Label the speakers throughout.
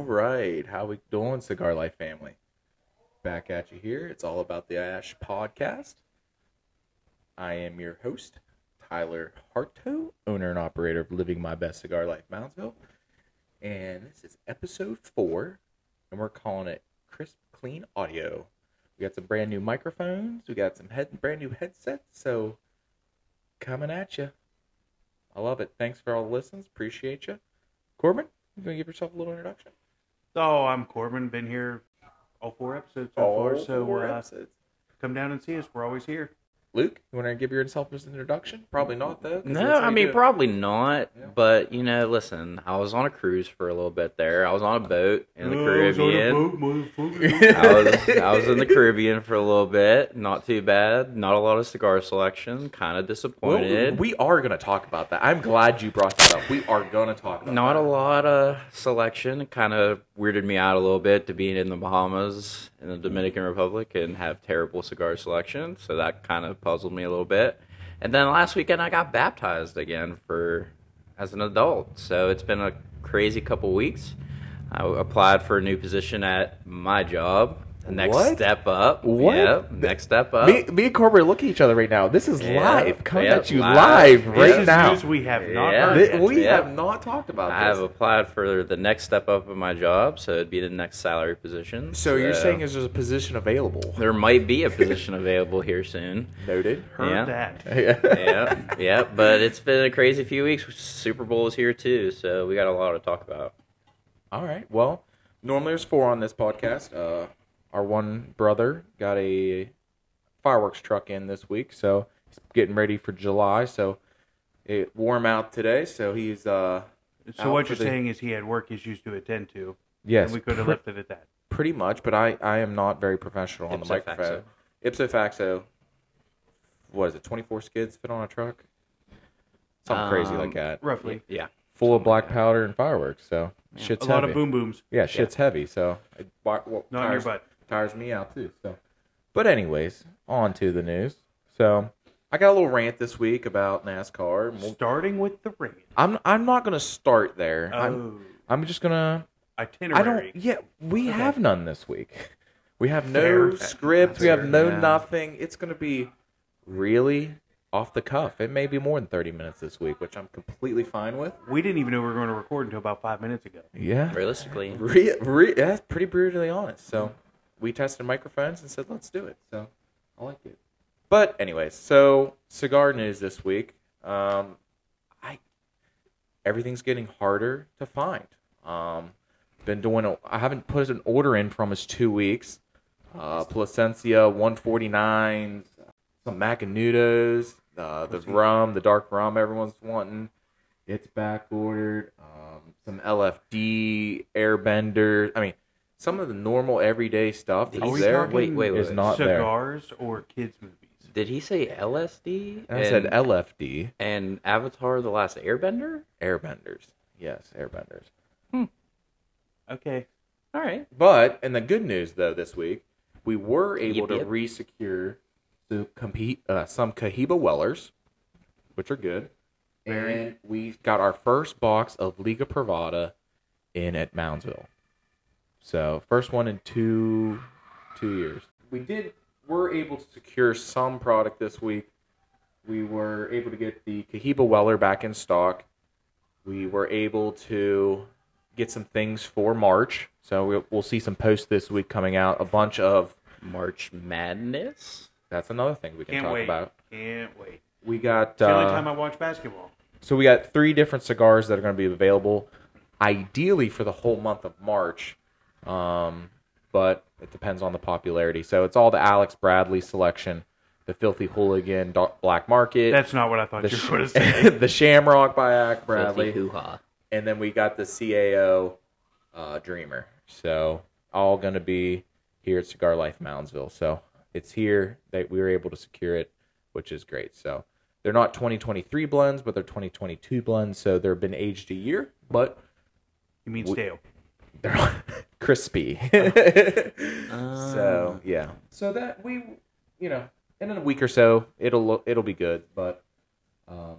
Speaker 1: great. How we doing, Cigar Life family? Back at you here. It's all about the Ash podcast. I am your host, Tyler Harto, owner and operator of Living My Best Cigar Life Moundsville. And this is episode four, and we're calling it Crisp Clean Audio. We got some brand new microphones, we got some head, brand new headsets, so coming at you. I love it. Thanks for all the listens. Appreciate you. Corbin, you going to give yourself a little introduction?
Speaker 2: So Oh, I'm Corbin. Been here all four episodes so far. So
Speaker 1: four
Speaker 2: we're uh,
Speaker 1: episodes.
Speaker 2: come down and see us. We're always here.
Speaker 1: Luke, you want to give yourself an introduction? Probably not, though. 'cause
Speaker 3: No,
Speaker 1: that's how
Speaker 3: I
Speaker 1: you
Speaker 3: mean
Speaker 1: do it.
Speaker 3: probably not.
Speaker 1: Yeah.
Speaker 3: But you know, listen, I was on a cruise for a little bit there. I was on a boat in the
Speaker 2: Oh,
Speaker 3: Caribbean. I was I was in the Caribbean for a little bit. Not too bad. Not a lot of cigar selection. Kind of
Speaker 1: Well,
Speaker 3: disappointed.
Speaker 1: we are going to talk about that. I'm glad you brought that up. We are going to talk about
Speaker 3: not
Speaker 1: that.
Speaker 3: a lot of selection. Kind of weirded me out a little bit to being in the Bahamas and the Dominican Republic and have terrible cigar selection. So that kind of puzzled me a little bit. And then last weekend I got baptized again for as an adult. So it's been a crazy couple weeks. I applied for a new position at my job. Next
Speaker 1: What?
Speaker 3: step up.
Speaker 1: What?
Speaker 3: Yep, next step up.
Speaker 1: Me, me and Corbett look at each other right now. This is
Speaker 3: Yeah.
Speaker 1: live. Coming
Speaker 3: Yeah,
Speaker 1: at you live,
Speaker 3: live.
Speaker 1: right
Speaker 2: this is
Speaker 1: now.
Speaker 2: news we have not
Speaker 3: Yeah.
Speaker 2: heard
Speaker 1: Thi-
Speaker 2: yet.
Speaker 1: we
Speaker 3: Yeah.
Speaker 1: have not talked about
Speaker 3: I have
Speaker 1: this.
Speaker 3: applied for the next step up of my job, so it'd be the next salary position.
Speaker 1: so you're saying is there's a position available?
Speaker 3: there might be a position available here soon.
Speaker 1: Noted.
Speaker 2: heard
Speaker 3: Yeah.
Speaker 2: that.
Speaker 3: yeah, yeah, but it's been a crazy few weeks. Super Bowl is here too, so we got a lot to talk about.
Speaker 1: All right. Well, normally there's four on this podcast. Uh, our one brother got a fireworks truck in this week, so he's getting ready for July. So it warm out today, so he's uh
Speaker 2: So
Speaker 1: Out
Speaker 2: what
Speaker 1: for
Speaker 2: you're
Speaker 1: the-
Speaker 2: saying is he had work issues to attend to,
Speaker 1: yes,
Speaker 2: and we could have left it at that.
Speaker 1: pretty much. But I I am not very professional on the
Speaker 3: Ipso
Speaker 1: microphone.
Speaker 3: facto.
Speaker 1: Ipso facto. What is it? Twenty four skids fit on a truck? Something crazy like
Speaker 3: Um,
Speaker 1: that.
Speaker 2: Roughly,
Speaker 3: Yeah,
Speaker 1: Full of black powder and fireworks. So shit's
Speaker 2: a lot
Speaker 1: heavy.
Speaker 2: of boom booms.
Speaker 1: Yeah, shit's heavy. So it wi- well,
Speaker 2: Not in your
Speaker 1: tires-
Speaker 2: butt.
Speaker 1: tires me out too. So, but anyways, on to the news. So, I got a little rant this week about NASCAR. Well,
Speaker 2: Starting with the ring.
Speaker 1: I'm I'm not gonna start there. I'm
Speaker 2: Oh,
Speaker 1: I'm just gonna.
Speaker 2: itinerary.
Speaker 1: I don't. Yeah, we have none this week. We have no
Speaker 2: Fair.
Speaker 1: script. we
Speaker 3: That's
Speaker 1: have
Speaker 3: fair,
Speaker 1: no
Speaker 3: yeah.
Speaker 1: nothing. It's gonna be really off the cuff. It may be more than 30 minutes this week, which I'm completely fine with.
Speaker 2: We didn't even know we were going to record until about five minutes ago.
Speaker 1: Yeah.
Speaker 3: realistically,
Speaker 1: Re- re- that's pretty brutally honest. So we tested microphones and said, let's do it. So I like it. But anyways, so cigar news this week. Um, I everything's getting harder to find. Um, been doing. A, I haven't put an order in for almost two weeks. Uh, Placencia 149, some Macanudos, uh, the rum, the dark rum everyone's wanting. It's back ordered. Um, some LFD, Airbender. I mean, some of the normal everyday stuff
Speaker 3: Are
Speaker 1: is
Speaker 3: we
Speaker 1: there.
Speaker 3: talking- Wait, wait, wait,
Speaker 1: is
Speaker 3: wait.
Speaker 1: not there.
Speaker 2: Cigars or kids movies?
Speaker 3: did he say LSD?
Speaker 1: And I said LFD,
Speaker 3: and Avatar: The Last Airbender.
Speaker 1: Airbenders. Yes, Airbenders.
Speaker 2: Okay.
Speaker 3: All right,
Speaker 1: But and the good news though this week, we were able
Speaker 3: Yep,
Speaker 1: to
Speaker 3: yep.
Speaker 1: re-secure the compete uh, some Cohiba Wellers, which are good. And we got our first box of Liga Privada in at Moundsville. So first one in two two years. We did were able to secure some product this week. We were able to get the Cohiba Weller back in stock. We were able to get some things for March. So we'll, we'll see some posts this week coming out. A bunch of
Speaker 3: March Madness.
Speaker 1: that's another thing we can
Speaker 2: Can't
Speaker 1: talk
Speaker 2: wait.
Speaker 1: about.
Speaker 2: Can't wait.
Speaker 1: We got
Speaker 2: It's the
Speaker 1: uh,
Speaker 2: only time I watch basketball.
Speaker 1: so we got three different cigars that are going to be available, ideally for the whole month of March, um, but it depends on the popularity. So it's all the Alex Bradley selection, the Filthy Hooligan, Dark Black Market,
Speaker 2: That's not what I thought
Speaker 1: the,
Speaker 2: you
Speaker 1: sh-
Speaker 2: were going to say.
Speaker 1: the Shamrock by Alex Bradley,
Speaker 3: Filthy hoo-ha.
Speaker 1: and then we got the CAO uh, Dreamer. So all going to be here at Cigar Life Moundsville. So it's here that we were able to secure it, which is great. So they're not 2023 blends, but they're 2022 blends. So they've been aged a year, but
Speaker 2: You mean stale?
Speaker 1: they're not crispy. so yeah. Um, So that we, you know, in a week or so, it'll lo- it'll be good. But um,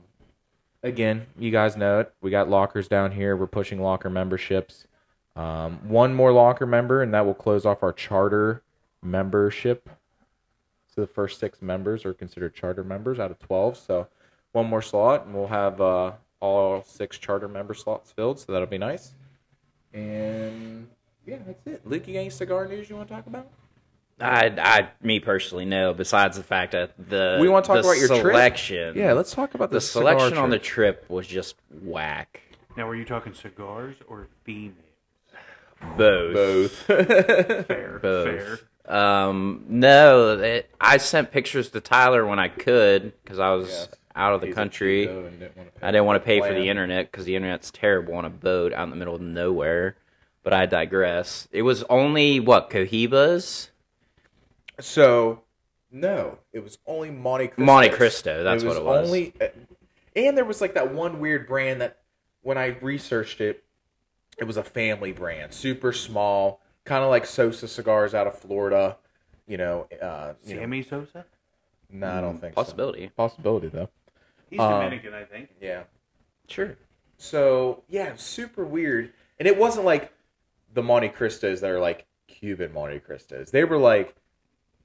Speaker 1: again, you guys know it. We got lockers down here. We're pushing locker memberships. Um, one more locker member, and that will close off our charter membership. So the first six members are considered charter members out of 12. So one more slot, and we'll have uh, all six charter member slots filled. So that'll be nice. And yeah, that's it. Leaky any cigar news you want to talk about?
Speaker 3: I, I, me personally, no. Besides the fact that the
Speaker 1: We wanna talk
Speaker 3: the
Speaker 1: about your trip?
Speaker 3: selection,
Speaker 1: Yeah, let's talk about
Speaker 3: the
Speaker 1: cigar
Speaker 3: selection on the
Speaker 1: trip.
Speaker 3: trip was just whack.
Speaker 2: Now, were you talking cigars or females?
Speaker 3: Both,
Speaker 1: both.
Speaker 2: Fair, fair.
Speaker 3: both. Um, no, it, I sent pictures to Tyler when I could because I was
Speaker 1: Yes.
Speaker 3: out of the country. I didn't want to pay for the internet because the internet's terrible on a boat out in the middle of nowhere. But I digress. It was only what Cohiba's
Speaker 1: So, no, it was only Monte Cristo.
Speaker 3: Monte Cristo. That's what it was.
Speaker 1: Only, uh, and there was like that one weird brand that when I researched it, it was a family brand, super small, kind of like Sosa cigars out of Florida. You know, uh, you know-
Speaker 2: Sammy Sosa?
Speaker 1: no, I don't think so.
Speaker 3: possibility.
Speaker 1: Possibility though.
Speaker 2: He's
Speaker 1: Um,
Speaker 2: Dominican, I think.
Speaker 1: Yeah.
Speaker 3: Sure.
Speaker 1: So yeah, it was super weird. And it wasn't like the Monte Cristos that are like Cuban Monte Cristos. They were like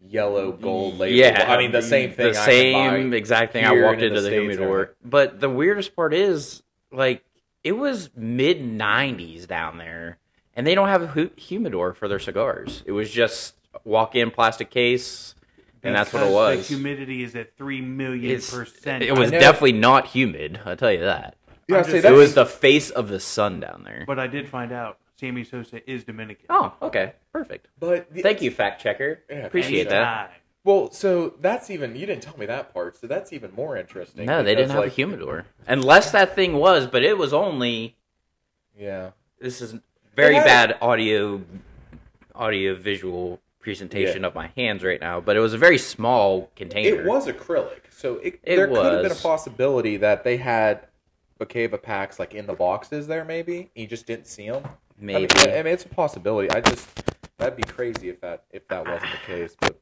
Speaker 1: yellow gold label.
Speaker 3: Yeah,
Speaker 1: I mean the same thing.
Speaker 3: The
Speaker 1: I could
Speaker 3: same
Speaker 1: buy.
Speaker 3: exact thing. I
Speaker 1: here
Speaker 3: walked
Speaker 1: and in
Speaker 3: into
Speaker 1: the
Speaker 3: the,
Speaker 1: States and
Speaker 3: humidor. But the weirdest part is, like, it was mid '90s down there, and they don't have a hu- humidor for their cigars. It was just walk-in plastic case, and that's what it
Speaker 2: Because
Speaker 3: was.
Speaker 2: The humidity is at 3 million
Speaker 3: It's-
Speaker 2: percent.
Speaker 3: It was
Speaker 1: I know.
Speaker 3: definitely not humid. I will tell you that.
Speaker 1: Yeah,
Speaker 2: I'm
Speaker 1: see,
Speaker 2: just-
Speaker 1: that's-
Speaker 3: it was the face of the sun down there.
Speaker 2: But I did find out Sammy Sosa is Dominican.
Speaker 3: Oh, okay, perfect.
Speaker 1: But the-
Speaker 3: Thank you, fact checker.
Speaker 1: Yeah,
Speaker 3: Appreciate
Speaker 1: thanks,
Speaker 3: that.
Speaker 2: Time.
Speaker 1: Well, so that's even you didn't tell me that part. So that's even more interesting.
Speaker 3: No, they
Speaker 1: because,
Speaker 3: didn't have a
Speaker 1: like,
Speaker 3: humidor, unless that thing was. But it was only
Speaker 1: Yeah,
Speaker 3: this is very
Speaker 1: had-
Speaker 3: bad audio audio visual presentation of my hands right now but it was a very small container
Speaker 1: it was acrylic, so it,
Speaker 3: It
Speaker 1: there could have been a
Speaker 3: was.
Speaker 1: possibility that they had Bacava packs like in the boxes there, maybe and you just didn't see them. I
Speaker 3: maybe
Speaker 1: mean, I- I mean, it's a possibility. I just that'd be crazy if that if that wasn't the case. But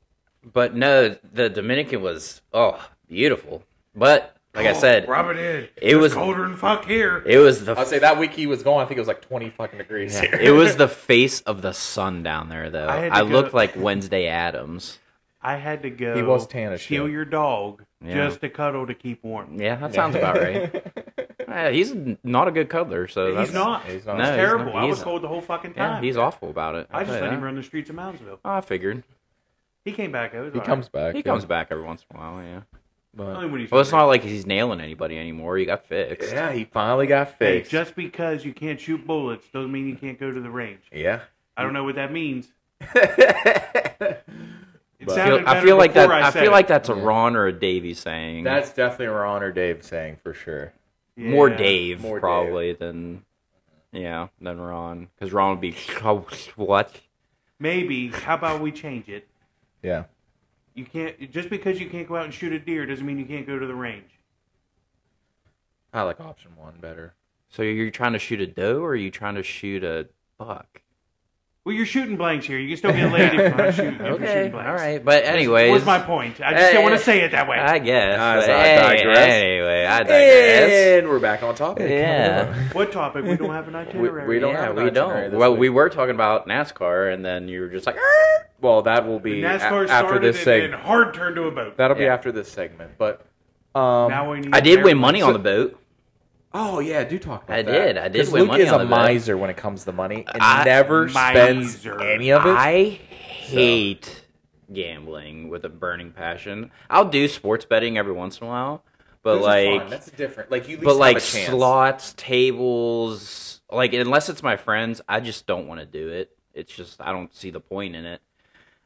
Speaker 3: but no the dominican was oh beautiful but
Speaker 2: Oh,
Speaker 3: like i said
Speaker 2: Robert in.
Speaker 3: it was-
Speaker 2: colder than fuck here.
Speaker 3: it was the
Speaker 1: I'd say that week he was gone. I think it was like twenty fucking degrees here.
Speaker 3: it was the face of the sun down there though
Speaker 2: I had
Speaker 3: i,
Speaker 2: to go-
Speaker 3: looked like wednesday adams
Speaker 2: I had to go.
Speaker 1: He was tan as
Speaker 2: Steal
Speaker 1: shit.
Speaker 2: your dog
Speaker 3: Yeah.
Speaker 2: just to cuddle to keep warm.
Speaker 3: yeah that sounds about right Uh, he's not a good cuddler so that's
Speaker 2: He's not.
Speaker 1: He's
Speaker 2: He's
Speaker 1: not. No,
Speaker 2: not.
Speaker 1: he's
Speaker 2: terrible.
Speaker 3: not-
Speaker 2: I
Speaker 3: he's
Speaker 2: was
Speaker 3: not.
Speaker 2: cold the whole fucking
Speaker 3: yeah
Speaker 2: time.
Speaker 3: he's awful about it
Speaker 2: I just
Speaker 3: tell you
Speaker 2: let him
Speaker 3: that. Oh,
Speaker 2: run the streets of Moundsville.
Speaker 3: i figured
Speaker 2: He came back. It was
Speaker 1: He
Speaker 2: all
Speaker 1: comes back.
Speaker 3: he
Speaker 1: yeah.
Speaker 3: comes back every once in a while yeah
Speaker 2: right.
Speaker 1: But-
Speaker 2: Only when he's
Speaker 3: Well, it's
Speaker 2: hungry.
Speaker 3: not like he's nailing anybody anymore. He got fixed.
Speaker 1: yeah, he finally got
Speaker 2: Hey,
Speaker 1: fixed.
Speaker 2: just because you can't shoot bullets doesn't mean you can't go to the range.
Speaker 1: yeah.
Speaker 2: I don't know what that means. It
Speaker 1: But-
Speaker 3: I feel,
Speaker 2: sounded
Speaker 3: I
Speaker 2: better
Speaker 3: feel like that.
Speaker 2: before
Speaker 3: I,
Speaker 2: I, said
Speaker 3: feel
Speaker 2: it.
Speaker 3: like that's a
Speaker 1: Yeah.
Speaker 3: Ron or a Davey saying.
Speaker 1: That's definitely a Ron or Dave saying for sure.
Speaker 3: more
Speaker 2: Yeah.
Speaker 3: Dave
Speaker 1: more Dave.
Speaker 3: probably than yeah than Ron because Ron would be "Oh, what?
Speaker 2: Maybe. How about we change it?
Speaker 1: Yeah.
Speaker 2: You can't just because you can't go out and shoot a deer doesn't mean you can't go to the range.
Speaker 1: I like option one better.
Speaker 3: So you're trying to shoot a doe or are you trying to shoot a buck?
Speaker 2: Well, you're shooting blanks here. You can still get laid if you're not shooting, if you're
Speaker 3: Okay,
Speaker 2: shooting
Speaker 3: all
Speaker 2: blanks.
Speaker 3: right. But anyways,
Speaker 2: What's my point? I just
Speaker 3: Hey.
Speaker 2: don't want to say it that way.
Speaker 3: I guess.
Speaker 1: As
Speaker 3: but
Speaker 1: I
Speaker 3: hey,
Speaker 1: digress.
Speaker 3: Anyway, I digress.
Speaker 1: we're back on topic.
Speaker 3: Yeah.
Speaker 2: what topic? We don't have an itinerary.
Speaker 1: we don't
Speaker 3: yeah,
Speaker 1: have an
Speaker 3: we
Speaker 1: itinerary
Speaker 3: don't.
Speaker 1: this
Speaker 3: Well,
Speaker 1: week.
Speaker 3: we were talking about NASCAR, and then you were just like,
Speaker 1: Well, that will be a- after
Speaker 2: NASCAR started
Speaker 1: this
Speaker 2: and
Speaker 1: segment.
Speaker 2: then hard turned to a boat.
Speaker 1: That'll be
Speaker 3: Yeah.
Speaker 1: after this segment. But um,
Speaker 2: now we need
Speaker 3: I did win
Speaker 2: everyone-
Speaker 3: money on the boat.
Speaker 1: oh yeah, do talk about
Speaker 3: I
Speaker 1: that.
Speaker 3: did, I did
Speaker 1: 'Cause
Speaker 3: win
Speaker 1: Luke
Speaker 3: money
Speaker 1: is
Speaker 3: on
Speaker 1: a
Speaker 3: the bet.
Speaker 1: miser when it comes to money and
Speaker 3: I-
Speaker 1: never spends
Speaker 2: Miser.
Speaker 1: any of it.
Speaker 3: I hate gambling with a burning passion. I'll do sports betting every once in a while, but
Speaker 1: This is fine.
Speaker 3: like,
Speaker 1: that's different. Like you, at least
Speaker 3: but like
Speaker 1: have a chance.
Speaker 3: slots, tables, like unless it's my friends, I just don't want to do it. It's just I don't see the point in it.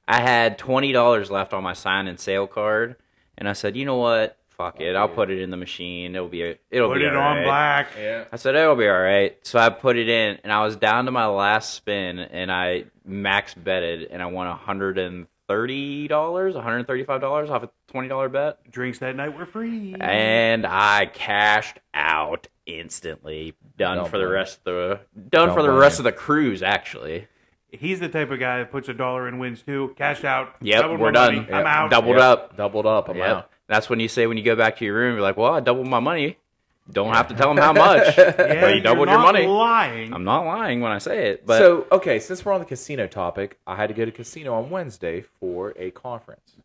Speaker 3: I had twenty dollars left on my sign and sale card, and I said, you know what? Fuck it, I'll put it in the machine. It'll be a, it'll
Speaker 2: Put
Speaker 3: be
Speaker 2: it on
Speaker 3: alright."
Speaker 2: black.
Speaker 1: Yeah.
Speaker 3: I said it'll be all right. So I put it in, and I was down to my last spin, and I max betted, and I won one hundred and thirty dollars, one hundred thirty-five dollars off a twenty-dollar bet,
Speaker 2: Drinks that night were free.
Speaker 3: and I cashed out instantly. Done
Speaker 1: Don't
Speaker 3: for the
Speaker 1: blame
Speaker 3: rest of the done
Speaker 1: Don't
Speaker 3: for the
Speaker 1: blame
Speaker 3: rest
Speaker 1: you.
Speaker 3: of the cruise. Actually,
Speaker 2: He's the type of guy that puts a dollar in wins two, cashed out.
Speaker 3: Yep,
Speaker 2: doubled my
Speaker 3: we're done.
Speaker 2: money, I'm
Speaker 3: Yeah.
Speaker 2: out.
Speaker 3: Doubled up.
Speaker 1: Doubled up. I'm
Speaker 3: Yep.
Speaker 1: out.
Speaker 3: That's when you say when you go back to your room, you're like, "Well, I doubled my money." don't have to tell them how much.
Speaker 2: Yeah,
Speaker 3: but you doubled your
Speaker 2: not
Speaker 3: money.
Speaker 2: Lying.
Speaker 3: I'm not lying when I say it. But
Speaker 1: so okay, since we're on the casino topic, I had to go to casino on Wednesday for a conference.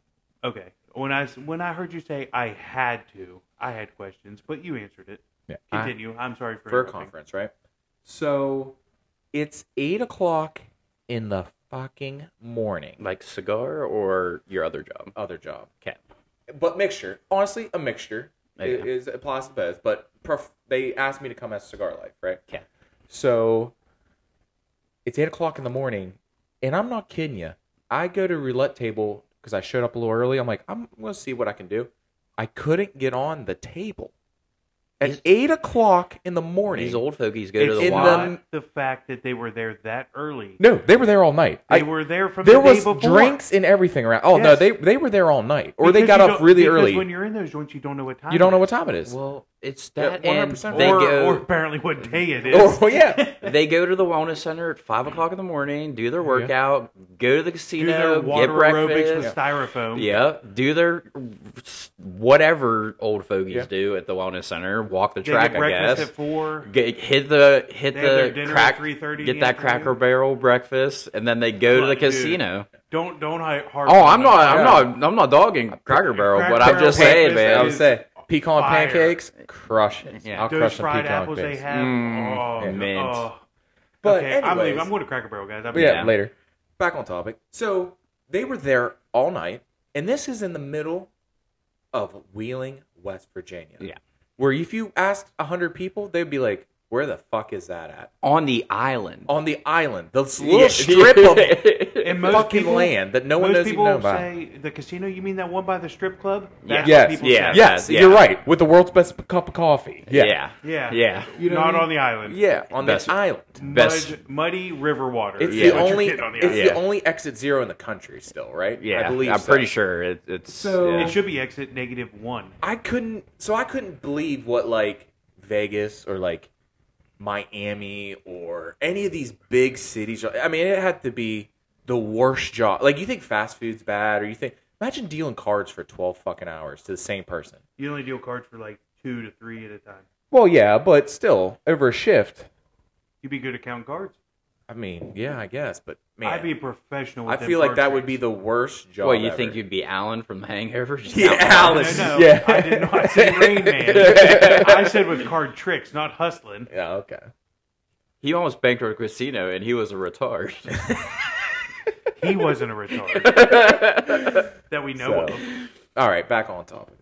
Speaker 2: okay. When I s- when I heard you say I had to, I had questions, but you answered it.
Speaker 1: Yeah.
Speaker 2: Continue. I'm sorry for
Speaker 1: for a
Speaker 2: interrupting.
Speaker 1: conference, right? So it's eight o'clock in the fucking morning.
Speaker 3: like cigar or your other job.
Speaker 1: Other job,
Speaker 3: Okay.
Speaker 1: but mixture. Honestly, a mixture i-
Speaker 3: Yeah.
Speaker 1: is applies to both. But pref- they asked me to come as Cigar Life, right?
Speaker 3: Okay.
Speaker 1: So it's eight o'clock in the morning, and I'm not kidding you. I go to roulette table because I showed up a little early. I'm like, I'm gonna see what I can do. I couldn't get on the table at
Speaker 3: These-
Speaker 1: eight o'clock in the morning.
Speaker 3: These old fogies go
Speaker 2: It's
Speaker 3: to the
Speaker 1: in
Speaker 3: Y.
Speaker 2: not the fact that they were there that early.
Speaker 1: No, they were there all night.
Speaker 2: They
Speaker 1: I-
Speaker 2: were there from
Speaker 1: there
Speaker 2: the day
Speaker 1: was
Speaker 2: before.
Speaker 1: drinks and everything around. Oh no,
Speaker 2: Yes.
Speaker 1: they they were there all night, or they
Speaker 2: Because
Speaker 1: got
Speaker 2: you
Speaker 1: up
Speaker 2: don't-
Speaker 1: really
Speaker 2: because
Speaker 1: early.
Speaker 2: When you're in those joints, you don't know what time.
Speaker 1: You don't know
Speaker 2: it
Speaker 1: what
Speaker 2: is.
Speaker 1: time it is.
Speaker 3: Well, it's
Speaker 1: Yeah,
Speaker 3: that and
Speaker 1: 100%.
Speaker 3: they
Speaker 2: or,
Speaker 3: go
Speaker 2: or apparently what day it is.
Speaker 1: or, Oh, yeah,
Speaker 3: they go to the wellness center at five o'clock in the morning, do their workout, go to the
Speaker 2: do
Speaker 3: casino,
Speaker 2: their
Speaker 3: get
Speaker 2: water aerobics
Speaker 3: breakfast.
Speaker 2: with styrofoam.
Speaker 3: Yeah, do their whatever old fogies
Speaker 1: Yeah.
Speaker 3: do at the wellness center. Walk the
Speaker 2: They
Speaker 3: track,
Speaker 2: get
Speaker 3: I
Speaker 2: breakfast
Speaker 3: guess.
Speaker 2: at four.
Speaker 3: Get, hit the hit
Speaker 2: They have their
Speaker 3: the
Speaker 2: dinner at
Speaker 3: crack.
Speaker 2: 3:30
Speaker 3: Get
Speaker 2: in
Speaker 3: that
Speaker 2: the
Speaker 3: Cracker
Speaker 2: afternoon.
Speaker 3: Barrel breakfast, and then they go to the
Speaker 2: Look, dude.
Speaker 3: casino.
Speaker 2: Don't don't hi- harp.
Speaker 3: Oh,
Speaker 2: on
Speaker 3: I'm
Speaker 2: it.
Speaker 3: not, I'm
Speaker 1: Yeah.
Speaker 3: not, I'm not dogging Cracker Barrel,
Speaker 2: Cracker
Speaker 3: but I'm
Speaker 2: Barrel
Speaker 3: just saying,
Speaker 2: breakfast
Speaker 1: I
Speaker 3: man.
Speaker 1: would say pecan
Speaker 2: fire.
Speaker 1: pancakes, crush it.
Speaker 3: Yeah.
Speaker 1: I'll
Speaker 2: Those
Speaker 1: crush some
Speaker 2: fried
Speaker 1: pecan
Speaker 2: apples they
Speaker 1: pancakes.
Speaker 2: have.
Speaker 3: Mm,
Speaker 2: oh,
Speaker 3: mint.
Speaker 2: oh.
Speaker 1: But
Speaker 2: okay, I'm leaving.
Speaker 1: anyways-
Speaker 2: I'm going to Cracker Barrel, guys. I'm
Speaker 1: But yeah,
Speaker 3: Yeah.
Speaker 1: later. Back on topic. So they were there all night, and this is in the middle of Wheeling, West Virginia.
Speaker 3: Yeah.
Speaker 1: where if you asked hundred people, they'd be like, "Where the fuck is that at?"
Speaker 3: On the island,
Speaker 1: On the island, this little strip of
Speaker 2: And most
Speaker 1: fucking
Speaker 2: people-
Speaker 1: land that no one
Speaker 2: Most
Speaker 1: knows even
Speaker 2: people
Speaker 1: know about.
Speaker 2: say the casino. You mean that one by the strip club? That's
Speaker 1: Yes,
Speaker 2: what people
Speaker 3: yeah.
Speaker 2: Say.
Speaker 1: Yes,
Speaker 3: Yeah.
Speaker 1: you're right. With the world's best cup of coffee.
Speaker 3: yeah,
Speaker 2: Yeah.
Speaker 3: yeah.
Speaker 1: You know
Speaker 2: not
Speaker 1: what I mean?
Speaker 2: on the island.
Speaker 1: Yeah, on
Speaker 3: Best-
Speaker 1: the island.
Speaker 3: Best-
Speaker 2: Mud, muddy river water.
Speaker 1: It's
Speaker 3: Yeah.
Speaker 1: the
Speaker 2: What you're
Speaker 1: only
Speaker 2: getting on the
Speaker 1: it's
Speaker 2: island.
Speaker 1: the
Speaker 3: Yeah.
Speaker 1: only exit zero in the country still, right?
Speaker 3: Yeah,
Speaker 1: I believe
Speaker 3: I'm
Speaker 1: so.
Speaker 3: pretty sure it, it's.
Speaker 1: So-
Speaker 3: yeah.
Speaker 2: It should be exit negative one.
Speaker 1: I couldn't so I couldn't believe what like Vegas or like Miami or any of these big cities are- I mean it had to be the worst job. Like you think fast food's bad or you think imagine dealing cards for 12 fucking hours to the same person.
Speaker 2: You only deal cards for like two to three at a time.
Speaker 1: Well, yeah, but still over a shift.
Speaker 2: You'd be good at counting cards.
Speaker 1: I mean, yeah, I guess, but man.
Speaker 2: I'd be a professional. With
Speaker 1: I
Speaker 2: them
Speaker 1: feel like
Speaker 2: card
Speaker 1: that would be
Speaker 2: tricks.
Speaker 1: the worst job.
Speaker 3: Well, you
Speaker 1: ever.
Speaker 3: think you'd be Alan from The Hangover? Just
Speaker 1: Yeah,
Speaker 3: out-
Speaker 1: Alan.
Speaker 2: No, no,
Speaker 1: Yeah.
Speaker 2: I did not say Rain Man. I said with card tricks, not hustling.
Speaker 1: Yeah. Okay.
Speaker 3: He almost bankrupted a casino, and he was a retard.
Speaker 2: He wasn't a retard that we know
Speaker 1: So.
Speaker 2: of.
Speaker 1: All right. Back on topic.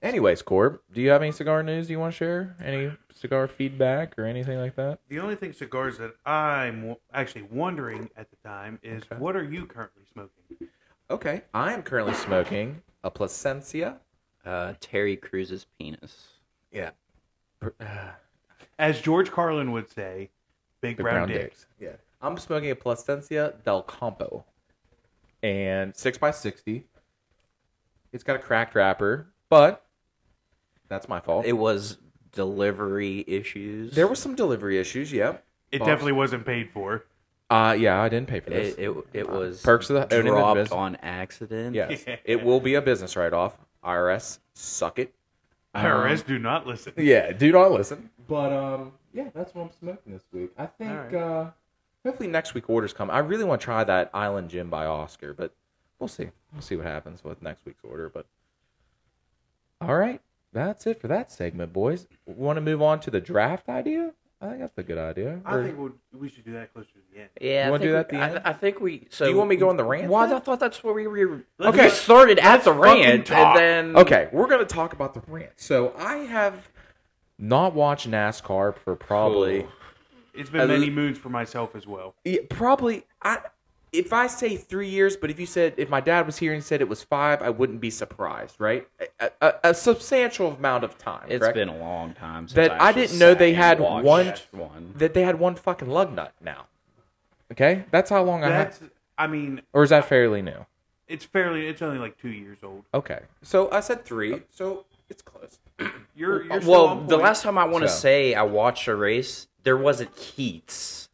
Speaker 1: Anyways, Corb, do you have any cigar news you want to share? Any cigar feedback or anything like that?
Speaker 2: The only thing cigars that I'm w- actually wondering at the time is what are you currently smoking?
Speaker 1: Okay. I am currently smoking a Placencia.
Speaker 3: Uh, Terry Cruz's penis.
Speaker 1: Yeah.
Speaker 2: As George Carlin would say, big, brown, dick.
Speaker 1: Yeah. I'm smoking a Placencia del Campo, and six x sixty. It's got a cracked wrapper, but that's my fault.
Speaker 3: It was delivery issues.
Speaker 1: there were some delivery issues. Yep.
Speaker 2: It
Speaker 1: Boss.
Speaker 2: definitely wasn't paid for.
Speaker 1: Uh yeah, I didn't pay for this.
Speaker 3: It, it, it was
Speaker 1: Perks of the- owning the
Speaker 3: dropped
Speaker 1: business.
Speaker 3: on accident.
Speaker 1: Yes,
Speaker 2: Yeah.
Speaker 1: it will be a business write-off. IRS, suck it. Uh-huh. Um,
Speaker 2: IRS do not listen.
Speaker 1: Yeah, do not listen. But um, yeah, that's what I'm smoking this week. I think
Speaker 2: All right.
Speaker 1: uh, hopefully next week orders come. I really want to try that Island Gin by Oscar, but we'll see. We'll see what happens with next week's order. But all right, that's it for that segment, boys. Want to move on to the draft idea? I think that's a good idea.
Speaker 2: I
Speaker 1: Or-
Speaker 2: think we'll, we should do that closer to the end.
Speaker 3: Yeah,
Speaker 1: You
Speaker 3: I
Speaker 1: wanna
Speaker 3: think
Speaker 1: do that
Speaker 3: we-
Speaker 1: at the end?
Speaker 3: I, I think we. So
Speaker 1: Do you want me to go on the rant
Speaker 3: Well,
Speaker 1: then?
Speaker 3: I thought that's where we were.
Speaker 2: Let's
Speaker 3: we
Speaker 1: just-
Speaker 3: started at the
Speaker 2: fucking
Speaker 3: rant,
Speaker 2: talk.
Speaker 3: and then
Speaker 1: Okay, we're gonna talk about the rant. So I have not watched NASCAR for probably.
Speaker 3: Cool.
Speaker 2: It's been
Speaker 1: Uh,
Speaker 2: many moons for myself as well.
Speaker 1: Yeah, probably. I if I say three years, but if you said if my dad was here and said it was five, I wouldn't be surprised, right? A, a, a substantial amount of time.
Speaker 3: It's
Speaker 1: correct?
Speaker 3: been a long time since
Speaker 1: That I
Speaker 3: actually
Speaker 1: didn't know
Speaker 3: sat
Speaker 1: they
Speaker 3: and
Speaker 1: had
Speaker 3: watched
Speaker 1: one-
Speaker 3: one.
Speaker 1: that they had one fucking lug nut now. Okay, that's how long I had,
Speaker 2: That's, I mean,
Speaker 1: or is that fairly new?
Speaker 2: it's fairly, it's only like two years old.
Speaker 1: Okay, so I said three, so it's close.
Speaker 2: You're, you're still
Speaker 3: well,
Speaker 2: on
Speaker 3: the
Speaker 2: point.
Speaker 3: last time I want to
Speaker 1: So.
Speaker 3: say I watched a race, there wasn't heats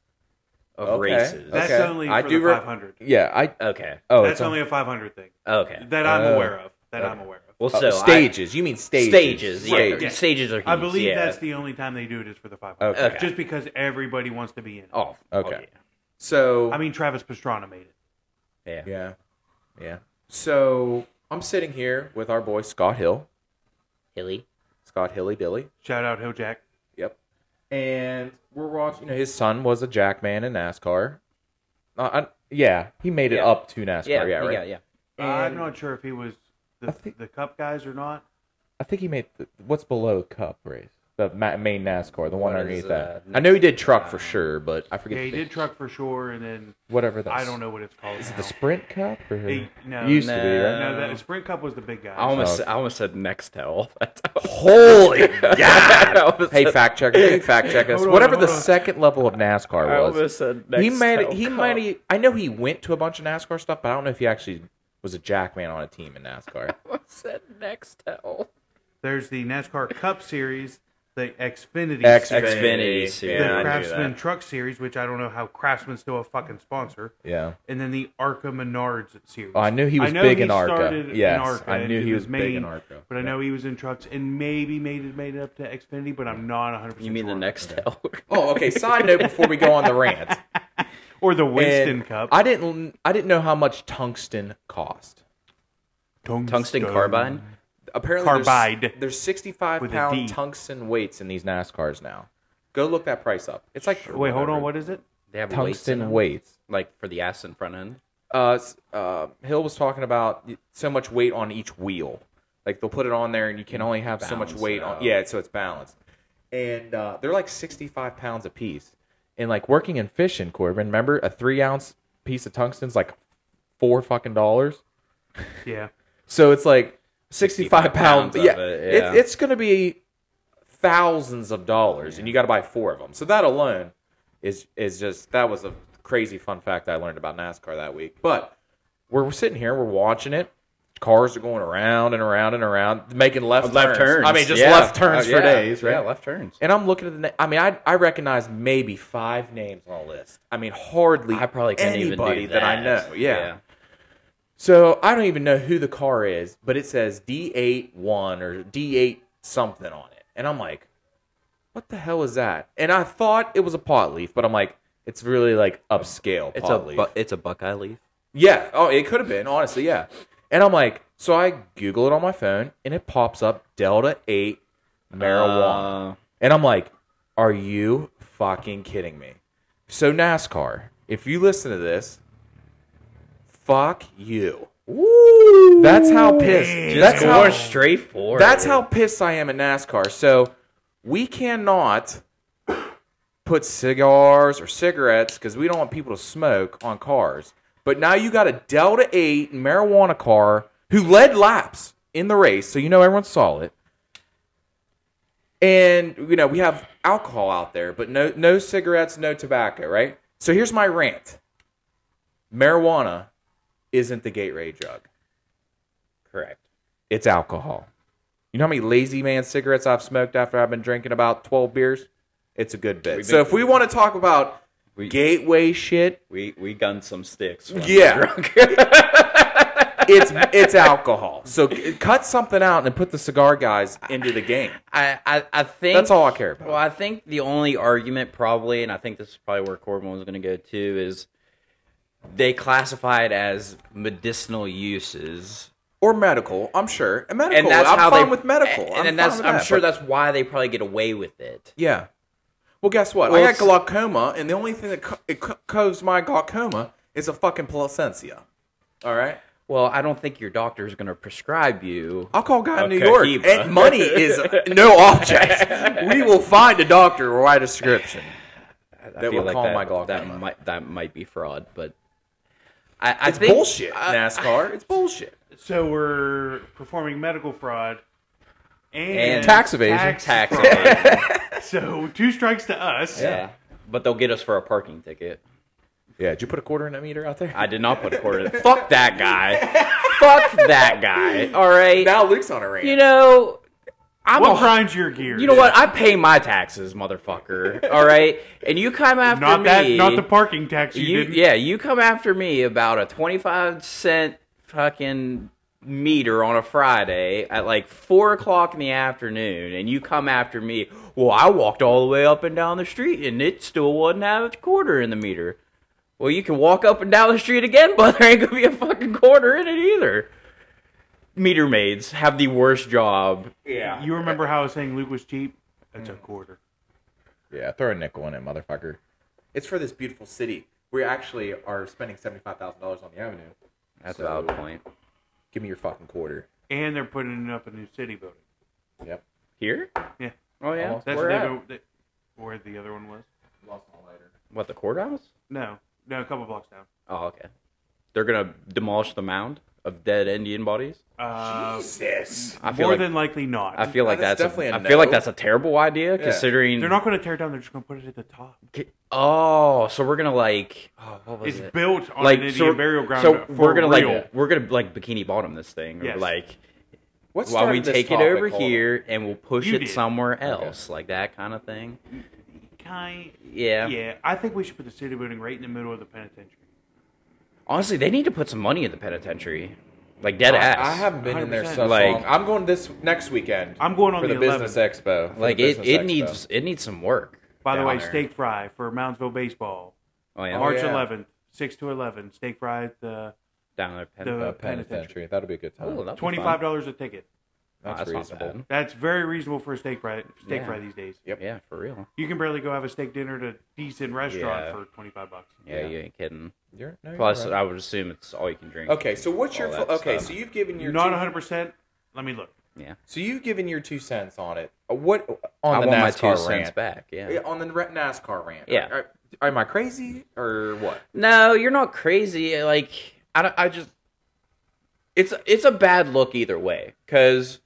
Speaker 3: of
Speaker 1: Okay.
Speaker 3: races.
Speaker 2: That's
Speaker 1: Okay.
Speaker 2: only for
Speaker 1: I do
Speaker 2: the
Speaker 1: re-
Speaker 2: 500.
Speaker 1: Yeah, I
Speaker 3: okay.
Speaker 1: oh,
Speaker 2: That's
Speaker 1: it's on-
Speaker 2: only a 500 thing
Speaker 3: Okay.
Speaker 2: that I'm
Speaker 1: Oh.
Speaker 2: aware of. That I'm
Speaker 1: Okay.
Speaker 2: aware of.
Speaker 3: Well,
Speaker 1: Oh,
Speaker 3: so I-
Speaker 1: stages. you mean stages?
Speaker 3: stages, yeah,
Speaker 1: Right.
Speaker 2: Yeah.
Speaker 3: stages are. Huge,
Speaker 2: I believe
Speaker 3: yeah.
Speaker 2: that's the only time they do it is for the 500.
Speaker 1: Okay.
Speaker 2: Just because everybody wants to be in it.
Speaker 3: Oh,
Speaker 1: Okay.
Speaker 3: oh, yeah.
Speaker 1: So
Speaker 2: I mean, Travis Pastrana made it.
Speaker 3: yeah.
Speaker 1: yeah, yeah. So I'm sitting here with our boy Scott Hill,
Speaker 3: Hilly.
Speaker 1: Scott Hilly Dilly.
Speaker 2: Shout out Hill Jack.
Speaker 1: Yep. And we're watching. You know, his son was a jackman in NASCAR. Uh, I, yeah, he made it
Speaker 3: Yeah.
Speaker 1: up to NASCAR. Yeah, right.
Speaker 3: yeah.
Speaker 2: I'm
Speaker 1: And-
Speaker 2: not sure if he was
Speaker 1: I
Speaker 2: the,
Speaker 1: think-
Speaker 2: the Cup guys or not.
Speaker 1: I think he made the, what's below Cup race, the ma- main NASCAR, the one
Speaker 3: What is,
Speaker 1: underneath
Speaker 3: uh,
Speaker 1: that.
Speaker 3: next-
Speaker 1: I know he did truck for sure, but I forget.
Speaker 2: Yeah, he
Speaker 1: the-
Speaker 2: did truck for sure, and then
Speaker 1: whatever. That's,
Speaker 2: I don't know what it's called.
Speaker 1: Is it
Speaker 2: now.
Speaker 1: the Sprint Cup or
Speaker 2: He- no,
Speaker 1: It used to be?
Speaker 3: No.
Speaker 1: Right?
Speaker 2: no, that Sprint Cup was the big guy.
Speaker 3: I almost,
Speaker 1: Okay.
Speaker 3: I almost said Nextel.
Speaker 1: Holy
Speaker 3: I almost
Speaker 1: Hey,
Speaker 3: said-
Speaker 1: fact checker, hey, fact check us.
Speaker 2: Hold on,
Speaker 1: Whatever
Speaker 2: hold
Speaker 1: the
Speaker 2: on.
Speaker 1: second level of
Speaker 3: I
Speaker 1: NASCAR was,
Speaker 3: almost said
Speaker 1: he
Speaker 3: Nextel
Speaker 1: might, he
Speaker 3: Cup.
Speaker 1: might, I know he went to a bunch of NASCAR stuff, but I don't know if he actually was a jackman on a team in NASCAR.
Speaker 3: I almost said Nextel.
Speaker 2: There's the NASCAR Cup Series, the Xfinity,
Speaker 1: Xfinity.
Speaker 2: Series,
Speaker 1: Xfinity,
Speaker 3: Xfinity.
Speaker 2: the
Speaker 1: yeah, I knew
Speaker 2: Craftsman Truck Series, which I don't know how Craftsman's still a fucking sponsor,
Speaker 1: Yeah,
Speaker 2: and then the Arca Menards Series.
Speaker 1: oh, I knew he was
Speaker 2: I know
Speaker 1: big
Speaker 2: he
Speaker 1: in ARCA.
Speaker 2: started in
Speaker 1: Yes,
Speaker 2: ARCA,
Speaker 1: I
Speaker 2: and
Speaker 1: knew
Speaker 2: he
Speaker 1: he
Speaker 2: was
Speaker 1: was big in
Speaker 2: main,
Speaker 1: ARCA.
Speaker 2: But I know he was in trucks and maybe made it made it up to Xfinity, but I'm not 100. percent
Speaker 3: You mean the Nextel?
Speaker 1: Oh, okay. Side note before we go on the rant.
Speaker 2: or the Winston
Speaker 1: And
Speaker 2: Cup?
Speaker 1: I didn't I didn't know how much tungsten cost.
Speaker 3: Tungsten carbide.
Speaker 1: Apparently,
Speaker 2: Carbide.
Speaker 1: There's, there's 65
Speaker 2: With a D.
Speaker 1: pound tungsten weights in these NASCArs now. Go look that price up. It's like
Speaker 2: Wait, hold on. What is it?
Speaker 3: They have weights
Speaker 1: tungsten
Speaker 3: in them,
Speaker 1: weights.
Speaker 3: like for the ass and front end.
Speaker 1: Uh, s- uh, Hill was talking about y- so much weight on each wheel. Like they'll put it on there, and you can only have so much
Speaker 3: Balance
Speaker 1: weight
Speaker 3: it
Speaker 1: on.
Speaker 3: out.
Speaker 1: Yeah, so it's balanced. And uh, they're like 65 pounds a piece. And like working in fishing, Corbin, remember a three ounce piece of tungsten's like four fucking dollars.
Speaker 2: Yeah.
Speaker 1: So it's like 65,
Speaker 3: 65
Speaker 1: pounds.
Speaker 3: pounds of
Speaker 1: yeah,
Speaker 3: it,
Speaker 1: It's-
Speaker 3: yeah.
Speaker 1: it's going to be thousands of dollars, and you got to buy four of them. So that alone is is just that was a crazy fun fact I learned about NASCAR that week. But we're, we're sitting here, we're watching it. Cars are going around and around and around, making left turns. I mean, just
Speaker 3: Yeah.
Speaker 1: left turns
Speaker 3: Oh,
Speaker 1: for
Speaker 3: yeah.
Speaker 1: days, right?
Speaker 3: Yeah, left turns.
Speaker 1: And I'm looking at the. Na- I mean, I I recognize maybe five names on a list. I mean, hardly
Speaker 3: I probably can't even do
Speaker 1: anybody that. I know. yeah.
Speaker 3: yeah.
Speaker 1: So I don't even know who the car is, but it says D8 one or D8 something on it, and I'm like, what the hell is that? And I thought it was a pot leaf, but I'm like, it's really like upscale
Speaker 3: It's a
Speaker 1: pot leaf.
Speaker 3: bu- it's a Buckeye leaf.
Speaker 1: yeah, oh, it could have been honestly, yeah. And I'm like, so I Google it on my phone, and it pops up Delta Eight marijuana.
Speaker 3: Uh,
Speaker 1: And I'm like, are you fucking kidding me? So, NASCAR, if you listen to this, fuck you. That's how pissed.
Speaker 2: Damn.
Speaker 1: That's
Speaker 2: Just
Speaker 1: how,
Speaker 3: more straightforward.
Speaker 1: that's how pissed I am at NASCAR. So, we cannot put cigars or cigarettes because we don't want people to smoke on cars. But now you got a Delta 8 marijuana car who led laps in the race, so you know everyone saw it. And you know we have alcohol out there, but no no cigarettes, no tobacco, right? So here's my rant: marijuana isn't the gateway drug. Correct. It's alcohol. You know how many lazy man cigarettes I've smoked after I've been drinking about twelve beers? It's a good bit.
Speaker 3: We've
Speaker 1: so
Speaker 3: been-
Speaker 1: if we want to talk about
Speaker 3: We-
Speaker 1: gateway shit,
Speaker 3: we we gunned some sticks. when we
Speaker 1: Yeah.
Speaker 3: were drunk.
Speaker 1: it's it's alcohol. So c- cut something out and put the cigar guys into the game.
Speaker 3: I, I I think
Speaker 1: That's all I care about.
Speaker 3: Well, I think the only argument probably, and I think this is probably where Corbin was going to go too, is they classify it as medicinal uses,
Speaker 1: or medical. I'm sure. And medical.
Speaker 3: and that's
Speaker 1: I'm
Speaker 3: how
Speaker 1: fine
Speaker 3: they
Speaker 1: with medical.
Speaker 3: and,
Speaker 1: I'm
Speaker 3: and that's
Speaker 1: fine with
Speaker 3: I'm
Speaker 1: that,
Speaker 3: sure
Speaker 1: but-
Speaker 3: that's why they probably get away with it.
Speaker 1: yeah. Well, guess what?
Speaker 3: Well,
Speaker 1: I got
Speaker 3: it's-
Speaker 1: glaucoma, and the only thing that co- it co- caused my glaucoma is a fucking placentia. All right.
Speaker 3: Well, I don't think your doctor is going to prescribe you.
Speaker 1: I'll call a guy in New
Speaker 3: Okay,
Speaker 1: York.
Speaker 3: Kiva.
Speaker 1: And money is no object. we will find a doctor to write a prescription.
Speaker 3: I
Speaker 1: that
Speaker 3: feel
Speaker 1: will calm
Speaker 3: that,
Speaker 1: my glaucoma.
Speaker 3: That might that might be fraud, but I, I
Speaker 1: It's
Speaker 3: think
Speaker 1: bullshit,
Speaker 3: I-
Speaker 1: NASCAR. It's bullshit.
Speaker 2: So we're performing medical fraud and,
Speaker 3: And
Speaker 1: Tax evasion.
Speaker 3: tax.
Speaker 2: fraud.
Speaker 3: evasion.
Speaker 2: So two strikes to us.
Speaker 3: yeah, but they'll get us for a parking ticket.
Speaker 1: Yeah, did you put a quarter in that meter out there?
Speaker 3: I did not put a quarter. in- Fuck that guy. Fuck that guy. All right.
Speaker 1: now Luke's on a rant.
Speaker 3: you know, I'm
Speaker 2: What
Speaker 3: a,
Speaker 2: grinds your gears?
Speaker 3: You know what? I pay my taxes, motherfucker. All right. And you come after
Speaker 2: Not
Speaker 3: me.
Speaker 2: that. Not the parking tax. You,
Speaker 3: you,
Speaker 2: didn't.
Speaker 3: yeah, you come after me about a 25 cent fucking meter on a Friday at like four o'clock in the afternoon, and you come after me. Well, I walked all the way up and down the street, and it still wasn't half a quarter in the meter. Well, you can walk up and down the street again, but there ain't gonna be a fucking quarter in it either. Meter maids have the worst job.
Speaker 1: Yeah.
Speaker 2: You remember how I was saying Luke was cheap? That's a quarter.
Speaker 1: Yeah, throw a nickel in it, motherfucker. It's for this beautiful city. We actually are spending seventy-five thousand dollars on the avenue.
Speaker 3: That's
Speaker 1: So,
Speaker 3: a valid point.
Speaker 1: Give me your fucking quarter.
Speaker 2: And they're putting up a new city building.
Speaker 1: Yep.
Speaker 3: Here?
Speaker 2: Yeah.
Speaker 3: Oh yeah.
Speaker 1: Almost.
Speaker 2: That's
Speaker 3: Where
Speaker 2: what
Speaker 3: at?
Speaker 2: they've been- that- where the other one was?
Speaker 1: Lost my lighter.
Speaker 3: What the courthouse?
Speaker 2: No, no, a couple blocks down.
Speaker 3: Oh okay. They're gonna demolish the mound of dead Indian bodies.
Speaker 2: Uh,
Speaker 1: Jesus.
Speaker 3: I feel
Speaker 2: more
Speaker 3: like
Speaker 2: than likely not.
Speaker 3: I feel like
Speaker 1: That's
Speaker 3: that's,
Speaker 1: definitely
Speaker 3: a,
Speaker 1: a
Speaker 3: I feel like
Speaker 1: no.
Speaker 3: that's a terrible idea
Speaker 1: Yeah.
Speaker 3: considering
Speaker 2: they're not going to tear it down. They're just going to put it at the top.
Speaker 3: Oh, so we're gonna like oh, what was
Speaker 2: It's
Speaker 3: it?
Speaker 2: built on
Speaker 3: like
Speaker 2: an Indian
Speaker 3: so,
Speaker 2: burial ground.
Speaker 3: so
Speaker 2: for
Speaker 3: we're gonna
Speaker 2: real.
Speaker 3: like we're gonna like bikini bottom this thing or
Speaker 2: Yes.
Speaker 3: like
Speaker 1: What's
Speaker 3: while we take it over here and we'll push
Speaker 2: You
Speaker 3: it
Speaker 2: did.
Speaker 3: somewhere else like that kind of thing.
Speaker 2: Kind-
Speaker 3: Yeah.
Speaker 2: yeah, I think we should put the city building right in the middle of the penitentiary.
Speaker 3: Honestly, they need to put some money in the penitentiary, like dead ass.
Speaker 1: I, I haven't been in there
Speaker 2: 100%.
Speaker 1: so
Speaker 3: Like-
Speaker 1: long. I'm going this next weekend.
Speaker 2: I'm going on
Speaker 1: for the,
Speaker 2: the
Speaker 1: business
Speaker 2: 11th.
Speaker 1: expo. for
Speaker 3: like
Speaker 1: the
Speaker 3: it,
Speaker 1: business
Speaker 3: it
Speaker 1: expo.
Speaker 3: needs it needs some work.
Speaker 2: By the
Speaker 3: down
Speaker 2: way,
Speaker 3: there.
Speaker 2: steak fry for Moundsville baseball,
Speaker 3: Oh yeah,
Speaker 2: March
Speaker 1: yeah.
Speaker 2: 11th, six to 11. Steak fry at the
Speaker 3: down there. Pen-
Speaker 2: the
Speaker 1: a penitentiary. That'll be a good time.
Speaker 3: Oh, that'd be
Speaker 2: twenty
Speaker 3: fun.
Speaker 2: five dollars a ticket.
Speaker 3: Oh,
Speaker 1: Uh, that's,
Speaker 3: that's not
Speaker 1: reasonable.
Speaker 3: bad.
Speaker 2: That's very reasonable for a steak fry. Steak
Speaker 3: Yeah.
Speaker 2: fry these days.
Speaker 1: Yep.
Speaker 3: Yeah, for real.
Speaker 2: You can barely go have a steak dinner at a decent restaurant
Speaker 3: Yeah.
Speaker 2: for twenty five bucks.
Speaker 3: Yeah,
Speaker 1: Yeah.
Speaker 3: you ain't kidding.
Speaker 1: You're, no, you're
Speaker 3: Plus,
Speaker 1: right.
Speaker 3: I would assume it's all you can drink.
Speaker 1: okay. So what's your
Speaker 3: all
Speaker 1: fo-
Speaker 3: that
Speaker 1: okay?
Speaker 3: stuff.
Speaker 1: So you've given your
Speaker 2: Not
Speaker 1: two-
Speaker 2: one hundred percent. Let me look.
Speaker 3: Yeah,
Speaker 1: So you've given your two cents on it. Uh, What on
Speaker 3: I
Speaker 1: the
Speaker 3: want my
Speaker 1: NASCAR
Speaker 3: two cents
Speaker 1: rant?
Speaker 3: back. Yeah.
Speaker 1: Yeah, On the ra- NASCAR rant.
Speaker 3: Yeah.
Speaker 1: Are, are- am I crazy or what?
Speaker 3: No, you're not crazy. Like I, don't- I just it's it's a bad look either way because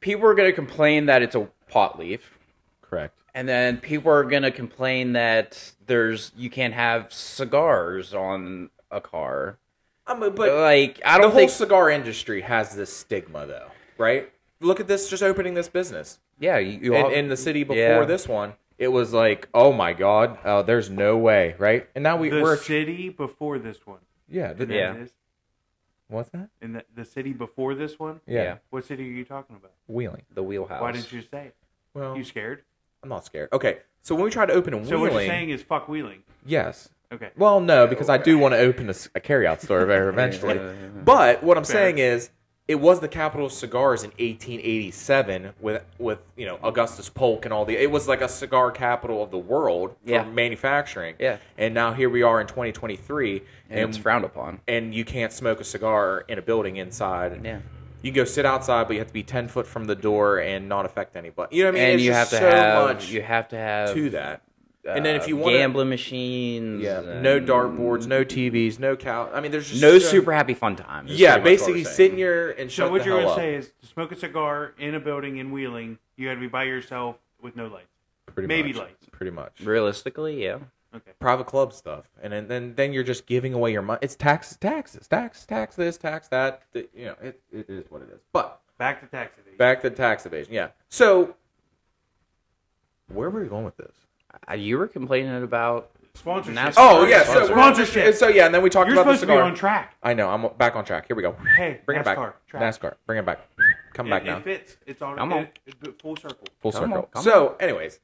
Speaker 3: people are gonna complain that it's a pot leaf,
Speaker 1: Correct.
Speaker 3: and then people are gonna complain that there's you can't have cigars on a car.
Speaker 1: Um, but
Speaker 3: But like Uh, I
Speaker 1: the
Speaker 3: don't
Speaker 1: whole
Speaker 3: think
Speaker 1: cigar industry has this stigma, though, right? Look at this, just opening this business.
Speaker 3: yeah you, you
Speaker 1: in,
Speaker 3: all-
Speaker 1: in the city before
Speaker 3: yeah.
Speaker 1: this one, it was like, oh my god, uh, there's no way, right? And now we,
Speaker 2: the
Speaker 1: we're
Speaker 2: city before this one.
Speaker 1: yeah, the,
Speaker 2: And that
Speaker 3: Yeah.
Speaker 2: is-
Speaker 1: what's that?
Speaker 2: and the, the city before this one.
Speaker 1: Yeah,
Speaker 3: Yeah.
Speaker 2: What city are you talking about?
Speaker 1: Wheeling.
Speaker 3: the wheelhouse.
Speaker 2: Why didn't you say?
Speaker 1: Well,
Speaker 2: It? You scared?
Speaker 1: I'm not scared. Okay, so when we tried to open in
Speaker 2: So
Speaker 1: Wheeling,
Speaker 2: what you're saying is fuck wheeling.
Speaker 1: yes.
Speaker 2: Okay.
Speaker 1: Well, no, because I do want to open a, s- a carryout store there eventually. But what I'm
Speaker 2: Fair.
Speaker 1: saying is, it was the capital of cigars in 1887 with with you know Augustus Polk and all the. It was like a cigar capital of the world for
Speaker 3: Yeah.
Speaker 1: manufacturing.
Speaker 3: Yeah.
Speaker 1: And now here we are in 2023,
Speaker 3: and it's frowned upon.
Speaker 1: and you can't smoke a cigar in a building inside.
Speaker 3: Yeah.
Speaker 1: You can go sit outside, but you have to be 10 foot from the door and not affect anybody. You know what I mean?
Speaker 3: and
Speaker 1: It's
Speaker 3: you have
Speaker 1: just
Speaker 3: to
Speaker 1: so
Speaker 3: have
Speaker 1: much
Speaker 3: you have to have
Speaker 1: to that. and then if you
Speaker 3: uh,
Speaker 1: want to.
Speaker 3: gambling machines,
Speaker 1: Yeah,
Speaker 3: and
Speaker 1: no dartboards, no TVs, no cow. I mean, there's just
Speaker 3: no
Speaker 1: so-
Speaker 3: super happy fun time. is
Speaker 1: Yeah,
Speaker 3: pretty much what we're
Speaker 1: basically
Speaker 3: saying.
Speaker 1: sit in your and shut
Speaker 2: So what
Speaker 1: the
Speaker 2: you're
Speaker 1: hell
Speaker 2: gonna
Speaker 1: up.
Speaker 2: say is to smoke a cigar in a building in Wheeling, you got to be by yourself with no lights.
Speaker 1: Pretty
Speaker 2: maybe
Speaker 1: much.
Speaker 2: lights.
Speaker 1: Pretty much.
Speaker 3: realistically, yeah.
Speaker 2: Okay.
Speaker 1: Private club stuff, and then then, then you're just giving away your money. It's taxes, taxes, tax, tax this, tax that. th- you know, it, it is what it is. But
Speaker 2: Back to tax evasion.
Speaker 1: back to tax evasion. Yeah. So where were we going with this?
Speaker 3: Uh, You were complaining about
Speaker 2: Sponsorship.
Speaker 3: Now-
Speaker 1: Oh
Speaker 3: Sorry,
Speaker 1: yeah,
Speaker 3: sponsor-
Speaker 1: so we're-
Speaker 2: sponsorship.
Speaker 1: So yeah, and then we talked
Speaker 2: You're
Speaker 1: about the
Speaker 2: supposed to be
Speaker 1: cigar.
Speaker 2: on track.
Speaker 1: I know. I'm back on track. Here we go.
Speaker 2: Hey,
Speaker 1: Bring it back.
Speaker 2: NASCAR, track.
Speaker 1: NASCAR. Bring it back. Come
Speaker 2: It,
Speaker 1: back
Speaker 2: it
Speaker 1: now.
Speaker 2: fits. It's on.
Speaker 3: Come
Speaker 2: Come
Speaker 3: on.
Speaker 2: on. It, it- full circle.
Speaker 1: full
Speaker 3: Come on,
Speaker 1: circle.
Speaker 3: come
Speaker 1: so, anyways,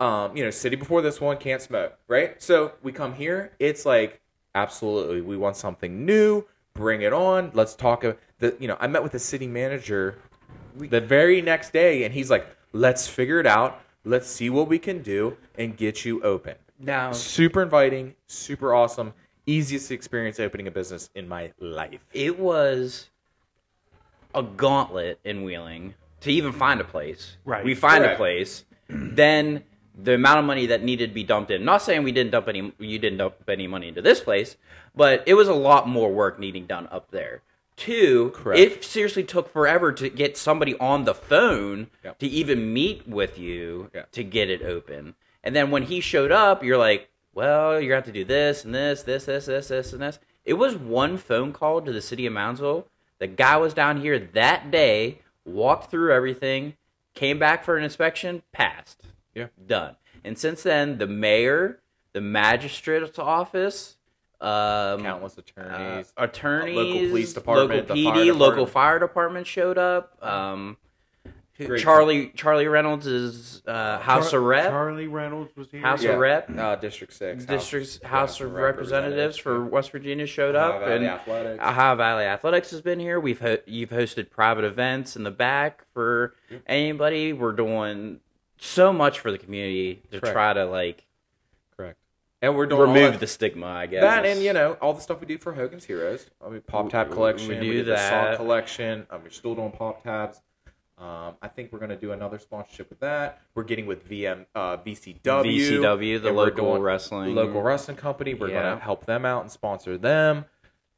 Speaker 1: um, you know, city before this one can't smoke, right? So we come here, it's like absolutely, we want something new. Bring it on. Let's talk. a- The you know, I met with the city manager the very next day, and he's like, "Let's figure it out. Let's see what we can do and get you open."
Speaker 3: now.
Speaker 1: Super inviting, super awesome, easiest experience opening a business in my life.
Speaker 3: It was a gauntlet in Wheeling to even find a place.
Speaker 2: Right.
Speaker 3: We find a
Speaker 1: Correct.
Speaker 3: place, then the amount of money that needed to be dumped in. Not saying we didn't dump any, you didn't dump any money into this place, but it was a lot more work needing done up there. Two,
Speaker 1: Correct.
Speaker 3: it seriously took forever to get somebody on the phone
Speaker 1: Yep.
Speaker 3: to even meet with you
Speaker 1: Yeah.
Speaker 3: to get it open. And then when he showed up, you're like, well, you're going to have to do this and this, this, this, this, this, and this. It was one phone call to the city of Moundsville. The guy was down here that day, walked through everything, came back for an inspection, passed,
Speaker 1: Yeah.
Speaker 3: done. And since then, the mayor, the magistrate's office, Um,
Speaker 1: Countless attorneys.
Speaker 3: uh, attorneys,
Speaker 1: local police department,
Speaker 3: local
Speaker 1: the fire
Speaker 3: PD, local
Speaker 1: department.
Speaker 3: fire department showed up. Um, who-
Speaker 1: Great.
Speaker 3: Charlie Charlie Reynolds is uh, House
Speaker 2: Char-
Speaker 3: of Rep,
Speaker 2: Charlie Reynolds was here.
Speaker 3: House
Speaker 1: Yeah.
Speaker 3: of Rep,
Speaker 1: uh, District Six.
Speaker 3: District
Speaker 1: yeah,
Speaker 3: House of Representatives for West Virginia showed up,
Speaker 1: Ohio Valley
Speaker 3: and
Speaker 1: Athletics.
Speaker 3: Ohio Valley Athletics has been here. We've ho- you've hosted private events in the back for anybody. We're doing so much for the community to
Speaker 1: Correct.
Speaker 3: try to like
Speaker 1: Correct. And we're doing all
Speaker 3: remove
Speaker 1: that-
Speaker 3: the stigma. I guess
Speaker 1: That and you know all the stuff we do for Hogan's Heroes. I mean, pop tab
Speaker 3: We-
Speaker 1: collection.
Speaker 3: we
Speaker 1: We
Speaker 3: do
Speaker 1: do the song
Speaker 3: that.
Speaker 1: collection. Um, we're still doing pop tabs. Um, I think we're gonna do another sponsorship with that. We're getting with VM uh, VCW,
Speaker 3: VCW, the
Speaker 1: and we're
Speaker 3: local
Speaker 1: doing
Speaker 3: wrestling-
Speaker 1: local wrestling company. We're
Speaker 3: Yeah.
Speaker 1: gonna help them out and sponsor them.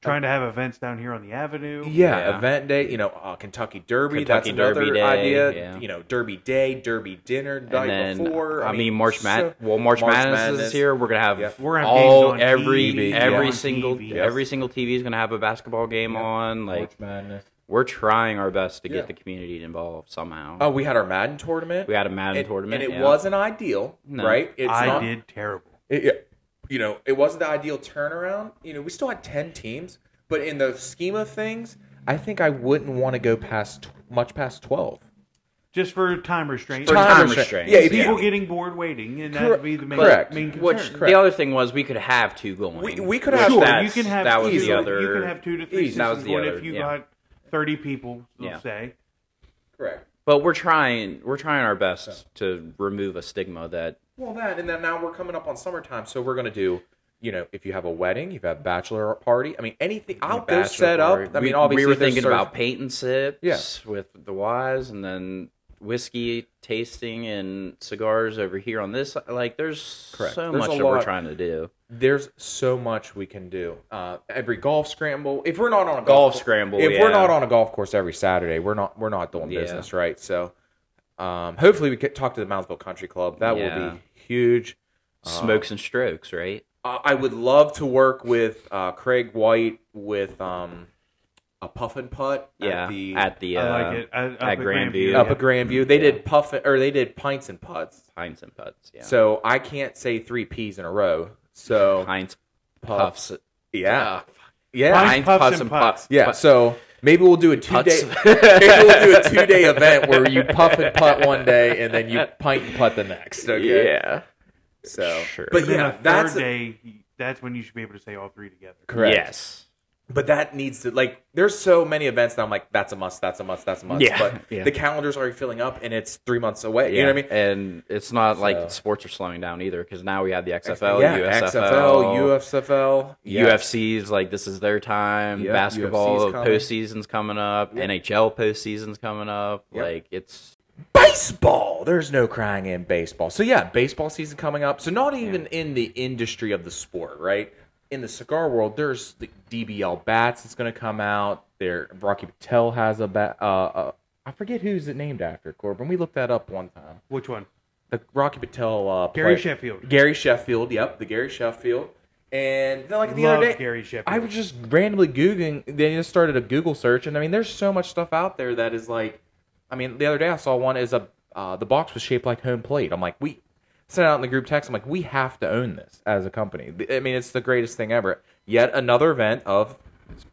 Speaker 2: Trying to have events down here on the avenue.
Speaker 1: Yeah,
Speaker 3: Yeah.
Speaker 1: event day. You know, uh, Kentucky Derby.
Speaker 3: Kentucky
Speaker 1: that's
Speaker 3: Derby
Speaker 1: another
Speaker 3: Day,
Speaker 1: idea.
Speaker 3: yeah.
Speaker 1: You know, Derby Day, Derby dinner, night
Speaker 3: and then
Speaker 1: before.
Speaker 3: I, mean, March Mad
Speaker 1: so-
Speaker 3: well March,
Speaker 1: March
Speaker 3: Madness, is
Speaker 1: Madness.
Speaker 3: here. We're gonna have
Speaker 1: Yeah.
Speaker 2: We're gonna have
Speaker 3: all
Speaker 2: games on
Speaker 3: every
Speaker 2: TV,
Speaker 3: every
Speaker 1: yeah.
Speaker 3: single
Speaker 2: TV, yes.
Speaker 3: every single TV is gonna have a basketball game on. Like
Speaker 1: March Madness.
Speaker 3: we're trying our best to get
Speaker 1: Yeah.
Speaker 3: the community involved somehow.
Speaker 1: Oh, we had our Madden tournament.
Speaker 3: we had a Madden
Speaker 1: and,
Speaker 3: tournament,
Speaker 1: and it
Speaker 3: yeah.
Speaker 1: wasn't ideal,
Speaker 3: No.
Speaker 1: right? It's
Speaker 2: I
Speaker 1: not-
Speaker 2: did terrible.
Speaker 1: it- it- you know, it wasn't the ideal turnaround. You know, we still had ten teams, but in the scheme of things, I think I wouldn't want to go past tw- much past twelve.
Speaker 2: Just for time restraint.
Speaker 3: For
Speaker 2: Time-
Speaker 3: time
Speaker 1: restra-
Speaker 3: restraints,
Speaker 1: Yeah, if
Speaker 2: People
Speaker 1: you,
Speaker 2: getting bored waiting, and that
Speaker 1: Correct.
Speaker 2: would be the main,
Speaker 1: Correct.
Speaker 2: main concern.
Speaker 3: Which
Speaker 1: Correct.
Speaker 3: the other thing was we could have two going.
Speaker 1: We- we could
Speaker 3: which
Speaker 1: have- Sure, you
Speaker 3: that's-
Speaker 2: you can have
Speaker 3: that was
Speaker 2: two,
Speaker 3: the other.
Speaker 2: You can have two to three
Speaker 1: easy. That
Speaker 3: was
Speaker 2: systems
Speaker 3: the
Speaker 2: going
Speaker 3: other,
Speaker 2: if you
Speaker 3: yeah.
Speaker 2: got thirty people, let's
Speaker 3: Yeah.
Speaker 2: say.
Speaker 1: correct.
Speaker 3: But we're trying we're trying our best to remove a stigma that
Speaker 1: Well, that and then now we're coming up on summertime, so we're gonna do. You know, if you have a wedding, you have a bachelor party. I mean, anything. I'll go
Speaker 3: bachelor
Speaker 1: set
Speaker 3: party-
Speaker 1: up. I
Speaker 3: we-
Speaker 1: mean, obviously,
Speaker 3: we were
Speaker 1: there's
Speaker 3: thinking
Speaker 1: certain-
Speaker 3: about paint and sips
Speaker 1: Yeah.
Speaker 3: with the wives, and then whiskey tasting and cigars over here on this. Like, there's
Speaker 1: Correct.
Speaker 3: so
Speaker 1: There's
Speaker 3: much
Speaker 1: a
Speaker 3: that we're
Speaker 1: lot.
Speaker 3: trying to do.
Speaker 1: There's so much we can do. Uh, every golf scramble. If we're not on a golf,
Speaker 3: Golf
Speaker 1: cour-
Speaker 3: scramble,
Speaker 1: if
Speaker 3: yeah.
Speaker 1: we're not on a golf course every Saturday, we're not we're not doing
Speaker 3: Yeah.
Speaker 1: business, right? So, um, hopefully we could talk to the Moundsville Country Club. That will
Speaker 3: Yeah.
Speaker 1: be huge.
Speaker 3: Uh-huh. Smokes and strokes, right?
Speaker 1: Uh, I would love to work with uh, Craig White with um, a puff and putt.
Speaker 3: Yeah,
Speaker 1: At the,
Speaker 3: at the uh,
Speaker 2: I like it. I, up
Speaker 3: at
Speaker 2: at
Speaker 3: Grandview.
Speaker 2: Grandview.
Speaker 1: up
Speaker 3: yeah.
Speaker 1: at Grandview, they did puff or they did pints and putts.
Speaker 3: pints and putts. Yeah,
Speaker 1: So I can't say three P's in a row. So
Speaker 3: pints,
Speaker 1: Puffs.
Speaker 3: puffs,
Speaker 1: yeah,
Speaker 3: uh,
Speaker 1: yeah,
Speaker 2: Pints,
Speaker 3: pints,
Speaker 2: puffs,
Speaker 3: puffs,
Speaker 2: and
Speaker 3: and
Speaker 2: putts.
Speaker 3: puffs.
Speaker 1: yeah.
Speaker 3: Put-
Speaker 1: so maybe we'll do a two
Speaker 3: Putts.
Speaker 1: day. maybe we'll do a two day event where you puff and putt one day and then you pint and putt the next. Okay?
Speaker 3: yeah,
Speaker 1: So,
Speaker 3: Sure.
Speaker 1: but
Speaker 2: Then
Speaker 1: yeah,
Speaker 2: a third
Speaker 1: that's
Speaker 2: day. That's when you should be able to say all three together.
Speaker 1: correct.
Speaker 3: yes.
Speaker 1: But that needs to like. There's so many events that I'm like, that's a must. That's a must. That's a must.
Speaker 3: Yeah,
Speaker 1: But
Speaker 3: yeah.
Speaker 1: the calendar's already filling up, and it's three months away. You know what I mean?
Speaker 3: And it's not
Speaker 1: So-
Speaker 3: like sports are slowing down either because now we have the XFL,
Speaker 1: yeah,
Speaker 3: USFL,
Speaker 1: XFL, UFSFL,
Speaker 3: UFC's like this is their time.
Speaker 1: Yep,
Speaker 3: Basketball
Speaker 1: UFC's coming.
Speaker 3: postseason's coming up. NHL postseason's coming up.
Speaker 1: Yep.
Speaker 3: Like it's
Speaker 1: baseball. There's no crying in baseball. So yeah, baseball season coming up. So not even in the industry of the sport, right? In the cigar world, there's the DBL bats that's going to come out. There, Rocky Patel has a bat. Uh, uh, I forget who's it named after. Corbin, we looked that up one time.
Speaker 2: Which one?
Speaker 1: The Rocky Patel, uh,
Speaker 2: Gary
Speaker 1: player-
Speaker 2: Sheffield.
Speaker 1: Gary Sheffield. Yep, the Gary Sheffield. And then, like the other
Speaker 2: Love
Speaker 1: day,
Speaker 2: Gary Sheffield.
Speaker 1: I was just randomly googling. Then just started a Google search, and I mean, there's so much stuff out there that is like, I mean, the other day I saw one is a uh, the box was shaped like home plate. I'm like, we sent out in the group text. I'm like, we have to own this as a company. Th- I mean, it's the greatest thing ever. Yet another event of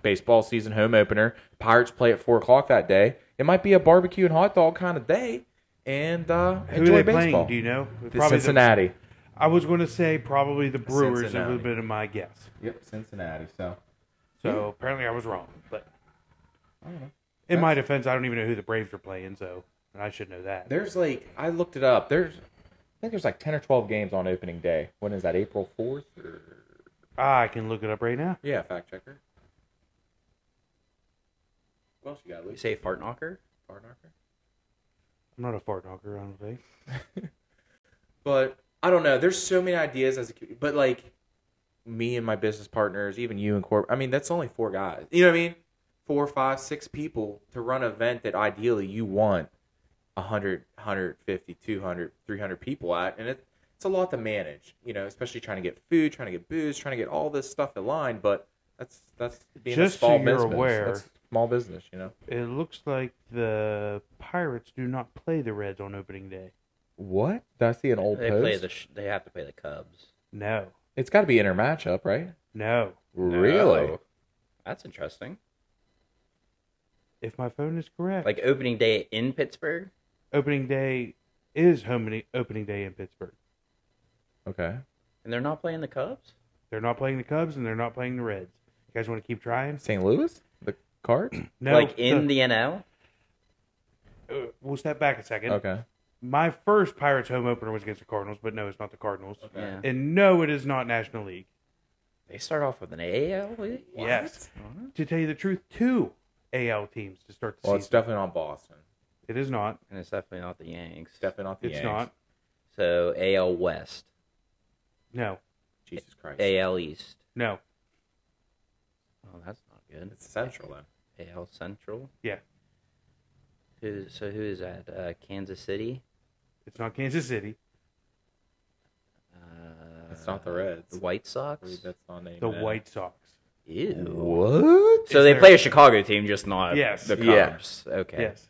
Speaker 1: baseball season home opener. Pirates play at four o'clock that day. It might be a barbecue and hot dog kind of day, and uh,
Speaker 2: Who
Speaker 1: enjoy
Speaker 2: are they
Speaker 1: baseball.
Speaker 2: playing? Do you know?
Speaker 1: The Cincinnati.
Speaker 2: I was going to say probably the Brewers. A
Speaker 1: Cincinnati.
Speaker 2: little bit of my guess.
Speaker 1: Yep, Cincinnati. So
Speaker 2: So apparently I was wrong. But in my defense, I don't even know who the Braves are playing. So and I should know that.
Speaker 1: there's like I looked it up. There's I think there's like ten or twelve games on opening day. When is that? April fourth?
Speaker 2: Ah, I can look it up right now.
Speaker 1: Yeah, fact checker. What else you got,
Speaker 3: you
Speaker 1: Lucy?
Speaker 3: say fart knocker.
Speaker 2: I'm not a fart knocker, I don't think.
Speaker 1: But I don't know. There's so many ideas as a commu- but like me and my business partners, even you and Corp. I mean, that's only four guys. You know what I mean? Four, five, six people to run an event that ideally you want 100, 150, 200, 300 people at, and it, it's a lot to manage. You know, especially trying to get food, trying to get booze, trying to get all this stuff in line. But that's that's being
Speaker 2: Just
Speaker 1: a small
Speaker 2: so you're
Speaker 1: business.
Speaker 2: aware.
Speaker 1: That's small business, you know.
Speaker 2: It looks like the Pirates do not play the Reds on opening day.
Speaker 1: What? Did I see an old
Speaker 3: They
Speaker 1: post?
Speaker 3: play the. Sh- they have to play the Cubs.
Speaker 2: No.
Speaker 1: it's got to be in our matchup, right?
Speaker 2: No.
Speaker 4: Really?
Speaker 3: Oh, that's interesting.
Speaker 2: If my phone is correct,
Speaker 3: Like opening day in Pittsburgh.
Speaker 2: opening day is home opening day in Pittsburgh.
Speaker 4: Okay.
Speaker 3: And they're not playing the Cubs?
Speaker 2: They're not playing the Cubs and they're not playing the Reds. You guys want to keep trying?
Speaker 4: St. Louis? The Cards?
Speaker 2: No.
Speaker 3: like in the NL?
Speaker 2: uh, we'll step back a second.
Speaker 4: Okay.
Speaker 2: My first Pirates home opener was against the Cardinals, but no, it's not the Cardinals.
Speaker 3: Yeah.
Speaker 2: And no, it is not National League.
Speaker 3: They start off with an AL League?
Speaker 2: Yes. To tell you the truth, two AL teams to start the
Speaker 1: Well, it's
Speaker 2: season.
Speaker 1: definitely not Boston.
Speaker 2: It is not.
Speaker 3: And it's definitely not the Yanks.
Speaker 1: It's definitely not the
Speaker 2: It's
Speaker 1: Yanks.
Speaker 2: not.
Speaker 3: So AL West,
Speaker 2: No.
Speaker 1: Jesus Christ.
Speaker 3: AL East.
Speaker 2: No.
Speaker 3: Oh, that's not good.
Speaker 1: It's Central then.
Speaker 3: AL Central.
Speaker 2: Yeah.
Speaker 3: Who? So who is that? Uh, Kansas City.
Speaker 2: It's not Kansas City.
Speaker 3: Uh,
Speaker 1: It's not the Reds.
Speaker 3: The White
Speaker 1: I believe
Speaker 3: Sox.
Speaker 1: That's not named
Speaker 2: The
Speaker 1: that.
Speaker 2: White Sox.
Speaker 3: Ew.
Speaker 4: What?
Speaker 3: So
Speaker 2: Is
Speaker 3: they
Speaker 2: there-
Speaker 3: play a Chicago team, just not
Speaker 2: Yes.
Speaker 3: the
Speaker 1: Yeah.
Speaker 3: Cubs. Okay.
Speaker 2: Yes.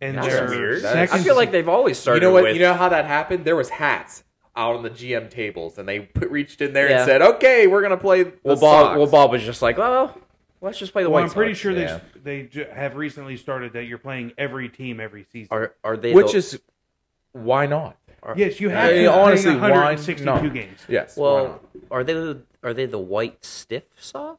Speaker 2: And
Speaker 3: That's
Speaker 2: their
Speaker 3: weird.
Speaker 1: That is-
Speaker 2: Second,
Speaker 3: I feel like they've always
Speaker 1: You
Speaker 3: started.
Speaker 1: know what?
Speaker 3: With,
Speaker 1: You know how that happened? There was hats out on the GM tables, and they put, reached in there
Speaker 3: Yeah.
Speaker 1: and said, "Okay, we're gonna play." The
Speaker 3: well, Bob.
Speaker 1: Sox."
Speaker 3: Well, Bob was just like, well, let's just play the
Speaker 2: well,
Speaker 3: White
Speaker 2: I'm pretty
Speaker 3: Sox.
Speaker 2: sure
Speaker 1: yeah.
Speaker 2: they they ju- have recently started that you're playing every team every season.
Speaker 3: Are are they?
Speaker 1: which
Speaker 3: the-
Speaker 1: is why not?
Speaker 2: yes, you
Speaker 1: I
Speaker 2: have
Speaker 1: mean,
Speaker 2: to
Speaker 1: honestly,
Speaker 2: honestly
Speaker 1: why
Speaker 2: 162
Speaker 1: not?
Speaker 2: games.
Speaker 1: Yes. why
Speaker 3: well,
Speaker 1: not?
Speaker 3: are they the, are they the White Stiff Sox?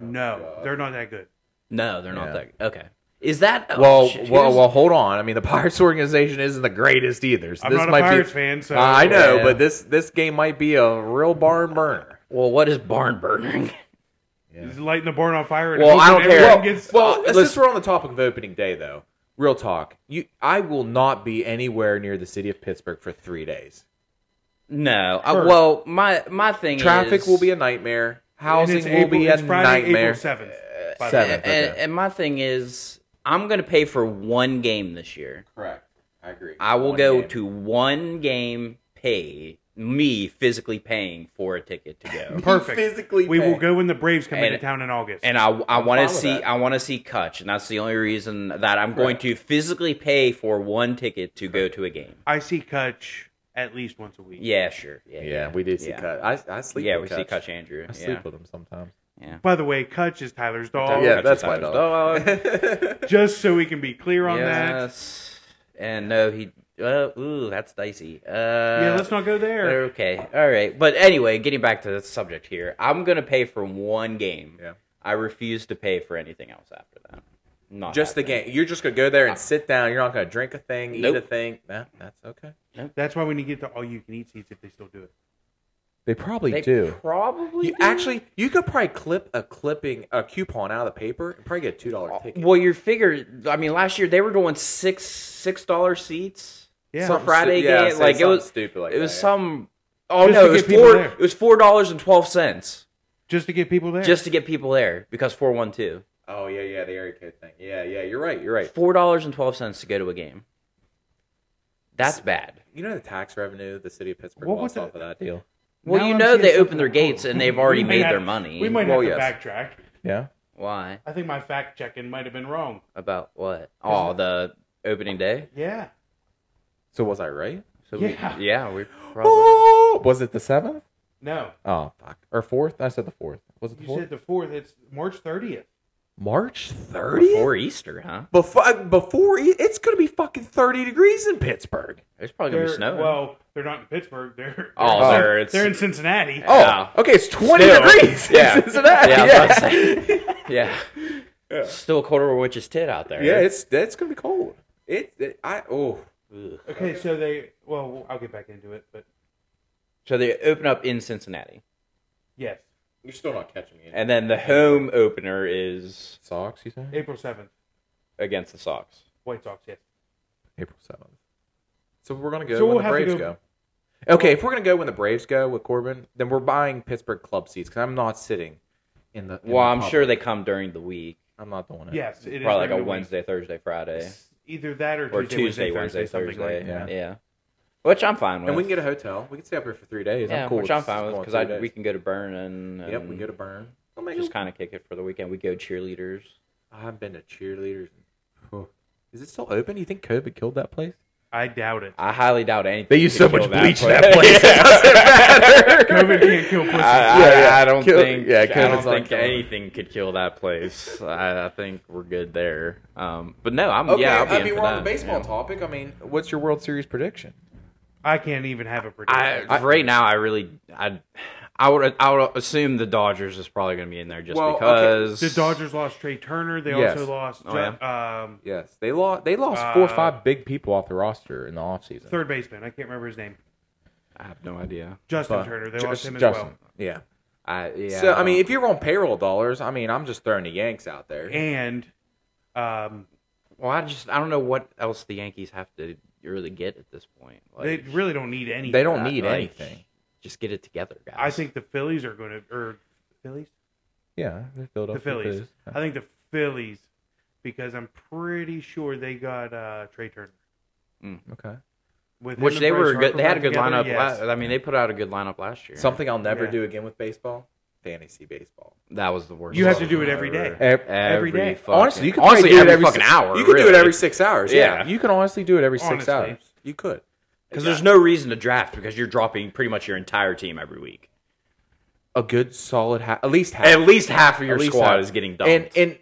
Speaker 2: No,
Speaker 3: Oh,
Speaker 1: God.
Speaker 2: they're not that good.
Speaker 3: No, they're not
Speaker 4: Yeah.
Speaker 3: that. Okay. Is that oh,
Speaker 1: well,
Speaker 3: shit,
Speaker 1: well,
Speaker 3: here's-
Speaker 1: well, hold on. I mean, the Pirates organization isn't the greatest either. So
Speaker 2: I'm
Speaker 1: this
Speaker 2: not a
Speaker 1: might
Speaker 2: Pirates
Speaker 1: be.
Speaker 2: fan, so
Speaker 1: Uh, I know,
Speaker 3: Yeah.
Speaker 1: but this this game might be a real barn burner.
Speaker 3: Well, what is barn burning?
Speaker 2: He's lighting the barn on fire. And
Speaker 3: Well, I
Speaker 2: hoping
Speaker 3: don't care.
Speaker 2: everyone Gets,
Speaker 1: Well,
Speaker 3: Uh,
Speaker 1: since
Speaker 3: listen-
Speaker 1: we're on the topic of opening day, though, real talk, you I will not be anywhere near the city of Pittsburgh for three days.
Speaker 3: No. I,
Speaker 2: Sure.
Speaker 3: well, my my thing
Speaker 1: Traffic
Speaker 3: is,
Speaker 1: will be a nightmare.
Speaker 2: and
Speaker 1: Housing
Speaker 2: it's
Speaker 1: will
Speaker 2: April,
Speaker 1: be a
Speaker 2: it's Friday,
Speaker 1: nightmare.
Speaker 2: April 7th.
Speaker 3: Uh,
Speaker 2: by the way.
Speaker 1: Seven.
Speaker 3: and,
Speaker 1: Okay.
Speaker 3: and my thing is I'm going to pay for one game this year.
Speaker 1: Correct. I agree.
Speaker 3: I will
Speaker 1: One
Speaker 3: go
Speaker 1: game.
Speaker 3: to one game pay me physically paying for a ticket to go.
Speaker 2: Perfect.
Speaker 1: Physically
Speaker 2: we will
Speaker 1: pay.
Speaker 2: go when the Braves come
Speaker 3: And-
Speaker 2: into town in August.
Speaker 3: And I, I
Speaker 1: I'm
Speaker 3: want
Speaker 1: fine
Speaker 3: to
Speaker 1: with
Speaker 3: see
Speaker 1: that.
Speaker 3: I want to see Kutch, and that's the only reason that I'm going to physically pay for one ticket to go to a game.
Speaker 2: I see Kutch at least once a week.
Speaker 3: Yeah, sure. Yeah,
Speaker 1: Yeah, we do see
Speaker 3: Yeah.
Speaker 1: cut. I, I sleep.
Speaker 3: yeah, we
Speaker 1: with
Speaker 3: see
Speaker 1: Kutch.
Speaker 3: Kutch Andrew.
Speaker 4: I sleep
Speaker 3: Yeah.
Speaker 4: with them sometimes.
Speaker 2: By the way, Kutch is Tyler's dog.
Speaker 1: Yeah, that's
Speaker 3: Kutch
Speaker 1: my
Speaker 3: is
Speaker 1: dog.
Speaker 3: Oh,
Speaker 2: Just so we can be clear on that.
Speaker 3: Yes. And no, he. Uh, ooh, that's dicey. Uh,
Speaker 2: Yeah, let's not go there.
Speaker 3: Okay, all right. But anyway, getting back to the subject here, I'm gonna pay for one game.
Speaker 1: Yeah.
Speaker 3: I refuse to pay for anything else after that. Not
Speaker 1: just the
Speaker 3: happening.
Speaker 1: game. You're just gonna go there and sit down. You're not gonna drink a thing, eat a
Speaker 3: Nope.
Speaker 1: thing. Nah, that's okay.
Speaker 2: That's why we need to get to all you can eat seats if they still do it.
Speaker 4: They probably
Speaker 3: They
Speaker 4: do.
Speaker 3: probably
Speaker 1: You
Speaker 3: do.
Speaker 1: actually, you could probably clip a clipping a coupon out of the paper and probably get a two dollar ticket.
Speaker 3: Uh, Well, you figure. I mean, last year they were going six six dollar seats
Speaker 2: Yeah.
Speaker 3: for
Speaker 1: Something
Speaker 3: Friday
Speaker 1: stu- yeah,
Speaker 3: game.
Speaker 1: say
Speaker 3: Like it
Speaker 1: something
Speaker 3: was
Speaker 1: stupid like
Speaker 3: it was
Speaker 1: that, yeah.
Speaker 3: some. Oh
Speaker 2: Just
Speaker 3: no,
Speaker 2: to
Speaker 3: it was
Speaker 2: get people
Speaker 3: four.
Speaker 2: there.
Speaker 3: It was four dollars and twelve cents
Speaker 2: Just to get people there.
Speaker 3: just to get people there because four one two.
Speaker 1: Oh yeah, yeah, the area code thing. Yeah, yeah, you're right. You're right.
Speaker 3: Four dollars and twelve cents to go to a game. That's bad.
Speaker 1: You know the tax revenue the city of Pittsburgh
Speaker 2: What
Speaker 1: lost
Speaker 2: was it?
Speaker 1: off of that deal.
Speaker 3: Well,
Speaker 2: Now
Speaker 3: you
Speaker 2: I'm
Speaker 3: know
Speaker 2: seeing
Speaker 3: they
Speaker 2: something
Speaker 3: opened their
Speaker 2: that- hold
Speaker 3: gates
Speaker 2: on.
Speaker 3: and they've already
Speaker 2: We might
Speaker 3: made
Speaker 2: have-
Speaker 3: their money.
Speaker 2: We might
Speaker 1: Well,
Speaker 2: have
Speaker 1: yes.
Speaker 2: to backtrack.
Speaker 4: Yeah.
Speaker 3: Why?
Speaker 2: I think my fact checking might have been wrong.
Speaker 3: About what? Oh, the opening day.
Speaker 2: Yeah.
Speaker 1: So was I right?
Speaker 3: So
Speaker 2: Yeah.
Speaker 3: we, yeah, we probably.
Speaker 4: Oh, was it the seventh?
Speaker 2: No.
Speaker 4: Oh, fuck. Or fourth? I said the fourth. Was it the
Speaker 2: You
Speaker 4: fourth?
Speaker 2: said the fourth. It's March 30th.
Speaker 4: March
Speaker 3: Before Easter, huh?
Speaker 1: Before before E- it's gonna be fucking thirty degrees in Pittsburgh.
Speaker 3: There's probably gonna be
Speaker 2: They're-
Speaker 3: snow.
Speaker 2: Well, they're not in Pittsburgh. They're,
Speaker 3: oh,
Speaker 4: Oh.
Speaker 3: there it's
Speaker 2: they're in Cincinnati.
Speaker 4: Oh,
Speaker 3: Yeah.
Speaker 4: okay. It's twenty
Speaker 3: Still.
Speaker 4: degrees.
Speaker 3: Yeah.
Speaker 4: in Cincinnati.
Speaker 3: Yeah, I was
Speaker 4: Yeah.
Speaker 3: about to yeah. Still a quarter of a witch's tit out there.
Speaker 1: Yeah, it's it's gonna be cold. It, it I oh
Speaker 3: Ugh.
Speaker 2: Okay, so they. Well, I'll get back into it, but
Speaker 3: So they open up in Cincinnati,
Speaker 2: yes,
Speaker 1: you're still not catching me.
Speaker 3: and then the home opener is
Speaker 4: Socks. You said
Speaker 2: April 7th,
Speaker 3: against the Sox.
Speaker 2: White Sox, yes.
Speaker 4: April seventh.
Speaker 1: So we're gonna go
Speaker 2: So
Speaker 1: when
Speaker 2: we'll
Speaker 1: the
Speaker 2: have to
Speaker 1: Braves
Speaker 2: go-
Speaker 1: go. Okay, if we're gonna go when the Braves go with Corbin, then we're buying Pittsburgh club seats because I'm not sitting in the. in
Speaker 3: Well,
Speaker 1: the
Speaker 3: I'm sure
Speaker 1: public.
Speaker 3: they come during the week,
Speaker 1: I'm not doing it.
Speaker 2: Yes, it is
Speaker 3: probably like
Speaker 2: during
Speaker 3: a
Speaker 2: the week.
Speaker 3: Wednesday, Thursday, Friday,
Speaker 2: It's Either that or,
Speaker 3: or
Speaker 2: Tuesday,
Speaker 3: Tuesday, Wednesday,
Speaker 2: something like
Speaker 3: Thursday.
Speaker 2: that.
Speaker 4: that.
Speaker 3: yeah. which I'm fine with.
Speaker 1: and we can get a hotel. We can stay up here for three days.
Speaker 3: yeah,
Speaker 1: I'm cool
Speaker 3: which
Speaker 1: with
Speaker 3: I'm fine with
Speaker 1: going
Speaker 3: because
Speaker 1: three
Speaker 3: I
Speaker 1: days.
Speaker 3: we can go to Burn and
Speaker 1: Yep, we can go to Burn. Oh my
Speaker 3: just
Speaker 1: God.
Speaker 3: kind of kick it for the weekend. We go cheerleaders.
Speaker 1: I've been to cheerleaders. Is it still open? You think COVID killed that place?
Speaker 2: I doubt it.
Speaker 3: I highly doubt anything.
Speaker 4: They use
Speaker 3: can
Speaker 4: so much
Speaker 3: kill
Speaker 4: bleach in that place.
Speaker 3: Yeah.
Speaker 4: It doesn't
Speaker 2: COVID
Speaker 4: matter.
Speaker 2: can't kill pussy.
Speaker 3: I, I-
Speaker 4: Yeah, yeah.
Speaker 3: I don't
Speaker 4: Kill-
Speaker 3: think.
Speaker 4: yeah,
Speaker 3: I
Speaker 4: COVID's
Speaker 3: don't think anything could kill that place. I, I think we're good there. Um, but no, I'm.
Speaker 1: Okay,
Speaker 3: yeah, I'll be
Speaker 1: I
Speaker 3: in
Speaker 1: mean,
Speaker 3: for
Speaker 1: we're on the
Speaker 3: that,
Speaker 1: baseball
Speaker 3: yeah.
Speaker 1: topic. I mean,
Speaker 4: What's your World Series prediction?
Speaker 2: I can't even have a prediction.
Speaker 3: I, right now, I really, I, I would, I would assume the Dodgers is probably going to be in there just
Speaker 1: Well, okay,
Speaker 3: because
Speaker 2: the Dodgers lost Trey Turner. They
Speaker 4: Yes.
Speaker 2: also lost
Speaker 3: Oh,
Speaker 2: Ju- um,
Speaker 1: yes, they lost. They lost.
Speaker 2: Uh,
Speaker 4: Four or five big people off the roster in the offseason.
Speaker 2: third baseman. I can't remember his name.
Speaker 3: I have no idea.
Speaker 2: Justin
Speaker 4: But-
Speaker 2: Turner. They
Speaker 4: Ju-
Speaker 2: lost him as
Speaker 4: Justin.
Speaker 2: well.
Speaker 4: Yeah.
Speaker 3: I yeah.
Speaker 1: so I
Speaker 3: don't-
Speaker 1: mean, if you're on payroll dollars, I mean, I'm just throwing the Yanks out there.
Speaker 2: And um,
Speaker 3: well, I just I don't know what else the Yankees have to really get at this point.
Speaker 2: they
Speaker 3: Like,
Speaker 2: really don't need any.
Speaker 4: They don't
Speaker 3: I-
Speaker 4: need
Speaker 3: like,
Speaker 4: anything.
Speaker 3: Just get it together, guys.
Speaker 2: I think the Phillies are going to or Phillies.
Speaker 4: Yeah. they're filled
Speaker 2: The
Speaker 4: up with
Speaker 2: Phillies.
Speaker 4: Phillies.
Speaker 2: I think the Phillies because I'm pretty sure they got uh, Trey Turner.
Speaker 4: Okay.
Speaker 2: With him
Speaker 3: which
Speaker 2: and
Speaker 3: they
Speaker 2: Bryce
Speaker 3: were
Speaker 2: Harper
Speaker 3: good. They had a
Speaker 2: back
Speaker 3: good
Speaker 2: together,
Speaker 3: lineup.
Speaker 2: yes.
Speaker 3: la- I mean, they put out a good lineup last year.
Speaker 1: Something I'll never
Speaker 2: Yeah.
Speaker 1: do again with baseball: fantasy baseball. Eh,
Speaker 3: that was the worst.
Speaker 2: You have to
Speaker 3: season
Speaker 2: do it every day.
Speaker 3: ever.
Speaker 4: Ev-
Speaker 3: Every,
Speaker 2: Every day.
Speaker 3: fucking-
Speaker 4: Honestly, you could
Speaker 3: honestly
Speaker 4: probably do it
Speaker 3: every,
Speaker 4: every
Speaker 3: fucking
Speaker 4: s-
Speaker 3: hour.
Speaker 1: You could do it
Speaker 3: really.
Speaker 1: every six hours. Yeah,
Speaker 3: Yeah.
Speaker 4: You can honestly do it every six
Speaker 2: Honestly.
Speaker 4: hours.
Speaker 1: you could.
Speaker 3: Because there's no reason to draft because you're dropping pretty much your entire team every week.
Speaker 1: A good solid, ha- at least half.
Speaker 3: At least half of your
Speaker 1: At least
Speaker 3: squad
Speaker 1: half.
Speaker 3: is getting dumped.
Speaker 1: and and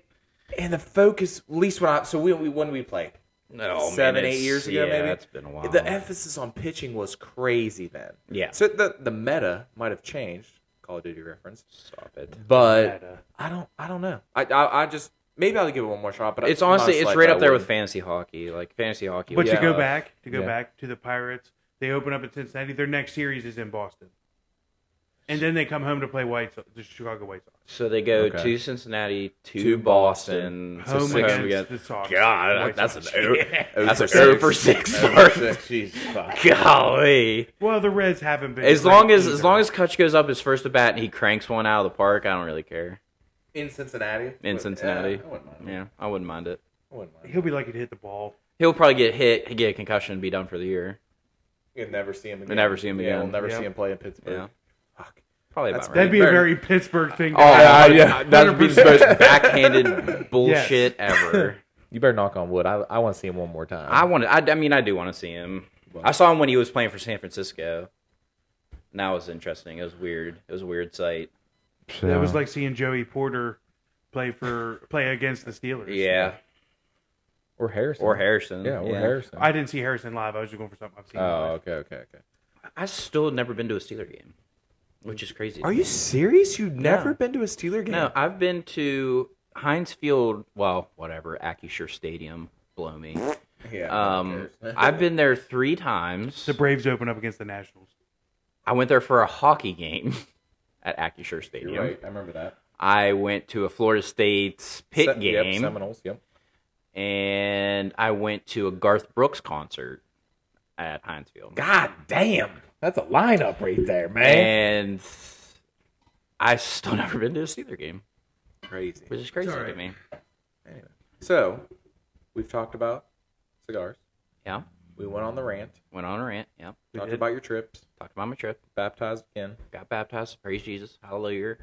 Speaker 1: and the focus. At least when I so we, we when we played
Speaker 3: no,
Speaker 1: seven eight years ago
Speaker 3: yeah,
Speaker 1: maybe
Speaker 3: Oh, it's been a while.
Speaker 1: The emphasis on pitching was crazy then.
Speaker 3: Yeah.
Speaker 1: So the the meta might have changed. Call of Duty reference,
Speaker 3: Stop it.
Speaker 1: but
Speaker 3: uh,
Speaker 2: Meta.
Speaker 1: I don't I don't know. I I, I just maybe I'll give it one more shot. But
Speaker 3: It's
Speaker 1: I'm not
Speaker 3: honestly, it's
Speaker 1: like
Speaker 3: right
Speaker 1: I
Speaker 3: up there with
Speaker 1: wouldn't.
Speaker 3: fantasy hockey. Like fantasy hockey.
Speaker 2: But
Speaker 3: was,
Speaker 2: to go
Speaker 3: uh,
Speaker 2: back, to go
Speaker 4: yeah.
Speaker 2: back to the Pirates, they open up at Cincinnati. Their next series is in Boston, and then they come home to play White Sox, the Chicago White Sox,
Speaker 3: So they go
Speaker 4: Okay.
Speaker 3: to Cincinnati, to,
Speaker 1: To
Speaker 3: Boston, to
Speaker 2: home
Speaker 3: six
Speaker 2: against
Speaker 3: again.
Speaker 2: the Sox.
Speaker 3: God,
Speaker 2: White
Speaker 3: that's
Speaker 2: Sox.
Speaker 3: an O. That's
Speaker 1: for
Speaker 3: an
Speaker 1: six.
Speaker 3: O for six. Golly.
Speaker 2: Well, the Reds haven't been
Speaker 3: As
Speaker 2: great
Speaker 3: long as
Speaker 2: either.
Speaker 3: as long as Kutch goes up his first at bat and he cranks one out of the park, I don't really care.
Speaker 1: in Cincinnati.
Speaker 3: In
Speaker 1: Yeah,
Speaker 3: Cincinnati,
Speaker 1: I wouldn't mind.
Speaker 3: yeah, I wouldn't mind it.
Speaker 1: I wouldn't mind.
Speaker 2: he'll be lucky to hit the ball.
Speaker 3: He'll probably get hit, get a concussion, and be done for the year.
Speaker 1: You'll never see him. again.
Speaker 3: never see him
Speaker 1: Yeah,
Speaker 3: again.
Speaker 1: we'll never
Speaker 2: Yeah.
Speaker 1: see him play in Pittsburgh.
Speaker 3: Yeah.
Speaker 1: Fuck.
Speaker 3: Probably
Speaker 1: That's
Speaker 3: about
Speaker 1: bad.
Speaker 3: right.
Speaker 2: That'd be a
Speaker 1: Very-
Speaker 2: very Pittsburgh thing. to
Speaker 3: Oh,
Speaker 2: happen.
Speaker 4: yeah, yeah.
Speaker 3: that would be the
Speaker 2: 100%.
Speaker 3: most backhanded bullshit ever.
Speaker 4: You better knock on wood. I, I want to see him one more time.
Speaker 3: I want to. I, I mean, I do want to see him. I saw him when he was playing for San Francisco. And that was interesting. It was weird. It was a weird sight.
Speaker 2: That was like seeing Joey Porter play for play against the Steelers.
Speaker 3: Yeah,
Speaker 4: or Harrison.
Speaker 3: or Harrison.
Speaker 4: Yeah, or Harrison.
Speaker 2: I didn't see Harrison live. I was just going for something I've seen.
Speaker 4: oh,
Speaker 2: live.
Speaker 4: okay, okay, okay.
Speaker 3: I still have never been to a Steeler game, which is crazy. to
Speaker 1: Are
Speaker 3: me.
Speaker 1: you serious? You've never been to a Steeler game?
Speaker 3: No, I've been to Heinz Field. Well, whatever, AccuSure Stadium. Blow me.
Speaker 1: Yeah.
Speaker 3: Um, I've been there three times.
Speaker 2: The Braves open up against the Nationals.
Speaker 3: I went there for a hockey game at AccuSure Stadium.
Speaker 4: You're right. I remember that.
Speaker 3: I went to a Florida State's pit
Speaker 4: Se- yep,
Speaker 3: game,
Speaker 4: Seminoles. Yep.
Speaker 3: and I went to a Garth Brooks concert at Heinz Field.
Speaker 1: God damn.
Speaker 4: That's a lineup right there,
Speaker 2: eh?
Speaker 3: And I still never been to a Steeler game,
Speaker 1: Crazy.
Speaker 3: which is crazy
Speaker 2: It's all
Speaker 3: to
Speaker 2: right.
Speaker 3: me.
Speaker 1: Anyway, so we've talked about cigars.
Speaker 3: Yeah,
Speaker 1: We went on the rant.
Speaker 3: went on a rant. Yeah,
Speaker 1: We talked
Speaker 2: did.
Speaker 1: about your trips.
Speaker 3: talked about my trip,
Speaker 1: Baptized again,
Speaker 3: got baptized, praise Jesus, hallelujah.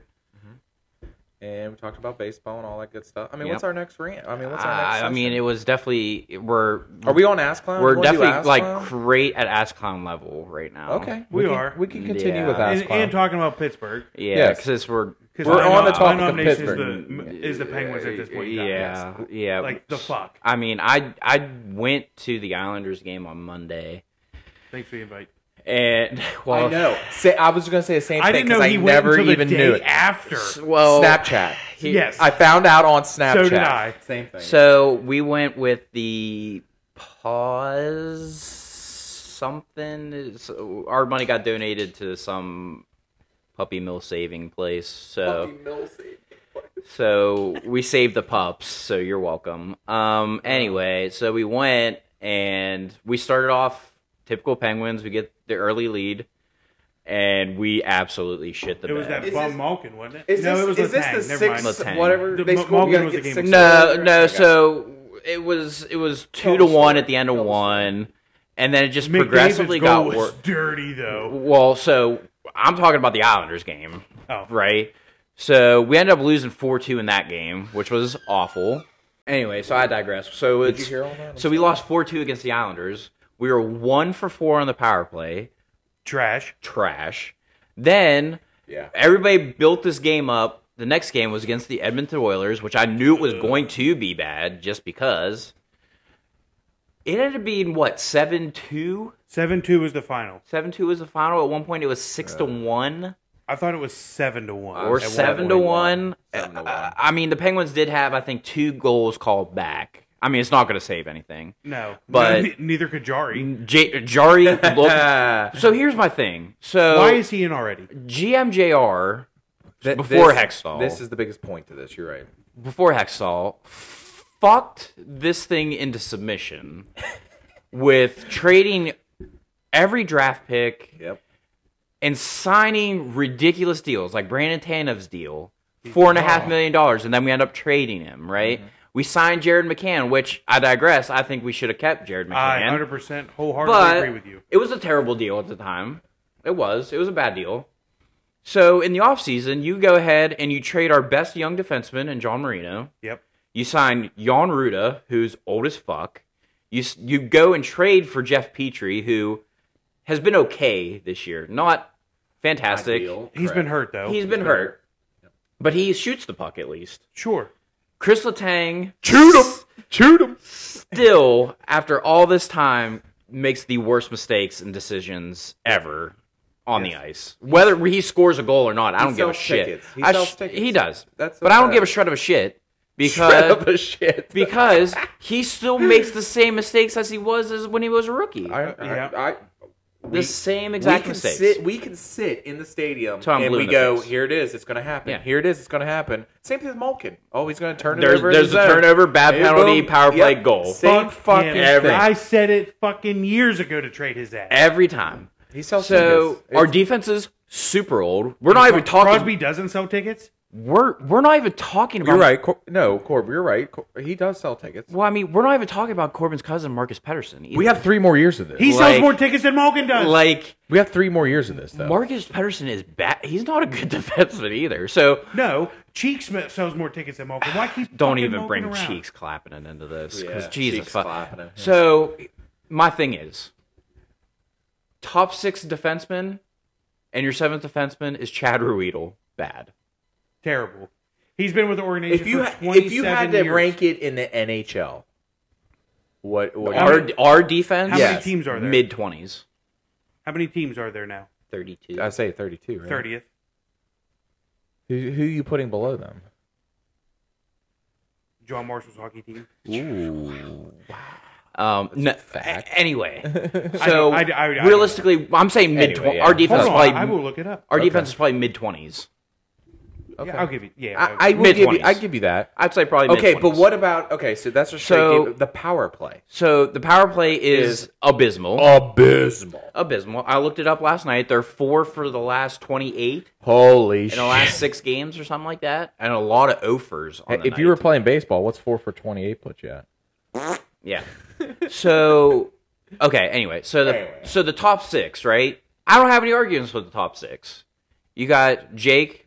Speaker 1: and we talked about baseball and all that good stuff. I mean,
Speaker 3: Yep.
Speaker 1: what's our next rant? I mean, what's our next?
Speaker 3: I, I mean,
Speaker 1: session?
Speaker 3: it was definitely we're
Speaker 1: are we on Ask Clown?
Speaker 3: we're
Speaker 1: Wanna do
Speaker 3: definitely
Speaker 1: Ask
Speaker 3: like
Speaker 1: Clown?
Speaker 3: great at Ask Clown level right now.
Speaker 1: okay.
Speaker 2: We
Speaker 4: can-
Speaker 2: are.
Speaker 4: We can continue
Speaker 3: Yeah.
Speaker 4: with that.
Speaker 2: And, and talking about Pittsburgh.
Speaker 3: Yeah,
Speaker 4: Yes.
Speaker 3: because we're
Speaker 2: Because
Speaker 4: We're
Speaker 2: my,
Speaker 4: on
Speaker 2: nom-
Speaker 4: the topic
Speaker 2: my
Speaker 4: of
Speaker 2: nomination
Speaker 4: Pittsburgh.
Speaker 2: Is the, is the Penguins at this point. in time.
Speaker 3: Yeah, yeah.
Speaker 2: Yes. Like the fuck.
Speaker 3: I mean, I I went to the Islanders game on Monday,
Speaker 2: Thanks for the invite.
Speaker 3: and well,
Speaker 1: I know.
Speaker 4: Say, I was gonna say the same
Speaker 2: I
Speaker 4: thing
Speaker 2: didn't know
Speaker 4: because I
Speaker 2: he
Speaker 4: never
Speaker 2: went until
Speaker 4: even
Speaker 2: the day
Speaker 4: knew it.
Speaker 2: after.
Speaker 3: well,
Speaker 4: Snapchat.
Speaker 3: he-
Speaker 2: yes.
Speaker 4: I found out on Snapchat.
Speaker 2: so did I.
Speaker 1: Same thing.
Speaker 3: So we went with the pause something. It's- our money got donated to some puppy mill saving place. So so we saved the pups so you're welcome um anyway so we went and we started off typical penguins we get the early lead and we absolutely shit the
Speaker 2: It was
Speaker 3: bed
Speaker 2: that
Speaker 1: Is
Speaker 2: bum
Speaker 1: this-
Speaker 2: Malkin, wasn't it?
Speaker 1: Is
Speaker 2: no,
Speaker 1: this,
Speaker 2: it was
Speaker 1: is this
Speaker 2: Letang.
Speaker 1: the
Speaker 2: Never
Speaker 1: six
Speaker 2: mind.
Speaker 3: Letang.
Speaker 1: whatever
Speaker 2: The
Speaker 1: they
Speaker 2: Mo-
Speaker 1: scored? We
Speaker 2: Malkin
Speaker 1: gotta
Speaker 2: was
Speaker 1: get
Speaker 2: the game
Speaker 1: six
Speaker 3: no
Speaker 1: goals.
Speaker 3: no
Speaker 1: Okay.
Speaker 3: so it was it was two to
Speaker 1: the story.
Speaker 3: one at the end of
Speaker 1: Tell the
Speaker 3: one and then it just
Speaker 2: McDavid's
Speaker 3: progressively
Speaker 2: goal
Speaker 3: got
Speaker 2: was
Speaker 3: worse
Speaker 2: dirty though.
Speaker 3: well so i'm talking about the islanders game
Speaker 2: Oh,
Speaker 3: right? So we ended up losing four two in that game, which was awful. Anyway, so I digress. So it's
Speaker 1: hear all that? I'm
Speaker 3: so we lost four two against the Islanders. We were one for four on the power play,
Speaker 2: Trash.
Speaker 3: trash. Then
Speaker 1: Yeah.
Speaker 3: everybody built this game up. The next game was against the Edmonton Oilers, which I knew it was going to be bad just because. It ended up being what, 7 2?
Speaker 2: Seven two was the final.
Speaker 3: 7 2 was the final. At one point, it was 6 to 1
Speaker 2: I thought it was seven to one. Uh,
Speaker 3: or
Speaker 2: At one
Speaker 3: 7 to
Speaker 2: point.
Speaker 3: 1.
Speaker 1: Seven to
Speaker 3: Uh,
Speaker 1: one.
Speaker 3: I mean, the Penguins did have, I think, two goals called back. I mean, it's not going to save anything.
Speaker 2: No,
Speaker 3: But-
Speaker 2: Ne- neither could Jari.
Speaker 3: J- Jari
Speaker 4: uh,
Speaker 3: looked. so here's my thing. So
Speaker 2: Why is he in already?
Speaker 3: GMJR
Speaker 1: Th-
Speaker 3: before
Speaker 1: this-
Speaker 3: Hextall.
Speaker 1: This is the biggest point to this. You're right.
Speaker 3: before Hexall fucked this thing into submission with trading every draft pick
Speaker 1: Yep.
Speaker 3: and signing ridiculous deals like Brandon Tanev's deal, four and a half million dollars, and then we end up trading him, right?
Speaker 2: Mm-hmm.
Speaker 3: We signed Jared McCann, which I digress. I think we should have kept Jared McCann.
Speaker 2: I hundred percent wholeheartedly
Speaker 3: but
Speaker 2: agree with you.
Speaker 3: it was a terrible deal at the time. It was. It was a bad deal. So in the offseason, you go ahead and you trade our best young defenseman in John Marino.
Speaker 2: Yep.
Speaker 3: You sign Jan Ruda, who's old as fuck. You s- you go and trade for Jeff Petrie, who has been okay this year, not fantastic.
Speaker 2: He's been hurt though.
Speaker 3: He's been hurt, but he shoots the puck at least.
Speaker 2: sure.
Speaker 3: Chris Letang
Speaker 1: Shoot him! Shoot him!
Speaker 3: still, after all this time, makes the worst mistakes and decisions ever on the ice. Whether he scores a goal or not, I don't give a
Speaker 1: sells
Speaker 3: shit.
Speaker 1: tickets. He
Speaker 3: I
Speaker 1: sells tickets.
Speaker 3: He does.
Speaker 1: That's
Speaker 3: but I don't
Speaker 1: okay.
Speaker 3: give a shred of a shit because
Speaker 1: Shred up a shit.
Speaker 3: because he still makes the same mistakes as he was as when he was a rookie.
Speaker 1: I, I,
Speaker 2: Yeah.
Speaker 1: I,
Speaker 3: the same
Speaker 1: we
Speaker 3: exact
Speaker 1: can
Speaker 3: mistakes.
Speaker 1: sit. We can sit in the stadium
Speaker 3: Till I'm
Speaker 1: and
Speaker 3: blue
Speaker 1: we
Speaker 3: in the
Speaker 1: go.
Speaker 3: face.
Speaker 1: Here it is. It's going to happen.
Speaker 3: Yeah.
Speaker 1: Here it is. It's going to happen. Same thing with Malkin. Oh, he's going to turn it
Speaker 3: There's-
Speaker 1: over. in
Speaker 3: there's
Speaker 1: his
Speaker 3: a
Speaker 1: own.
Speaker 3: turnover, bad
Speaker 1: Hey,
Speaker 3: penalty,
Speaker 1: boom.
Speaker 3: power play, goal.
Speaker 1: Same
Speaker 2: Fuck
Speaker 1: fucking
Speaker 2: him.
Speaker 1: thing.
Speaker 2: I said it fucking years ago to trade his ass.
Speaker 3: Every time.
Speaker 1: He sells
Speaker 3: So
Speaker 1: tickets.
Speaker 3: our defense is super old. We're not even talking.
Speaker 2: Crosby doesn't sell tickets.
Speaker 3: We're we're not even talking about.
Speaker 1: You're right. Cor- no, Corb, you're right. Cor- he does sell tickets.
Speaker 3: Well, I mean, we're not even talking about Corbin's cousin Marcus Pedersen. either.
Speaker 4: We have three more years of this.
Speaker 2: He
Speaker 3: Like-
Speaker 2: sells more tickets than Malkin does.
Speaker 3: like
Speaker 4: we have three more years of this, though.
Speaker 3: Marcus Pedersen is bad. He's not a good defenseman either. So
Speaker 2: no, Cheeks sells more tickets than Malkin. Why keep
Speaker 3: don't
Speaker 2: fucking
Speaker 3: even
Speaker 2: Malkin
Speaker 3: bring
Speaker 2: around?
Speaker 3: cheeks clapping into this because
Speaker 1: Yeah,
Speaker 3: Jesus
Speaker 1: cheeks
Speaker 3: fuck.
Speaker 1: clapping him.
Speaker 3: So my thing is, top six defenseman and your seventh defenseman is Chad Ruedel. Bad.
Speaker 2: Terrible. He's been with the organization
Speaker 1: If you
Speaker 2: for
Speaker 1: ha-
Speaker 2: 27
Speaker 1: if you had to
Speaker 2: years.
Speaker 1: rank it in the NHL, what what
Speaker 2: How
Speaker 3: Our
Speaker 2: many-
Speaker 3: our defense.
Speaker 2: how many
Speaker 1: Yes.
Speaker 2: teams are there?
Speaker 3: Mid twenties.
Speaker 2: How many teams are there now?
Speaker 3: Thirty-two.
Speaker 1: I say thirty two, right?
Speaker 2: Thirtieth.
Speaker 4: Who, who are you putting below them?
Speaker 2: John Marshall's hockey team.
Speaker 3: Um, no, a- anyway, so
Speaker 2: I- I- I-
Speaker 3: realistically, I'm saying mid.
Speaker 4: Anyway, yeah.
Speaker 3: Our
Speaker 2: Hold
Speaker 3: defense is
Speaker 2: on,
Speaker 3: probably
Speaker 2: I will look it up.
Speaker 3: our defense is probably mid twenties.
Speaker 1: Okay.
Speaker 2: Yeah, I'll give you. Yeah,
Speaker 1: I, I will
Speaker 3: Mid-twenties.
Speaker 1: give you. I give you that.
Speaker 3: I'd say probably
Speaker 1: Okay, but
Speaker 3: mid-twenties.
Speaker 1: what about okay? So that's a straight
Speaker 3: So-
Speaker 1: game. The power play
Speaker 3: So the power play is, abysmal.
Speaker 1: abysmal.
Speaker 3: abysmal. I looked it up last night. They're four for the last twenty-eight
Speaker 1: Holy
Speaker 3: in the last six games or something like that, and a lot of offers. On the
Speaker 4: If you
Speaker 3: night.
Speaker 4: were playing baseball, what's four for twenty-eight put you at?
Speaker 3: yeah. So okay. Anyway, so the
Speaker 1: Anyway.
Speaker 3: so the top six, right? I don't have any arguments with the top six. You got Jake,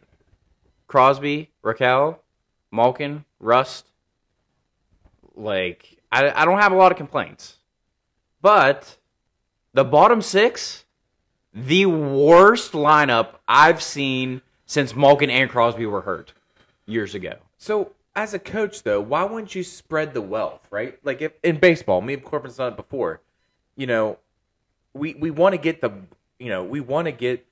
Speaker 3: Crosby, Raquel, Malkin, Rust. Like I, I don't have a lot of complaints, but the bottom six, the worst lineup I've seen since Malkin and Crosby were hurt years ago.
Speaker 1: So as a coach, though, why wouldn't you spread the wealth, right? Like if in baseball, me and Corbin's done it before. You know, we we want to get the you know we want to get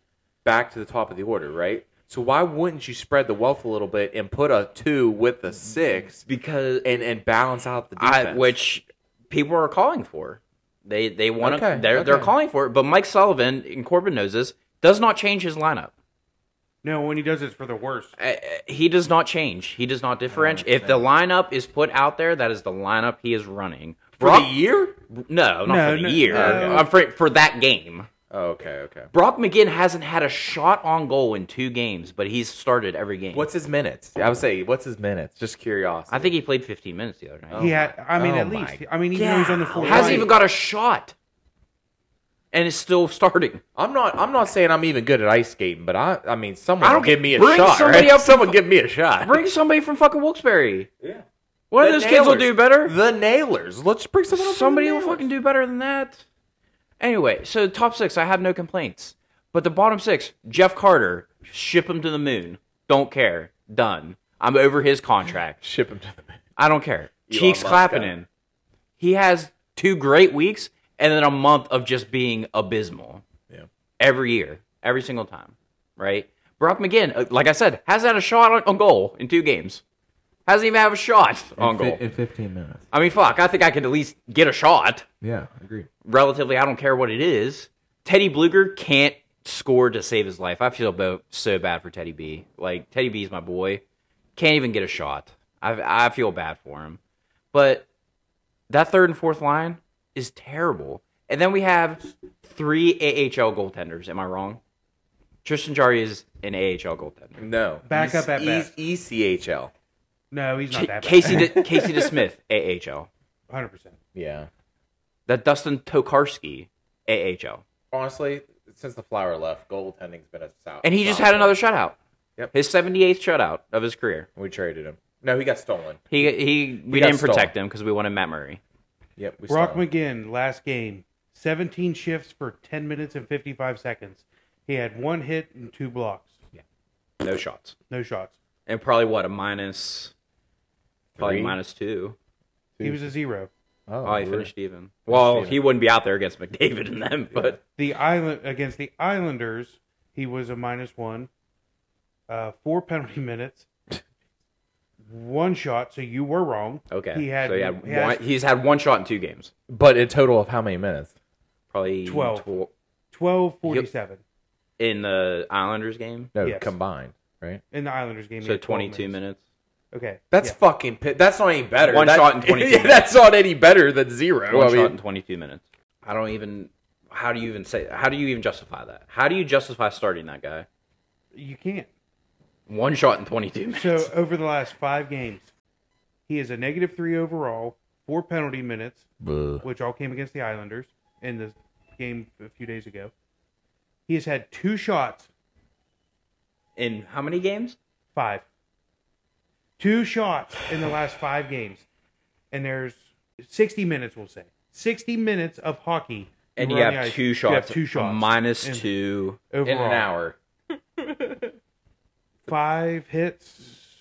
Speaker 1: back to the top of the order, right? So why wouldn't you spread the wealth a little bit and put a two with a six
Speaker 3: Because
Speaker 1: and and balance out the defense?
Speaker 3: I, which people are calling for. They they want to.
Speaker 1: Okay,
Speaker 3: They're they're
Speaker 1: okay.
Speaker 3: calling for it. But Mike Sullivan and Corbin knows this. Does not change his lineup.
Speaker 2: no, when he does it's for the worst.
Speaker 3: Uh, uh, He does not change. He does not differentiate. If the lineup is put out there, that is the lineup he is running.
Speaker 1: for
Speaker 3: Brock,
Speaker 1: the year?
Speaker 3: No, not
Speaker 2: No,
Speaker 3: for the
Speaker 2: no,
Speaker 3: year.
Speaker 2: no.
Speaker 3: Uh, for for that game.
Speaker 1: Oh, okay, okay.
Speaker 3: Brock McGinn hasn't had a shot on goal in two games, but he's started every game.
Speaker 1: What's his minutes? I would say, what's his minutes? Just curiosity.
Speaker 3: I think he played 15 minutes the other night.
Speaker 2: He had. I mean,
Speaker 1: oh
Speaker 2: at
Speaker 1: my
Speaker 2: least. I mean, even though he's on the fourth.
Speaker 3: Hasn't
Speaker 2: line,
Speaker 3: even got a shot, and is still starting.
Speaker 1: I'm not. I'm not saying I'm even good at ice skating, but I. I mean, someone
Speaker 3: I don't-
Speaker 1: give me a
Speaker 3: bring
Speaker 1: shot.
Speaker 3: somebody
Speaker 1: Right?
Speaker 3: up-
Speaker 1: someone give me a shot.
Speaker 3: Bring somebody from fucking Wilkes-Barre.
Speaker 1: Yeah.
Speaker 3: One of
Speaker 1: The
Speaker 3: those kids will
Speaker 1: Nailers.
Speaker 3: do better.
Speaker 1: The Nailers. Let's bring someone. up from
Speaker 3: Somebody
Speaker 1: the
Speaker 3: will
Speaker 1: Nailers.
Speaker 3: fucking do better than that. Anyway, so the top six, I have no complaints. But the bottom six, Jeff Carter, ship him to the moon. Don't care. Done. I'm over his contract.
Speaker 4: Ship him to the moon.
Speaker 3: I don't care. Cheeks
Speaker 1: Musk
Speaker 3: clapping
Speaker 1: guy.
Speaker 3: in. He has two great weeks and then a month of just being abysmal
Speaker 4: Yeah.
Speaker 3: every year, every single time, right? Brock McGinn, uh, like I said, hasn't had a shot on, on goal in two games. Hasn't even had a shot on goal.
Speaker 4: In 15 minutes.
Speaker 3: I mean, fuck, I think I could at least get a shot.
Speaker 4: Yeah, agreed.
Speaker 3: Relatively, I don't care what it is. Teddy Bluger can't score to save his life. I feel bo- so bad for Teddy B. Like, Teddy B's my boy. Can't even get a shot. I, I feel bad for him. But that third and fourth line is terrible. And then we have three AHL goaltenders. Am I wrong? Tristan Jari is an AHL goaltender.
Speaker 1: No.
Speaker 2: Back up at
Speaker 1: E-
Speaker 2: best.
Speaker 1: E- ECHL.
Speaker 2: No, he's not
Speaker 3: K-
Speaker 2: that bad.
Speaker 3: Casey De- Casey DeSmith, AHL.
Speaker 2: 100%.
Speaker 1: Yeah.
Speaker 3: That Dustin Tokarski, AHL.
Speaker 1: Honestly, since the flower left, goaltending's been a south.
Speaker 3: And he just had another shutout.
Speaker 1: Yep.
Speaker 3: His 78th shutout of his career.
Speaker 1: We traded him. No, he got stolen.
Speaker 3: He he we
Speaker 1: got
Speaker 3: didn't protect
Speaker 1: stolen.
Speaker 3: him because we wanted Matt Murray.
Speaker 1: Yep. We
Speaker 2: Brock
Speaker 1: stole him.
Speaker 2: McGinn, last game, 17 shifts for 10 minutes and 55 seconds. He had one hit and two blocks.
Speaker 3: No shots.
Speaker 2: No shots.
Speaker 3: And probably what a minus probably
Speaker 1: Three?
Speaker 3: minus two.
Speaker 2: He was a zero.
Speaker 4: Oh,
Speaker 3: Probably
Speaker 4: we're-
Speaker 3: finished even. Well,
Speaker 4: even.
Speaker 3: he wouldn't be out there against McDavid and them, but
Speaker 2: The island against the Islanders, he was a minus one. Uh, four penalty minutes, one shot. So you were wrong.
Speaker 3: okay.
Speaker 2: He had,
Speaker 3: so he had
Speaker 2: he has
Speaker 3: one, he's had one shot in two games.
Speaker 4: But a total of how many minutes?
Speaker 3: Probably
Speaker 2: Twelve.
Speaker 3: tw-
Speaker 2: twelve forty-seven
Speaker 3: in the Islanders game.
Speaker 4: No,
Speaker 2: Yes.
Speaker 4: combined, right?
Speaker 2: in the Islanders game. he
Speaker 3: So
Speaker 2: had 12
Speaker 3: twenty two minutes.
Speaker 2: Okay,
Speaker 1: That's fucking. Pi- that's not any better.
Speaker 3: One
Speaker 1: That-
Speaker 3: shot in 22
Speaker 1: Yeah, that's not any better than zero.
Speaker 3: One
Speaker 1: I
Speaker 3: shot in
Speaker 1: mean,
Speaker 3: twenty two minutes. I don't even how do you even say how do you even justify that? How do you justify starting that guy?
Speaker 2: yeah. you can't.
Speaker 3: One shot in twenty two minutes.
Speaker 2: So over the last five games, he is a negative three overall, four penalty minutes, which all came against the Islanders in the game a few days ago. He has had two shots,
Speaker 3: in how many games?
Speaker 2: five, two shots in the last five games, and there's sixty minutes. We'll say sixty minutes of hockey,
Speaker 3: and
Speaker 2: were
Speaker 3: you
Speaker 2: on the
Speaker 3: have
Speaker 2: ice.
Speaker 3: two shots.
Speaker 2: You have two shots,
Speaker 3: Minus
Speaker 2: in-
Speaker 3: two.
Speaker 1: in
Speaker 2: overall.
Speaker 1: an hour.
Speaker 2: five hits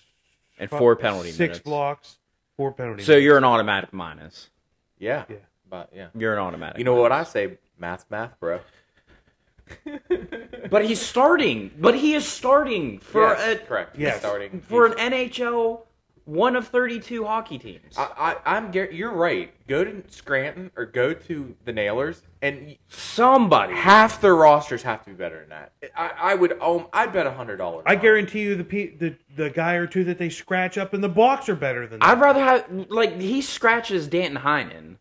Speaker 3: And
Speaker 2: fi-
Speaker 3: four penalty
Speaker 2: six
Speaker 3: minutes.
Speaker 2: blocks, four penalty.
Speaker 3: So
Speaker 2: minutes.
Speaker 3: you're an automatic minus.
Speaker 1: Yeah.
Speaker 2: Yeah.
Speaker 1: But yeah.
Speaker 3: You're an automatic.
Speaker 1: You know what I say? Math's math, bro.
Speaker 3: But he's starting. But he is starting for
Speaker 1: Yes,
Speaker 3: a
Speaker 1: correct.
Speaker 2: Yes.
Speaker 1: Starting
Speaker 3: for an NHL one of thirty two hockey teams.
Speaker 1: I, I, I'm. gar- You're right. Go to Scranton or go to the Nailers, and
Speaker 3: Somebody.
Speaker 1: half their rosters have to be better than that. I, I would. Um, I'd bet a hundred dollars.
Speaker 2: I guarantee you the, pe- the the guy or two that they scratch up in the box are better than that.
Speaker 3: I'd rather have like he scratches Danton Heinen.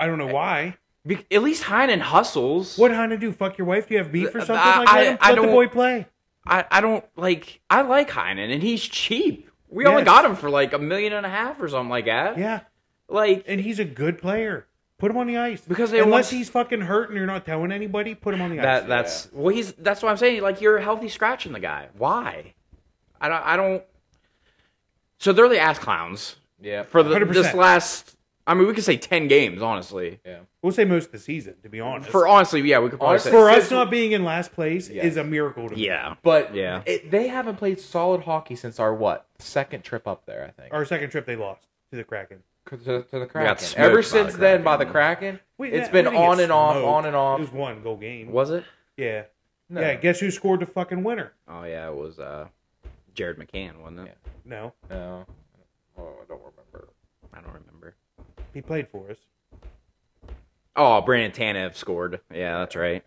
Speaker 2: I don't know why.
Speaker 3: Be- at least Heinen hustles.
Speaker 2: What Hannah do? Fuck your wife? Do you have beef or something
Speaker 3: I-
Speaker 2: like
Speaker 3: I-
Speaker 2: that?
Speaker 3: I
Speaker 2: Let the
Speaker 3: don't-
Speaker 2: boy play.
Speaker 3: I, I don't like I like Heinen and he's cheap. We only
Speaker 2: Yes.
Speaker 3: got him for like a million and a half or something like that.
Speaker 2: Yeah,
Speaker 3: Like
Speaker 2: and he's a good player. Put him on the ice
Speaker 3: Because they
Speaker 2: unless
Speaker 3: want-
Speaker 2: he's fucking hurt and you're not telling anybody, put him on the
Speaker 3: That
Speaker 2: ice.
Speaker 3: that's well, he's that's what I'm saying. Like you're healthy scratching the guy. Why? I don't. I don't. So they're the ass clowns
Speaker 1: Yeah.
Speaker 3: for the,
Speaker 2: 100%.
Speaker 3: this last. I mean, we could say ten games, honestly.
Speaker 1: yeah.
Speaker 2: We'll say most of the season, to be honest.
Speaker 3: For honestly, yeah, we could probably
Speaker 1: Honestly-
Speaker 3: say.
Speaker 2: For us not being in last place
Speaker 1: Yeah.
Speaker 2: is a miracle to me.
Speaker 3: Yeah,
Speaker 1: But
Speaker 3: Yeah.
Speaker 1: it, they haven't played solid hockey since our what second trip up there, I think,
Speaker 2: Our second trip, they lost to the Kraken.
Speaker 1: to, to the Kraken.
Speaker 3: smoked by
Speaker 1: Ever
Speaker 3: the
Speaker 1: since
Speaker 3: Kraken.
Speaker 1: then, by the Kraken,
Speaker 2: Wait,
Speaker 1: it's
Speaker 2: that-
Speaker 1: been
Speaker 2: we didn't get
Speaker 1: on and off,
Speaker 2: smoked.
Speaker 1: on and off.
Speaker 2: It was one goal game.
Speaker 3: was it?
Speaker 2: Yeah.
Speaker 1: No.
Speaker 2: Yeah. Guess who scored the fucking winner?
Speaker 3: Oh yeah, it was uh, Jared McCann, wasn't it?
Speaker 2: No,
Speaker 1: no, oh, I don't remember.
Speaker 3: I don't remember.
Speaker 2: he played for us.
Speaker 3: Oh, Brandon Tanev scored. Yeah, that's right.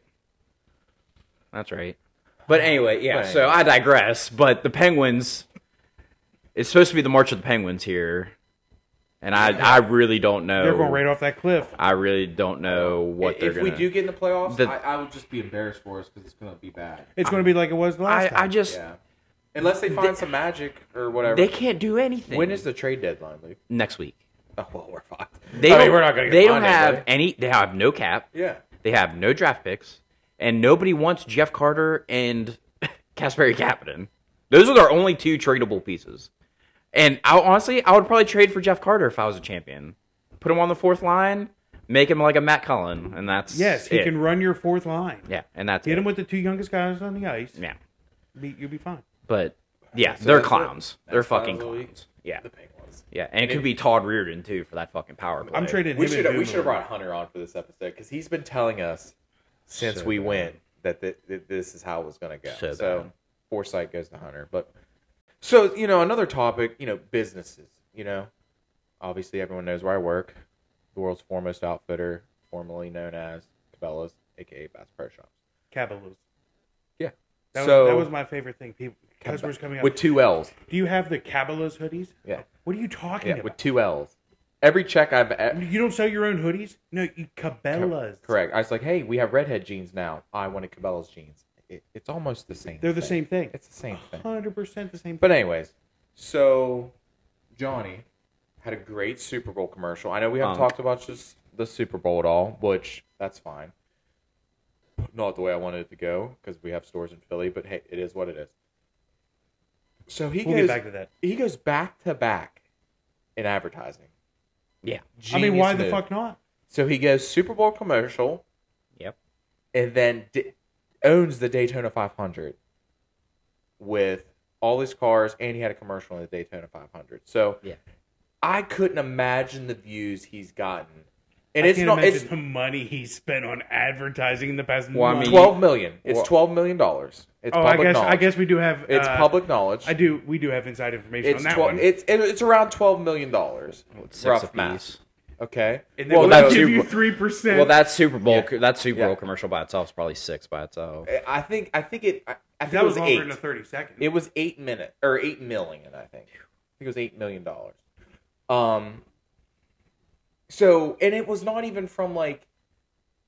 Speaker 3: That's right. But anyway, yeah,
Speaker 1: But
Speaker 3: so I digress. But the Penguins, it's supposed to be the March of the Penguins here. And I, I really don't
Speaker 2: They're going
Speaker 3: know.
Speaker 2: right off that cliff.
Speaker 3: I really don't know what
Speaker 1: if
Speaker 3: they're
Speaker 1: we
Speaker 3: going
Speaker 1: do
Speaker 3: to
Speaker 1: get in the playoffs,
Speaker 3: The-
Speaker 1: I, I would just be embarrassed for us because it's going to be bad.
Speaker 2: It's going to be like it was last
Speaker 3: I,
Speaker 2: time.
Speaker 3: I just,
Speaker 1: Yeah, unless they find some magic or whatever.
Speaker 3: they can't do anything.
Speaker 1: when is the trade deadline, Luke?
Speaker 3: next week?
Speaker 1: Oh well, we're fucked.
Speaker 3: They
Speaker 1: I mean,
Speaker 3: don't,
Speaker 1: we're not going to.
Speaker 3: they don't have any, they have no cap.
Speaker 1: Yeah.
Speaker 3: They have no draft picks. And nobody wants Jeff Carter and Kasperi Kapanen. Those are their only two tradable pieces. And I honestly, I would probably trade for Jeff Carter if I was a champion. Put him on the fourth line, Make him like a Matt Cullen, and that's
Speaker 2: Yes, he
Speaker 3: it.
Speaker 2: can run your fourth line.
Speaker 3: Yeah, and that's
Speaker 2: Get
Speaker 3: it.
Speaker 2: him with the two youngest guys on the ice.
Speaker 3: yeah,
Speaker 2: Be- You'll be fine.
Speaker 3: but yeah,
Speaker 1: So
Speaker 3: they're
Speaker 1: that's it.
Speaker 3: clowns. They're
Speaker 1: That's
Speaker 3: fucking
Speaker 1: probably-
Speaker 3: clowns. Yeah,
Speaker 1: The big ones.
Speaker 3: yeah, and it could be Todd Reardon too for that fucking power play.
Speaker 2: I'm trading
Speaker 1: We
Speaker 2: him.
Speaker 1: should
Speaker 2: and
Speaker 1: we should have
Speaker 2: Dumoulin.
Speaker 1: brought Hunter on for this episode because he's been telling us since
Speaker 4: So
Speaker 1: we
Speaker 4: bad.
Speaker 1: went that, th- that this is how it was going to go.
Speaker 3: So
Speaker 1: So,
Speaker 3: bad.
Speaker 1: foresight goes to Hunter, but so you know another topic, you know businesses. You know, obviously everyone knows where I work, the world's foremost outfitter, formerly known as Cabela's, aka Bass Pro Shops.
Speaker 2: Cabalus.
Speaker 1: Yeah,
Speaker 2: That,
Speaker 1: so
Speaker 2: was, that was my favorite thing. People, customers coming up.
Speaker 1: with two L's.
Speaker 2: Do you have the Cabalus hoodies?
Speaker 1: Yeah.
Speaker 2: What are you talking
Speaker 1: Yeah,
Speaker 2: about?
Speaker 1: with two L's. Every check I've e-
Speaker 2: You don't sell your own hoodies? No, you Cabela's.
Speaker 1: correct. I was like, hey, we have redhead jeans now. I wanted Cabela's jeans. It, it's almost the same.
Speaker 2: They're the
Speaker 1: thing.
Speaker 2: same thing.
Speaker 1: It's the same thing.
Speaker 2: Hundred percent the same. thing.
Speaker 1: But anyways, so Johnny had a great Super Bowl commercial. I know we haven't
Speaker 3: Funk.
Speaker 1: talked about this the Super Bowl at all, which that's fine. Not the way I wanted it to go because we have stores in Philly, but hey, it is what it is. So he
Speaker 2: We'll
Speaker 1: goes
Speaker 2: get back to that.
Speaker 1: he goes back to back in advertising.
Speaker 3: Yeah.
Speaker 2: I mean, why
Speaker 1: Genius move.
Speaker 2: the fuck not?
Speaker 1: So he goes Super Bowl commercial
Speaker 3: Yep.
Speaker 1: and then d- owns the Daytona 500 with all his cars, and he had a commercial in the Daytona 500. So
Speaker 3: Yeah.
Speaker 1: I couldn't imagine the views he's gotten, and
Speaker 2: I
Speaker 1: it's
Speaker 2: can't
Speaker 1: not
Speaker 2: imagine
Speaker 1: it's
Speaker 2: the money he spent on advertising in the past.
Speaker 3: Well, I
Speaker 2: month.
Speaker 3: mean-
Speaker 1: twelve million. It's
Speaker 3: Well-
Speaker 1: twelve million dollars. It's
Speaker 2: oh, I
Speaker 1: public
Speaker 2: guess
Speaker 1: knowledge.
Speaker 2: I guess we do have.
Speaker 1: it's
Speaker 2: uh,
Speaker 1: public knowledge.
Speaker 2: I do. We do have inside information
Speaker 1: it's
Speaker 2: on that
Speaker 1: twelve.
Speaker 2: one.
Speaker 1: It's it- it's around twelve million dollars.
Speaker 3: Six
Speaker 1: Rough
Speaker 3: apiece.
Speaker 1: math. Okay.
Speaker 2: and they well,
Speaker 3: that
Speaker 2: will
Speaker 3: was-
Speaker 2: give you three percent.
Speaker 3: Well, that Super Bowl, that Super
Speaker 1: Yeah.
Speaker 3: Bowl commercial by itself is probably six by itself.
Speaker 1: I think I think it. I, I think
Speaker 2: that
Speaker 1: it
Speaker 2: was
Speaker 1: was
Speaker 2: longer
Speaker 1: eight.
Speaker 2: than a thirty second.
Speaker 1: It was eight minute or eight million, I think. I think it was eight million dollars. Um. So and it was not even from like.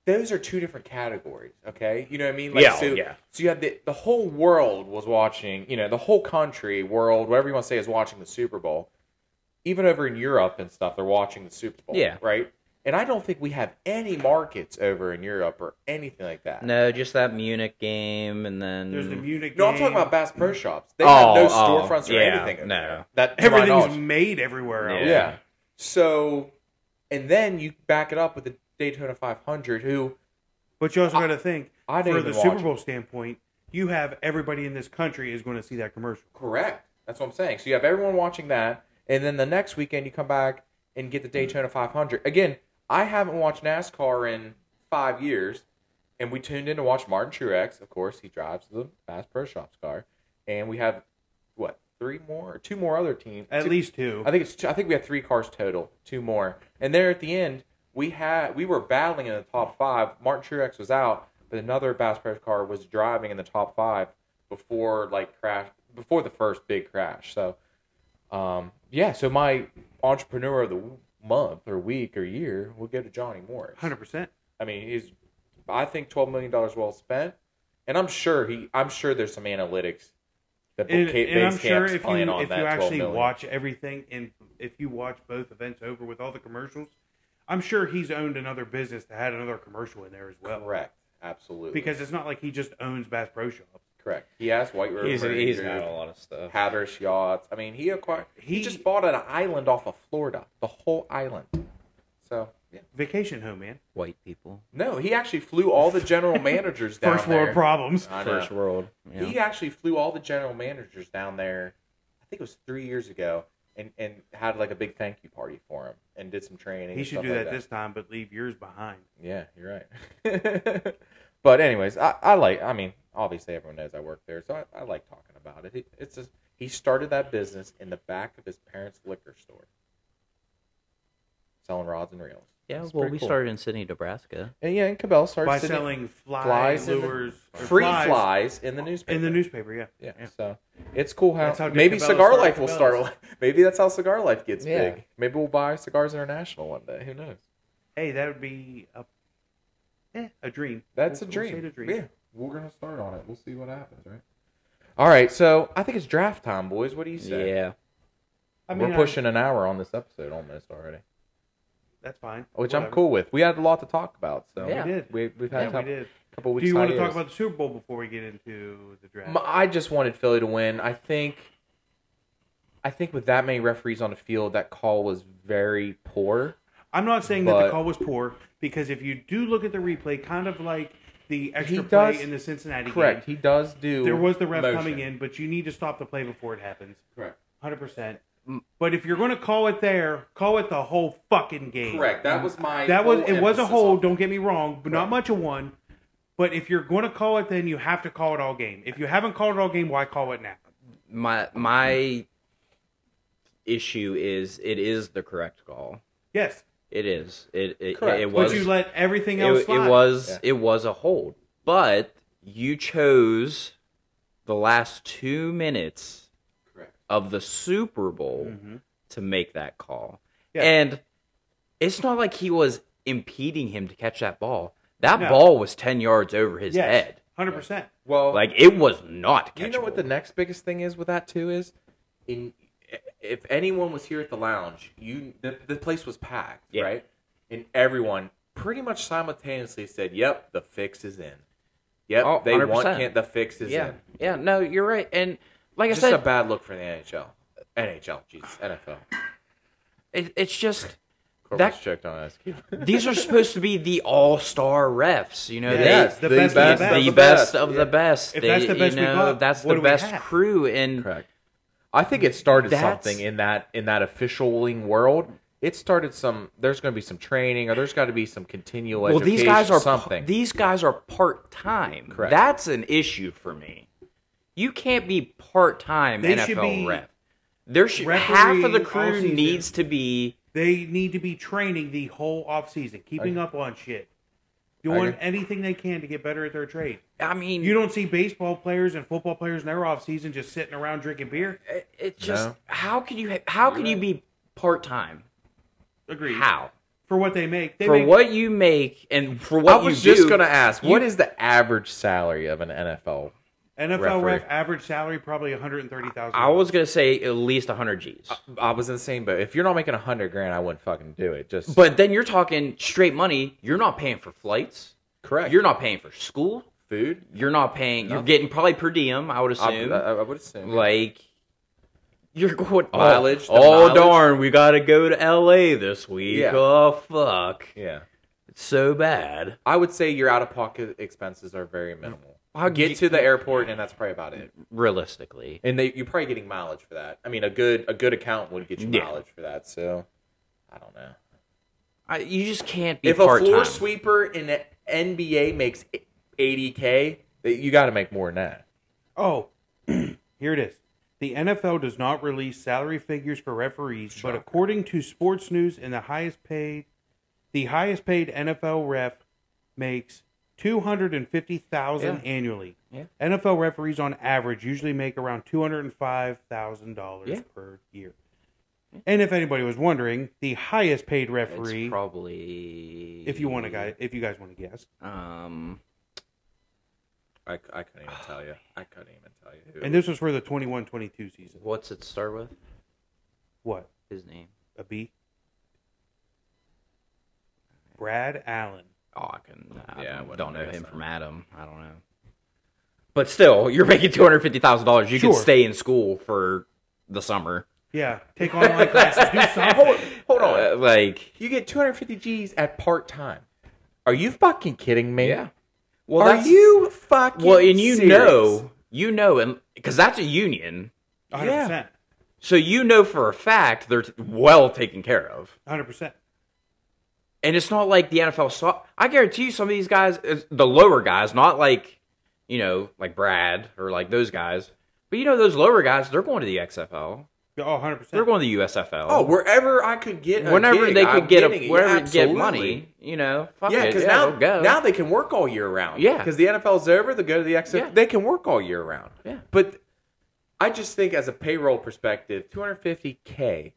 Speaker 1: Those are two different categories, okay? You know what I mean? Like,
Speaker 3: Yeah,
Speaker 1: so,
Speaker 3: yeah.
Speaker 1: So you had the the whole world was watching. You know, the whole country, world, whatever you want to say, is watching the Super Bowl. Even over in Europe and stuff, they're watching the Super Bowl.
Speaker 3: Yeah.
Speaker 1: Right. And I don't think we have any markets over in Europe or anything like that.
Speaker 3: No, just that Munich game, and then
Speaker 2: There's the Munich.
Speaker 1: No, I'm
Speaker 2: game.
Speaker 1: talking about Bass Pro Shops. They
Speaker 3: Oh,
Speaker 1: have no
Speaker 3: oh,
Speaker 1: storefronts or
Speaker 3: yeah,
Speaker 1: anything. over
Speaker 3: no.
Speaker 1: there. that to my
Speaker 2: everything's
Speaker 1: knowledge.
Speaker 2: made everywhere.
Speaker 3: Yeah.
Speaker 2: Else.
Speaker 1: yeah. So, and then you back it up with the Daytona 500, who
Speaker 2: But you also got to think
Speaker 1: I didn't
Speaker 2: for
Speaker 1: even
Speaker 2: the
Speaker 1: watch
Speaker 2: Super
Speaker 1: it.
Speaker 2: Bowl standpoint. You have everybody in this country is going to see that commercial.
Speaker 1: correct. That's what I'm saying. So you have everyone watching that, and then the next weekend you come back and get the Daytona 500 again. I haven't watched NASCAR in five years, and we tuned in to watch Martin Truex. Of course, he drives the Bass Pro Shops car, and we have what three more, or two more other teams,
Speaker 2: At
Speaker 1: two-
Speaker 2: least two.
Speaker 1: I think it's. Two, I think we had three cars total, two more, and there at the end we had we were battling in the top five. Martin Truex was out, but another Bass Pro car was driving in the top five before like crash before the first big crash. So, um, yeah. So my entrepreneur of the month or week or year will go to Johnny Morris.
Speaker 2: Hundred percent.
Speaker 1: I mean, he's. I think twelve million dollars well spent, and I'm sure he. I'm sure there's some analytics that
Speaker 2: And,
Speaker 1: Base
Speaker 2: and I'm sure
Speaker 1: Camp's
Speaker 2: if
Speaker 1: playing
Speaker 2: you
Speaker 1: on
Speaker 2: if
Speaker 1: that
Speaker 2: you
Speaker 1: 12
Speaker 2: actually
Speaker 1: million.
Speaker 2: watch everything and if you watch both events over with all the commercials, I'm sure he's owned another business that had another commercial in there as well.
Speaker 1: Correct. Absolutely.
Speaker 2: Because it's not like he just owns Bass Pro Shop.
Speaker 1: Correct. He has White River
Speaker 3: he's
Speaker 1: Marine
Speaker 3: he's
Speaker 1: Group,
Speaker 3: got a lot of stuff.
Speaker 1: Hatteras yachts. I mean, he acquired. He,
Speaker 2: He-
Speaker 1: just bought an island off of Florida, the whole island. So yeah.
Speaker 2: Vacation home, man.
Speaker 3: White people,
Speaker 1: no, he actually flew all the general managers down
Speaker 2: First world
Speaker 1: there.
Speaker 2: problems.
Speaker 1: I know.
Speaker 3: first world. Yeah.
Speaker 1: He actually flew all the general managers down there. I think it was three years ago, and and had like a big thank you party for him, and did some training.
Speaker 2: He
Speaker 1: and
Speaker 2: should
Speaker 1: stuff
Speaker 2: do
Speaker 1: like
Speaker 2: that this time, but leave yours behind.
Speaker 1: Yeah, you're right. but anyways, I, I like. I mean, obviously everyone knows I work there, so I, I like talking about it. He, it's just he started that business in the back of his parents' liquor store, selling rods and reels.
Speaker 3: yeah,
Speaker 1: It's
Speaker 3: well,
Speaker 1: pretty
Speaker 3: we
Speaker 1: cool.
Speaker 3: started in Sydney, Nebraska.
Speaker 1: And yeah, and Cabell started
Speaker 2: By
Speaker 1: sitting-
Speaker 2: selling fly
Speaker 1: flies in the-
Speaker 2: lures or
Speaker 1: free
Speaker 2: flies
Speaker 1: flies, in the newspaper.
Speaker 2: in the newspaper, yeah.
Speaker 1: Yeah, so it's cool how,
Speaker 2: That's how Dick
Speaker 1: maybe
Speaker 2: Cabela
Speaker 1: cigar
Speaker 2: started
Speaker 1: life will
Speaker 2: Cabela's.
Speaker 1: start. Maybe that's how cigar life gets
Speaker 4: Yeah.
Speaker 1: big. Maybe we'll buy Cigars International one day. Who knows?
Speaker 2: Hey, that would be a eh, a dream.
Speaker 1: That's a
Speaker 2: We'll- we'll
Speaker 1: dream.
Speaker 2: say it a dream.
Speaker 1: Yeah, we're gonna start on it. We'll see what happens, right? All right, so I think it's draft time, boys. What do you say?
Speaker 3: Yeah,
Speaker 2: I mean,
Speaker 1: we're
Speaker 2: I-
Speaker 1: pushing an hour on this episode almost already,
Speaker 2: that's fine.
Speaker 1: which I'm
Speaker 2: Whatever.
Speaker 1: cool with. We had a lot to talk about, so
Speaker 3: Yeah.
Speaker 2: We did.
Speaker 1: we, we've
Speaker 2: Yeah,
Speaker 1: had
Speaker 2: we
Speaker 1: a
Speaker 2: did.
Speaker 1: couple weeks.
Speaker 2: Do you want to
Speaker 1: hiatus.
Speaker 2: talk about the Super Bowl before we get into the draft?
Speaker 1: M- I just wanted Philly to win. I think, I think with that many referees on the field, that call was very poor.
Speaker 2: I'm not saying that the
Speaker 1: But-
Speaker 2: call was poor because if you do look at the replay, kind of like the extra
Speaker 1: He
Speaker 2: play
Speaker 1: does-
Speaker 2: in the Cincinnati
Speaker 1: Correct.
Speaker 2: game,
Speaker 1: He does do.
Speaker 2: there was the ref
Speaker 1: motion.
Speaker 2: coming in, but you need to stop the play before it happens.
Speaker 1: Correct.
Speaker 2: Hundred percent.
Speaker 1: Mm.
Speaker 2: But if you're going to call it there, call it the whole fucking game.
Speaker 1: Correct. That was my.
Speaker 2: That
Speaker 3: oh,
Speaker 2: was
Speaker 1: whole
Speaker 2: it was a
Speaker 1: emphasis
Speaker 2: hold.
Speaker 1: on-
Speaker 2: Don't get me wrong, but not
Speaker 1: Right.
Speaker 2: much of one. But if you're going to call it, then you have to call it all game. If you haven't called it all game, why call it now?
Speaker 3: my my issue is it is the correct call.
Speaker 2: Yes,
Speaker 3: It is. It it,
Speaker 1: Correct.
Speaker 3: it
Speaker 2: but
Speaker 3: was.
Speaker 2: you let everything
Speaker 3: it,
Speaker 2: else
Speaker 3: it
Speaker 2: slide.
Speaker 3: was
Speaker 1: Yeah.
Speaker 3: it was a hold, but you chose the last two minutes
Speaker 1: Correct.
Speaker 3: of the Super Bowl
Speaker 2: Mhm.
Speaker 3: to make that call,
Speaker 2: Yeah.
Speaker 3: and it's not like he was impeding him to catch that ball. That
Speaker 2: No.
Speaker 3: ball was ten yards over his
Speaker 2: yes,
Speaker 3: head.
Speaker 2: hundred percent.
Speaker 1: Well,
Speaker 3: Like it was not catchable.
Speaker 1: you know what the next biggest thing is with that too is, in if anyone was here at the lounge, you the, the place was packed,
Speaker 3: Yeah.
Speaker 1: right? And everyone pretty much simultaneously said, "Yep, the fix is in." Yep,
Speaker 3: Oh,
Speaker 1: they want
Speaker 3: 100%.
Speaker 1: can The fix is
Speaker 3: yeah,
Speaker 1: in.
Speaker 3: yeah. No, you're right. And like
Speaker 1: Just
Speaker 3: I said,
Speaker 1: a bad look for the NHL. NHL, jeez, NFL.
Speaker 3: It, it's just
Speaker 1: Corpus
Speaker 3: That-
Speaker 1: checked on us.
Speaker 3: these are supposed to be the all-star refs. You know,
Speaker 2: Yes,
Speaker 3: they
Speaker 2: the best
Speaker 3: the,
Speaker 2: of
Speaker 3: the,
Speaker 2: the best.
Speaker 3: best, of the
Speaker 1: Yeah.
Speaker 3: best.
Speaker 2: If
Speaker 3: They-
Speaker 2: that's the best
Speaker 3: you
Speaker 2: we
Speaker 3: know,
Speaker 2: got,
Speaker 3: that's
Speaker 2: what
Speaker 3: the
Speaker 2: do we
Speaker 3: best
Speaker 2: have?
Speaker 3: crew. And
Speaker 1: Correct. I think it started
Speaker 3: That's-
Speaker 1: something in that in that officialing world. It started some. There's going to be some training, or there's got to be some continual.
Speaker 3: well, these guys
Speaker 1: education,
Speaker 3: are
Speaker 1: something.
Speaker 3: these guys are part-time.
Speaker 1: Correct.
Speaker 3: That's an issue for me. You can't be part-time
Speaker 2: They should
Speaker 3: NFL
Speaker 2: be
Speaker 3: ref. There should half of the
Speaker 2: refereeing all
Speaker 3: crew
Speaker 2: season.
Speaker 3: needs to be
Speaker 2: They need to be training the whole off season, keeping up on shit, doing
Speaker 1: agree.
Speaker 2: anything they can to get better at their trade.
Speaker 3: I mean,
Speaker 2: You don't see baseball players and football players in their off season just sitting around drinking beer.
Speaker 3: it- it's just
Speaker 1: No.
Speaker 3: how can you ha- how can you be part-time?
Speaker 2: Agreed.
Speaker 3: How?
Speaker 2: For what they make, they
Speaker 3: For
Speaker 2: make
Speaker 3: what you make and for
Speaker 1: I
Speaker 3: what you
Speaker 1: was just
Speaker 3: do,
Speaker 1: going to ask, what
Speaker 3: you-
Speaker 1: is the average salary of an NFL?
Speaker 2: NFL ref
Speaker 1: Referee.
Speaker 2: average salary probably one hundred and thirty thousand.
Speaker 3: I was gonna say at least 100 G's,
Speaker 1: I was in the same boat. If you're not making a hundred grand, I wouldn't fucking do it. Just
Speaker 3: but then you're talking straight money. You're not paying for flights.
Speaker 1: correct.
Speaker 3: You're not paying for school.
Speaker 1: food.
Speaker 3: You're not paying. You're
Speaker 1: Nothing.
Speaker 3: getting probably per diem. I would
Speaker 1: I,
Speaker 3: assume.
Speaker 1: I, I would assume.
Speaker 3: like you're going oh,
Speaker 1: Mileage, the
Speaker 3: Oh,
Speaker 1: mileage.
Speaker 3: darn, we gotta go to L.A. this week.
Speaker 1: Yeah.
Speaker 3: Oh fuck,
Speaker 1: yeah,
Speaker 3: it's so bad.
Speaker 1: I would say your out of pocket expenses are very minimal.
Speaker 3: How
Speaker 1: Get
Speaker 3: you-
Speaker 1: to the airport, and that's probably about it.
Speaker 3: Realistically,
Speaker 1: And they, you're probably getting mileage for that. I mean, a good a good account would get you
Speaker 3: Yeah.
Speaker 1: mileage for that. So I don't know.
Speaker 3: I, you just can't be
Speaker 1: If
Speaker 3: part
Speaker 1: a floor
Speaker 3: time.
Speaker 1: sweeper in the NBA makes 80k, that- you got to make more than that.
Speaker 2: Oh, here it is. The NFL does not release salary figures for referees, but according to Sports News, in the highest paid, the highest paid NFL ref makes two hundred and fifty thousand
Speaker 3: Yeah.
Speaker 2: annually.
Speaker 3: Yeah.
Speaker 2: NFL referees, on average, usually make around two hundred and five thousand dollars
Speaker 3: Yeah.
Speaker 2: per year. And if anybody was wondering, the highest paid
Speaker 3: it's
Speaker 2: referee,
Speaker 3: probably
Speaker 2: if you want to guy, if you guys want to guess,
Speaker 3: Um,
Speaker 1: I, I couldn't even tell you. I couldn't even tell you. Who.
Speaker 2: and this was for the 21-22 season.
Speaker 3: what's it start with?
Speaker 2: What
Speaker 3: His name.
Speaker 2: a B? Brad Allen.
Speaker 3: Oh, I can. I
Speaker 1: Yeah, I
Speaker 3: don't,
Speaker 1: wouldn't
Speaker 3: don't know
Speaker 1: guess
Speaker 3: him
Speaker 1: that.
Speaker 3: from Adam. I don't know. But still, you're making two hundred fifty thousand dollars. You
Speaker 2: Sure.
Speaker 3: can stay in school for the summer.
Speaker 2: Yeah, take online classes, do
Speaker 1: hold,
Speaker 2: something.
Speaker 1: hold on.
Speaker 3: Uh, like,
Speaker 1: you get 250 G's at part time. Are you fucking kidding me?
Speaker 3: yeah.
Speaker 1: Well,
Speaker 3: Well,
Speaker 1: are
Speaker 3: that's,
Speaker 1: you fucking
Speaker 3: well, and you
Speaker 1: serious?
Speaker 3: know, you know, and because that's a union,
Speaker 2: One hundred percent,
Speaker 3: so you know for a fact they're t- well taken care of.
Speaker 2: one hundred percent.
Speaker 3: And it's not like the NFL saw. I guarantee you, some of these guys, it's the lower guys, not like you know, like Brad or like those guys, but you know, those lower guys, they're going to the XFL.
Speaker 2: Oh, one hundred percent.
Speaker 3: They're going to the USFL.
Speaker 1: Oh, wherever I could get, a
Speaker 3: whenever
Speaker 1: gig,
Speaker 3: they
Speaker 1: I'm
Speaker 3: could get
Speaker 1: getting
Speaker 3: a,
Speaker 1: it.
Speaker 3: wherever get
Speaker 1: Absolutely.
Speaker 3: money, you know, fuck
Speaker 1: Yeah,
Speaker 3: it,
Speaker 1: because
Speaker 3: yeah,
Speaker 1: now
Speaker 3: they'll go.
Speaker 1: now they can work all year round.
Speaker 3: Yeah.
Speaker 1: because the NFL's over, they go to the XFL.
Speaker 3: Yeah.
Speaker 1: They can work all year round.
Speaker 3: Yeah.
Speaker 1: but I just think as a payroll perspective, 250k,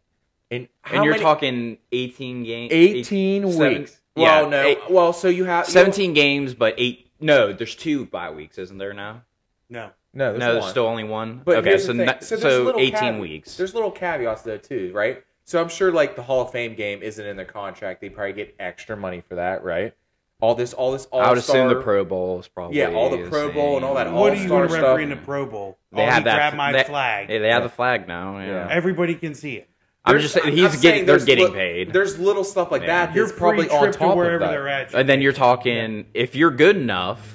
Speaker 1: and how
Speaker 3: and you're
Speaker 1: many-
Speaker 3: talking 18 games,
Speaker 1: 18 weeks.
Speaker 3: Yeah,
Speaker 1: well, no,
Speaker 3: eight-
Speaker 1: well, so you have
Speaker 3: 17 games, but eight. No, there's two bye weeks, isn't there now?
Speaker 2: No,
Speaker 1: No, there's
Speaker 3: no, there's
Speaker 1: one.
Speaker 3: still only one.
Speaker 1: But
Speaker 3: okay,
Speaker 1: here's
Speaker 3: so
Speaker 1: the thing.
Speaker 3: na-
Speaker 1: so,
Speaker 3: so,
Speaker 1: there's little
Speaker 3: 18
Speaker 1: caveats-
Speaker 3: weeks.
Speaker 1: There's little caveats though too, right? So I'm sure like the Hall of Fame game isn't in their contract. They probably get extra money for that, right? All this, all this, all
Speaker 3: I would assume the Pro Bowl is probably
Speaker 1: Yeah, all the Pro Bowl and all that
Speaker 2: what are you
Speaker 1: All-star
Speaker 2: going to referee
Speaker 1: stuff.
Speaker 2: in the Pro Bowl?
Speaker 3: They
Speaker 2: oh,
Speaker 3: have
Speaker 2: he
Speaker 3: that.
Speaker 2: grabbed my
Speaker 3: they,
Speaker 2: flag.
Speaker 3: Yeah, they have the flag now. Yeah.
Speaker 1: Yeah.
Speaker 2: Everybody can see it.
Speaker 3: I'm
Speaker 1: There's-
Speaker 3: just saying he's
Speaker 1: I'm
Speaker 3: getting
Speaker 1: saying
Speaker 3: they're
Speaker 1: there's
Speaker 3: getting
Speaker 1: li-
Speaker 3: paid.
Speaker 1: There's little stuff like
Speaker 3: Yeah.
Speaker 1: that.
Speaker 2: You're
Speaker 1: You're probably on top
Speaker 2: to wherever
Speaker 1: of that.
Speaker 2: they're at.
Speaker 3: and then you're talking if you're good enough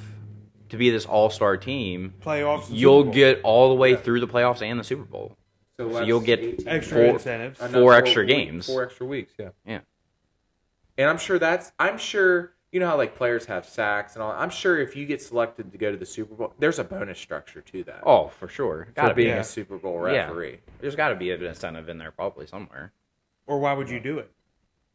Speaker 3: to be this all-star team,
Speaker 2: playoffs. and
Speaker 3: you'll
Speaker 2: Super Bowl.
Speaker 3: get all the way through the playoffs and the Super Bowl. So
Speaker 1: that's
Speaker 3: you'll get
Speaker 1: 18.
Speaker 2: extra
Speaker 3: four-
Speaker 2: incentives.
Speaker 1: Another
Speaker 3: four extra
Speaker 1: week-
Speaker 3: games.
Speaker 1: four extra weeks. Yeah.
Speaker 3: Yeah.
Speaker 1: And I'm sure that's I'm sure you know how like players have sacks and all. I'm sure if you get selected to go to the Super Bowl, there's a bonus structure to that.
Speaker 3: Oh, for sure. Gotta
Speaker 1: for being
Speaker 3: be.
Speaker 2: yeah.
Speaker 1: a Super Bowl
Speaker 3: Yeah.
Speaker 1: referee.
Speaker 3: There's gotta be an incentive in there probably somewhere.
Speaker 2: Or why would you do it?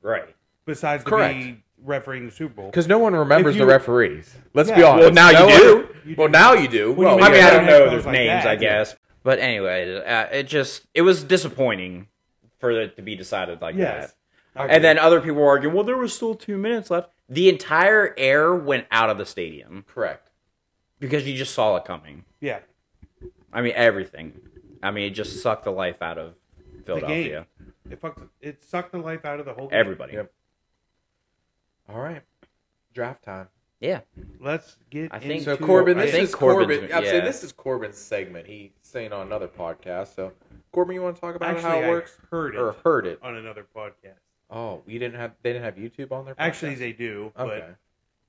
Speaker 3: Right.
Speaker 2: Besides to
Speaker 1: Correct.
Speaker 2: be refereeing the Super Bowl.
Speaker 4: Because no one remembers
Speaker 2: If
Speaker 4: the
Speaker 2: you-
Speaker 4: referees. Let's be
Speaker 2: Yeah.
Speaker 4: honest.
Speaker 3: Well, now
Speaker 4: No
Speaker 3: you
Speaker 4: one-
Speaker 3: do.
Speaker 2: You
Speaker 1: Well,
Speaker 2: do-
Speaker 1: now you do.
Speaker 2: Well,
Speaker 1: Well,
Speaker 2: you
Speaker 1: I mean, I
Speaker 2: don't
Speaker 1: don't
Speaker 2: have
Speaker 1: know.
Speaker 2: those like that.
Speaker 3: But anyway, uh, it just it was disappointing for it to be decided like
Speaker 2: Yes.
Speaker 3: that. And then other people were arguing, well, there was still two minutes left. The entire air went out of the stadium
Speaker 1: Correct.
Speaker 3: because you just saw it coming.
Speaker 2: yeah,
Speaker 3: I mean, everything. I mean, it just sucked the life out of Philadelphia.
Speaker 2: it fucked, it sucked the life out of the whole. game.
Speaker 3: Everybody.
Speaker 1: Yep. All right. Draft time.
Speaker 3: Yeah.
Speaker 2: Let's get.
Speaker 3: I think-
Speaker 1: So
Speaker 2: into-
Speaker 1: Corbin,
Speaker 3: I
Speaker 1: this
Speaker 3: think
Speaker 1: is Corbin.
Speaker 3: Corbin's-
Speaker 1: I'm saying
Speaker 3: yeah.
Speaker 1: this is Corbin's segment. He's saying on another podcast. So Corbin, you want to talk about
Speaker 2: Actually,
Speaker 1: how it
Speaker 2: I
Speaker 1: works
Speaker 2: heard it Uh,
Speaker 1: or heard it?
Speaker 2: on another podcast.
Speaker 1: Oh, you didn't have they didn't have YouTube on their podcast?
Speaker 2: Actually, they do,
Speaker 1: okay.
Speaker 2: but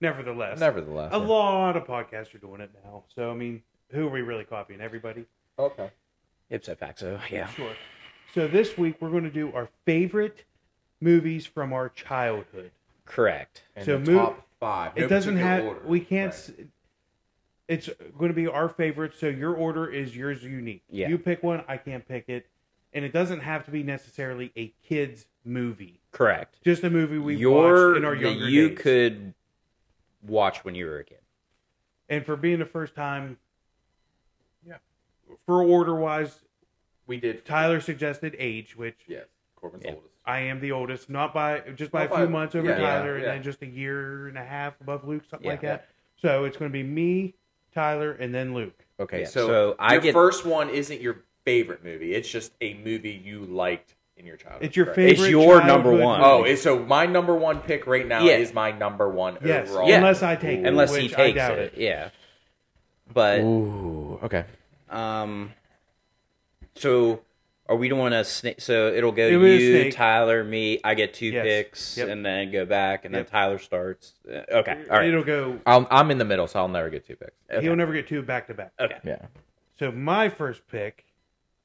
Speaker 2: nevertheless,
Speaker 4: Nevertheless.
Speaker 2: a lot of podcasts are doing it now. So I mean, who are we really copying? Everybody.
Speaker 1: Okay.
Speaker 3: Ipso facto. Yeah.
Speaker 2: Sure. So this week we're going to do our favorite movies from our childhood.
Speaker 3: Correct.
Speaker 1: And
Speaker 2: So
Speaker 1: so
Speaker 2: move-
Speaker 1: top five.
Speaker 2: it
Speaker 1: no
Speaker 2: doesn't
Speaker 1: particular
Speaker 2: have.
Speaker 1: order.
Speaker 2: We can't.
Speaker 1: Right.
Speaker 2: s It's going to be our favorite. So your order is yours unique.
Speaker 3: Yeah.
Speaker 2: You pick one. I can't pick it. And it doesn't have to be necessarily a kids movie.
Speaker 3: Correct.
Speaker 2: Just a movie we watched
Speaker 3: Your
Speaker 2: in our
Speaker 3: that
Speaker 2: younger
Speaker 3: you
Speaker 2: days.
Speaker 3: could watch when you were a kid.
Speaker 2: And for being the first time.
Speaker 1: Yeah.
Speaker 2: For order wise,
Speaker 1: We did.
Speaker 2: Tyler suggested age, which
Speaker 1: Yes. Corbin's
Speaker 3: Yeah.
Speaker 1: oldest.
Speaker 2: I am the oldest, not by just by
Speaker 1: Not
Speaker 2: a few
Speaker 1: by-
Speaker 2: months over
Speaker 1: yeah,
Speaker 2: Tyler,
Speaker 1: yeah,
Speaker 2: and
Speaker 1: yeah.
Speaker 2: then just a year and a half above Luke, something
Speaker 3: Yeah.
Speaker 2: like that. So it's going to be me, Tyler, and then Luke.
Speaker 1: Okay.
Speaker 3: Yeah,
Speaker 1: So,
Speaker 3: so I
Speaker 1: your
Speaker 3: get-
Speaker 1: first one isn't your favorite movie. It's just a movie you liked in your childhood.
Speaker 2: It's your
Speaker 1: correct?
Speaker 2: favorite.
Speaker 3: your number
Speaker 2: childhood
Speaker 3: one.
Speaker 1: Oh,
Speaker 2: movie.
Speaker 1: it's, so my number one pick right now
Speaker 3: Yeah.
Speaker 1: is my number one
Speaker 2: yes,
Speaker 1: overall.
Speaker 3: Yeah.
Speaker 2: unless I take it,
Speaker 3: Unless
Speaker 2: which
Speaker 3: he
Speaker 2: I
Speaker 3: takes
Speaker 2: doubt
Speaker 3: it. Yeah. But
Speaker 4: Ooh. Okay.
Speaker 3: um so are we doing a snake so it'll go
Speaker 2: It was a
Speaker 3: you,
Speaker 2: snake.
Speaker 3: Tyler, me, I get two
Speaker 2: Yes.
Speaker 3: picks
Speaker 2: Yep.
Speaker 3: and then go back and
Speaker 2: Yep.
Speaker 3: then Tyler starts. Uh, Okay. All right.
Speaker 2: It'll go.
Speaker 4: I'll, I'm in the middle, so I'll never get two picks.
Speaker 3: Okay.
Speaker 2: He'll never get two back to back.
Speaker 3: okay.
Speaker 4: Yeah.
Speaker 2: So my first pick,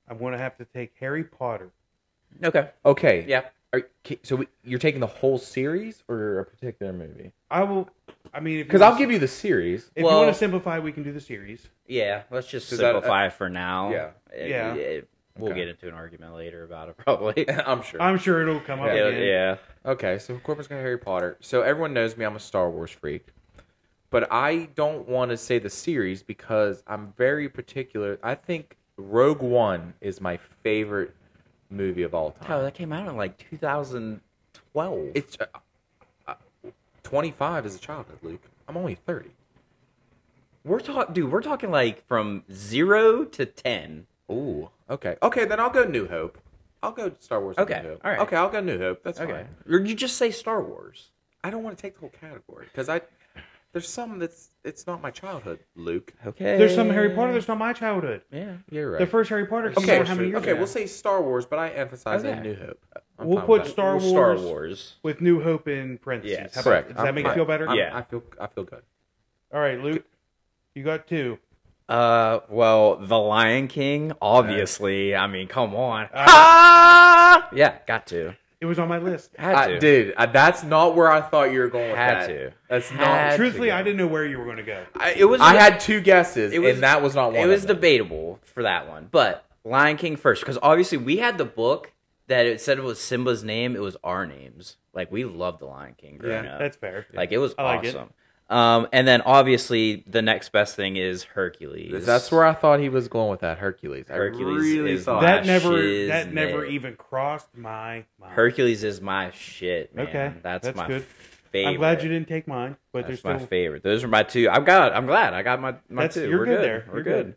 Speaker 2: I'm going to have to take Harry Potter.
Speaker 3: Okay.
Speaker 4: Okay.
Speaker 3: Yeah.
Speaker 4: Are, ca- so we, you're taking the whole series or a particular movie?
Speaker 2: I will. I mean, if you
Speaker 4: Because
Speaker 2: wanna-
Speaker 4: I'll give you the series.
Speaker 2: If
Speaker 3: Well-
Speaker 2: you want to simplify, we can do the series.
Speaker 3: Yeah, let's just
Speaker 1: Does that-
Speaker 3: simplify for now.
Speaker 1: Yeah.
Speaker 3: It-
Speaker 2: Yeah.
Speaker 3: it- we'll
Speaker 4: Okay.
Speaker 3: get into an argument later about it, probably.
Speaker 1: I'm sure.
Speaker 2: I'm sure it'll come up
Speaker 3: yeah,
Speaker 2: again.
Speaker 3: yeah.
Speaker 1: Okay, so Corbin's got Harry Potter. So everyone knows me; I'm a Star Wars freak. But I don't want to say the series because I'm very particular. I think Rogue One is my favorite movie of all
Speaker 3: Tyler,
Speaker 1: time.
Speaker 3: that came out in like 2012.
Speaker 1: It's uh, uh, 25 as a child, Luke. I'm only 30.
Speaker 3: we're talking, dude. We're talking like from zero to ten.
Speaker 1: Ooh. Okay. Okay, then I'll go New Hope. I'll go Star Wars. and
Speaker 3: Okay,
Speaker 1: New Hope.
Speaker 3: all right.
Speaker 1: Okay, I'll go New Hope. That's fine.
Speaker 3: Or you just say Star Wars.
Speaker 1: I don't want to take the whole category because I there's some that's it's not my childhood, Luke.
Speaker 3: Okay.
Speaker 2: There's some Harry Potter that's not my childhood.
Speaker 3: Yeah.
Speaker 1: You're right.
Speaker 2: The first Harry Potter came
Speaker 1: Okay,
Speaker 2: out how many years
Speaker 1: okay,
Speaker 2: ago?
Speaker 1: we'll say Star Wars, but I emphasize
Speaker 3: Okay.
Speaker 1: in New Hope. I'm
Speaker 2: We'll
Speaker 1: fine
Speaker 2: put
Speaker 1: with that.
Speaker 2: Star
Speaker 3: Star
Speaker 2: Wars,
Speaker 3: Wars. Star Wars.
Speaker 2: with New Hope in parentheses.
Speaker 3: Yes.
Speaker 2: How about-
Speaker 1: correct.
Speaker 2: Does that
Speaker 1: I'm
Speaker 2: make you
Speaker 1: fine.
Speaker 2: feel better?
Speaker 1: I'm-
Speaker 3: Yeah.
Speaker 1: I feel I feel good.
Speaker 2: All right, Luke, you got two.
Speaker 3: Uh, well, The Lion King, obviously. I mean, come on. ah! Yeah, got to.
Speaker 2: It was on my list.
Speaker 3: Had to.
Speaker 1: I, dude, I, that's not where I thought you were going with
Speaker 3: Had
Speaker 1: that.
Speaker 3: to.
Speaker 1: That's
Speaker 3: Had
Speaker 1: not.
Speaker 3: to
Speaker 2: Truthfully,
Speaker 3: go.
Speaker 2: I didn't know where you were going to go.
Speaker 3: I, it was.
Speaker 1: I had two guesses,
Speaker 3: It was-
Speaker 1: and that was not one.
Speaker 3: It was
Speaker 1: of them.
Speaker 3: debatable for that one, but Lion King first because obviously we had the book that it said it was Simba's name. It was our names. Like we loved the Lion King growing
Speaker 1: Yeah,
Speaker 3: up.
Speaker 2: That's fair.
Speaker 3: like it was
Speaker 2: I like it.
Speaker 3: awesome. Um, and then obviously the next best thing is Hercules.
Speaker 4: That's where I thought he was going with that Hercules. I
Speaker 3: Hercules
Speaker 1: really
Speaker 3: is
Speaker 1: thought-
Speaker 3: my
Speaker 2: that never
Speaker 3: shiz
Speaker 2: that never
Speaker 3: name.
Speaker 2: even crossed my mind.
Speaker 3: Hercules is my shit, man.
Speaker 2: Okay,
Speaker 3: that's,
Speaker 2: that's
Speaker 3: my
Speaker 2: good.
Speaker 3: favorite.
Speaker 2: I'm glad you didn't take mine, but
Speaker 3: That's
Speaker 2: there's
Speaker 3: my
Speaker 2: still
Speaker 3: favorite. Those are my two. I've got. I'm glad I got my my
Speaker 2: That's-
Speaker 3: 2
Speaker 2: you're
Speaker 3: We're
Speaker 2: good
Speaker 3: good.
Speaker 2: there.
Speaker 3: We're
Speaker 2: You're
Speaker 3: good.
Speaker 2: good.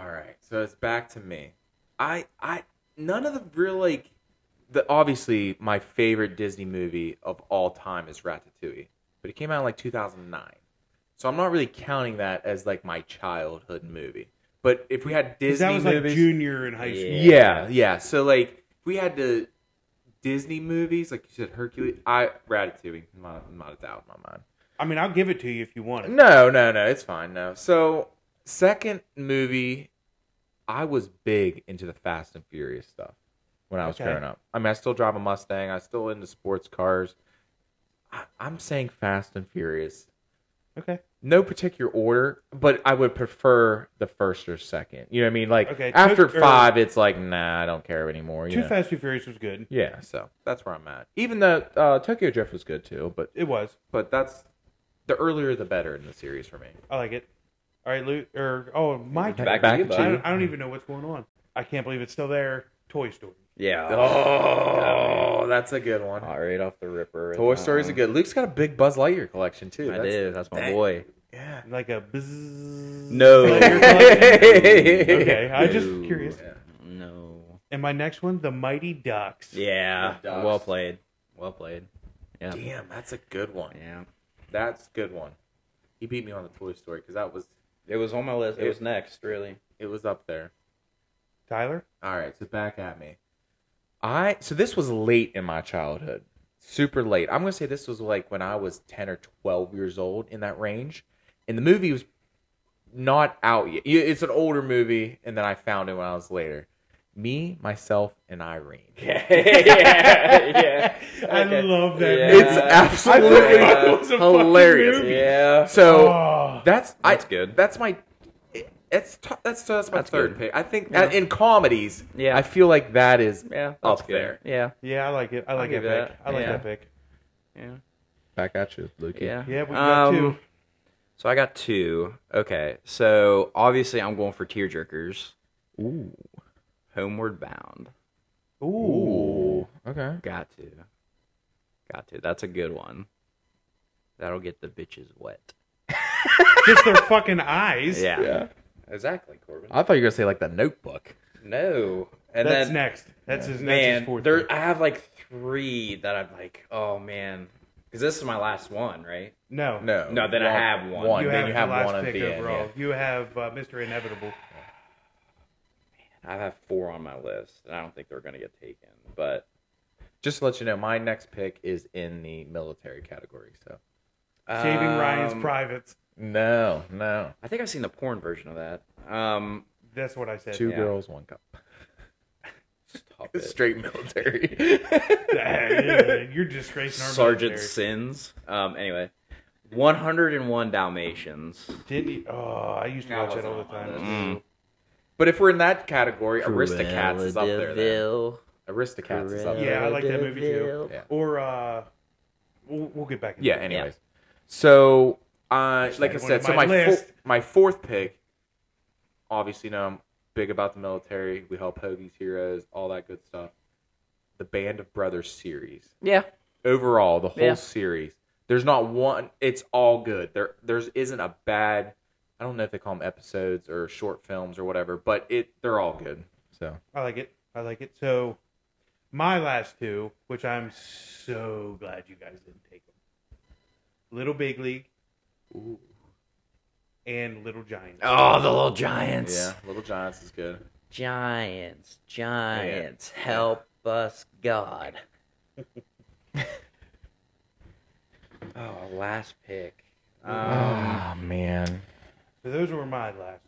Speaker 1: All right, so it's back to me. I I none of the real like the obviously my favorite Disney movie of all time is Ratatouille, but it came out in like 2009. So I'm not really counting that as like my childhood movie. But if we had
Speaker 2: 'cause
Speaker 1: Disney
Speaker 2: that was like
Speaker 1: movies,
Speaker 2: junior in high school.
Speaker 3: Yeah.
Speaker 1: Yeah, yeah. So like if we had to Disney movies, like you said, Hercules, I Ratatouille, not, not a doubt in my mind.
Speaker 2: I mean, I'll give it to you if you want it.
Speaker 1: No, no, no, it's fine. No. So, second movie, I was big into the Fast and Furious stuff when I was
Speaker 2: Okay.
Speaker 1: growing up. I mean, I still drive a Mustang. I still into sports cars. I, I'm saying Fast and Furious.
Speaker 2: Okay.
Speaker 1: No particular order, but I would prefer the first or second. You know what I mean? Like
Speaker 2: Okay,
Speaker 1: after
Speaker 2: took- or-
Speaker 1: five, it's like nah, I don't care anymore. You
Speaker 2: Too
Speaker 1: know?
Speaker 2: Fast, Too Furious was good.
Speaker 1: Yeah, so that's where I'm at. Even though uh, Tokyo Drift was good too, but
Speaker 2: It was.
Speaker 1: but that's the earlier the better in the series for me.
Speaker 2: I like it. All right, Luke. Or oh, my turn.
Speaker 3: Back,
Speaker 1: Back
Speaker 3: to you,
Speaker 1: to
Speaker 3: bud.
Speaker 2: I don't, I don't even know what's going on. I can't believe it's still there. Toy Story.
Speaker 3: Yeah.
Speaker 1: Oh, that's a good one.
Speaker 3: All right, off the ripper.
Speaker 1: Toy Story's a good. Luke's got a big Buzz Lightyear collection too.
Speaker 3: I
Speaker 1: That's-
Speaker 3: did. That's my
Speaker 1: Dang.
Speaker 3: boy.
Speaker 1: Yeah.
Speaker 2: Like a bzzz.
Speaker 3: No.
Speaker 2: okay, I'm just
Speaker 3: No.
Speaker 2: curious.
Speaker 3: No.
Speaker 2: And my next one, The Mighty Ducks.
Speaker 3: Yeah.
Speaker 1: The ducks.
Speaker 3: Well played. Well played. Yeah.
Speaker 1: Damn, that's a good one.
Speaker 3: Yeah.
Speaker 1: That's a good one. He beat me on the Toy Story because that was
Speaker 3: It was on my list. It
Speaker 1: It-
Speaker 3: was next, really.
Speaker 1: it was up there.
Speaker 2: Tyler.
Speaker 1: All right, so back at me. I so this was late in my childhood, super late. I'm gonna say this was like when I was ten or twelve years old in that range, and the movie was not out yet. Yeah, It's an older movie, and then I found it when I was later. Me, myself, and Irene.
Speaker 3: yeah.
Speaker 2: I
Speaker 3: Okay.
Speaker 2: love that.
Speaker 3: Yeah.
Speaker 2: movie.
Speaker 1: It's absolutely
Speaker 3: I thought it
Speaker 2: was a fucking
Speaker 1: hilarious.
Speaker 2: movie.
Speaker 3: Yeah.
Speaker 1: So
Speaker 2: Oh.
Speaker 1: that's
Speaker 3: That's
Speaker 1: I,
Speaker 3: good.
Speaker 1: That's my. it- That's t- that's that's my
Speaker 3: That's
Speaker 1: third
Speaker 3: good.
Speaker 1: pick. I think
Speaker 3: Yeah.
Speaker 1: uh, in comedies,
Speaker 3: Yeah.
Speaker 1: I feel like that is
Speaker 3: Yeah.
Speaker 1: up
Speaker 3: that's good.
Speaker 1: there.
Speaker 3: Yeah.
Speaker 2: Yeah, I like it. I like
Speaker 3: give
Speaker 2: that
Speaker 3: you
Speaker 2: pick.
Speaker 3: that.
Speaker 2: I like
Speaker 3: Yeah.
Speaker 2: that pick.
Speaker 3: Yeah. Um,
Speaker 4: Back at you, Lukey.
Speaker 3: Yeah.
Speaker 2: Yeah, we got two.
Speaker 3: So I got two. Okay. So obviously I'm going for tearjerkers.
Speaker 4: Ooh.
Speaker 3: Homeward bound.
Speaker 2: Ooh.
Speaker 4: Okay.
Speaker 3: Got to. Got to. That's a good one. That'll get the bitches wet.
Speaker 2: Just their fucking eyes.
Speaker 3: Yeah.
Speaker 4: Yeah.
Speaker 1: Exactly, Corbin.
Speaker 4: I thought you were gonna say like the Notebook.
Speaker 3: No. And
Speaker 2: Uh, That's
Speaker 3: then
Speaker 2: next. That's his next. his
Speaker 3: man,
Speaker 2: fourth
Speaker 3: there
Speaker 2: pick.
Speaker 3: I have like three that I'm like, oh man, because this is my last one, right?
Speaker 2: No.
Speaker 1: No,
Speaker 3: No, then I have one.
Speaker 2: You
Speaker 1: then
Speaker 2: have,
Speaker 1: you have
Speaker 2: the last
Speaker 1: one at
Speaker 2: pick
Speaker 1: the end.
Speaker 2: overall.
Speaker 1: yeah.
Speaker 2: You have uh, Mr. Inevitable.
Speaker 3: I have four on my list, and I don't think they're gonna get taken. But
Speaker 1: Just to let you know, my next pick is in the military category. So
Speaker 2: Saving Ryan's
Speaker 3: um,
Speaker 2: Privates.
Speaker 1: no, no,
Speaker 3: I think I've seen the porn version of that. Um,
Speaker 2: That's what I said.
Speaker 1: two
Speaker 3: Yeah.
Speaker 1: girls, one cup.
Speaker 3: stop it.
Speaker 1: Straight military.
Speaker 2: You're disgracing our
Speaker 3: Sergeant
Speaker 2: military.
Speaker 3: Sins. Um, anyway, 101 Dalmatians.
Speaker 2: Didn't you? Oh, I used to
Speaker 1: That
Speaker 2: watch that
Speaker 1: wasn't
Speaker 2: all the
Speaker 1: on my
Speaker 2: time.
Speaker 1: list. but if we're in that category, Aristocats is up there. Then.
Speaker 3: Deville.
Speaker 1: Aristocats is up there.
Speaker 2: Yeah, I like that movie too.
Speaker 1: Yeah.
Speaker 2: Or uh, we'll, we'll get back. into
Speaker 1: Yeah.
Speaker 2: that.
Speaker 1: Anyways, so uh, like I
Speaker 2: one
Speaker 1: said,
Speaker 2: of
Speaker 1: so
Speaker 2: my
Speaker 1: my fo-
Speaker 2: list.
Speaker 1: my fourth pick. Obviously, you know I'm big about the military. We help Hoagie's Heroes, all that good stuff. The Band of Brothers series.
Speaker 3: Yeah.
Speaker 1: overall the whole
Speaker 3: Yeah.
Speaker 1: series there's not one it's all good there there's isn't a bad i don't know if they call them episodes or short films or whatever but it they're all good so
Speaker 2: I like it. I like it. So, my last two, which I'm so glad you guys didn't take them. Little Big League. And Little Giants.
Speaker 3: Oh, the little giants.
Speaker 1: yeah little giants is good
Speaker 3: Giants, giants, help us, God. oh, last pick. Um,
Speaker 4: Oh man.
Speaker 2: So those were my last.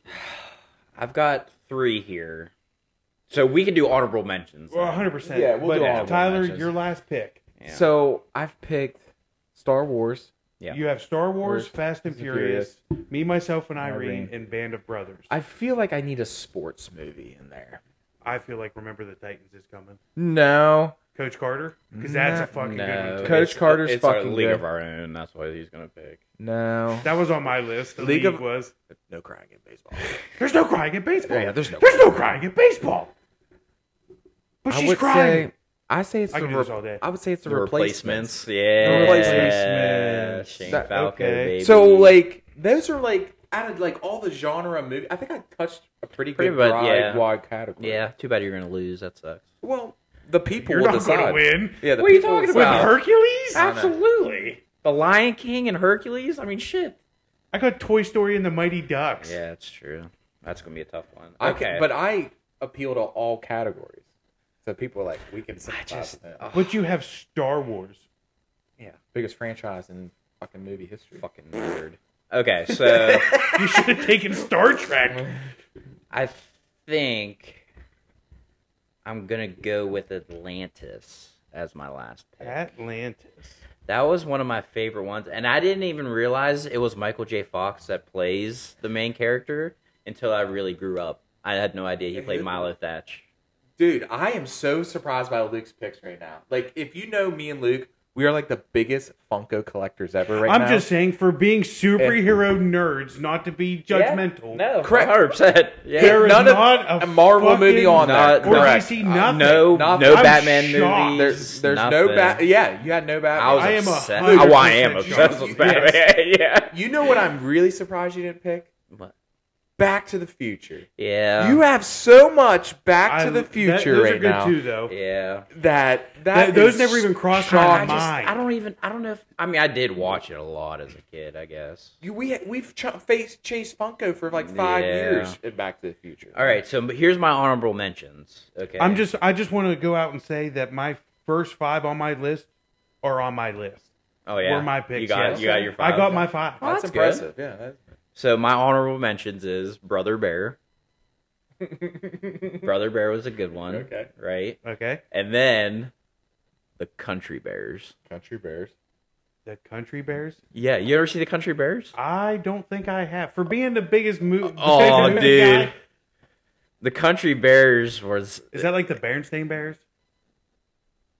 Speaker 3: I've got three here, so we can do honorable mentions.
Speaker 2: Well,
Speaker 3: then.
Speaker 2: 100%.
Speaker 1: Yeah, we'll
Speaker 2: but
Speaker 1: do all of them,
Speaker 2: Tyler,
Speaker 1: matches.
Speaker 2: your last pick.
Speaker 3: Yeah.
Speaker 1: so i've picked star wars
Speaker 3: Yeah.
Speaker 2: You have Star Wars, Fast and
Speaker 4: and
Speaker 2: Furious, Me, Myself, and Irene,
Speaker 4: Irene.
Speaker 2: and Band of Brothers. I,
Speaker 1: i feel like i need a sports movie in there
Speaker 2: feel like Remember the Titans is coming.
Speaker 1: no
Speaker 2: Coach Carter? Because that's a fucking good one.
Speaker 3: No,
Speaker 2: too.
Speaker 1: Coach
Speaker 3: it's-
Speaker 1: Carter's
Speaker 3: it's our
Speaker 1: fucking
Speaker 3: league
Speaker 1: good.
Speaker 3: of our own. That's why he's gonna pick.
Speaker 1: no
Speaker 2: That was on my list. The league,
Speaker 1: League of-
Speaker 2: was.
Speaker 1: no crying in baseball
Speaker 2: There's no crying at baseball.
Speaker 1: Yeah, there's no-
Speaker 2: There's no crying at baseball. But she's crying.
Speaker 1: say i say it's
Speaker 2: I
Speaker 1: the
Speaker 2: can do
Speaker 1: re-
Speaker 2: this all day.
Speaker 1: i would say it's the,
Speaker 3: The
Speaker 1: replacements,
Speaker 3: replacements. Yeah.
Speaker 2: replacements.
Speaker 3: Shane
Speaker 1: That-
Speaker 3: Falco,
Speaker 2: okay.
Speaker 3: baby.
Speaker 1: so like those are like out of like all the genre movie i think i touched a pretty,
Speaker 3: Pretty
Speaker 1: good
Speaker 3: much,
Speaker 1: broad,
Speaker 3: yeah.
Speaker 1: wide category
Speaker 3: yeah, too bad you're gonna lose. That sucks.
Speaker 1: Well, the people
Speaker 2: You're
Speaker 1: will
Speaker 2: not going to
Speaker 1: decide.
Speaker 2: win.
Speaker 1: Yeah, the
Speaker 3: What are you
Speaker 1: people will
Speaker 3: talking
Speaker 2: With
Speaker 1: decide.
Speaker 3: Wow. about?
Speaker 1: I
Speaker 2: Hercules?
Speaker 1: know.
Speaker 3: Absolutely. The Lion King and Hercules. I mean, shit.
Speaker 2: I got Toy Story and the Mighty Ducks.
Speaker 3: Yeah, it's true. That's gonna be a tough one.
Speaker 1: I-
Speaker 3: Okay,
Speaker 1: but I appeal to all categories. So So people are like, we can sympathize
Speaker 3: just- uh,
Speaker 1: with them.
Speaker 2: But you have Star Wars.
Speaker 1: yeah, biggest franchise in fucking movie history.
Speaker 3: Fucking nerd. Okay, so
Speaker 2: You should have taken Star Trek.
Speaker 3: I think I'm gonna go with Atlantis as my last pick.
Speaker 2: Atlantis.
Speaker 3: That was one of my favorite ones, and I didn't even realize it was Michael J. Fox that plays the main character until I really grew up. I had no idea he played Milo Thatch.
Speaker 1: Dude, I am so surprised by Luke's picks right now. Like, if you know me and Luke, we are like the biggest Funko collectors ever right
Speaker 2: I'm
Speaker 1: now.
Speaker 2: just saying, for being superhero nerds, not to be judgmental.
Speaker 3: No,
Speaker 1: Correct.
Speaker 3: Hundred percent. Yeah.
Speaker 2: There is
Speaker 1: None of-
Speaker 2: not a,
Speaker 1: a Marvel
Speaker 2: fucking-
Speaker 1: movie on
Speaker 3: Not-
Speaker 1: there.
Speaker 2: Or
Speaker 1: Correct.
Speaker 2: DC,
Speaker 1: Uh,
Speaker 2: nothing.
Speaker 3: no,
Speaker 1: Nothing.
Speaker 3: no
Speaker 2: I'm
Speaker 3: Batman
Speaker 2: shocked.
Speaker 3: movies.
Speaker 1: There's there's no
Speaker 3: nothing.
Speaker 1: bat. Yeah, you had no bat.
Speaker 3: I was
Speaker 2: I am a
Speaker 3: obsessed.
Speaker 2: hundred
Speaker 3: oh, I am
Speaker 2: percent
Speaker 3: obsessed
Speaker 2: shocked.
Speaker 3: with Batman. yeah.
Speaker 1: You know what? I'm really surprised you didn't pick
Speaker 3: What?
Speaker 1: Back to the Future.
Speaker 3: Yeah.
Speaker 1: You have so much Back
Speaker 2: I-
Speaker 1: to the
Speaker 2: that-
Speaker 1: Future
Speaker 2: those
Speaker 1: right
Speaker 2: are good
Speaker 1: now.
Speaker 2: too, though.
Speaker 3: yeah.
Speaker 1: That that
Speaker 2: Th- those
Speaker 1: is
Speaker 2: never even crossed my
Speaker 1: shocking.
Speaker 3: I just,
Speaker 2: Mine.
Speaker 3: I don't even. I don't know if. I mean, I did watch it a lot as a kid. I guess.
Speaker 1: You, we we've ch- faced Chase Funko for like five
Speaker 3: Yeah.
Speaker 1: years in Back to the Future.
Speaker 3: All right. So but here's my honorable mentions. Okay.
Speaker 2: I'm just. I just want to go out and say that my first five on my list are on my list.
Speaker 3: Oh yeah.
Speaker 2: were my picks,
Speaker 3: You got.
Speaker 2: yes.
Speaker 3: You got your.
Speaker 2: I
Speaker 3: Five.
Speaker 2: got my five.
Speaker 1: that's,
Speaker 3: that's good.
Speaker 1: impressive. Yeah, that's,
Speaker 3: So my honorable mentions is Brother Bear. Brother Bear was a good one.
Speaker 1: Okay.
Speaker 3: Right.
Speaker 2: Okay,
Speaker 3: And then the Country Bears.
Speaker 1: Country Bears.
Speaker 2: the Country Bears.
Speaker 3: Yeah, you ever see the Country Bears?
Speaker 2: I don't think I have. For being the biggest movie.
Speaker 3: Oh,
Speaker 2: movie
Speaker 3: dude.
Speaker 2: guy,
Speaker 3: The Country Bears was
Speaker 2: is that like the Berenstain Bears?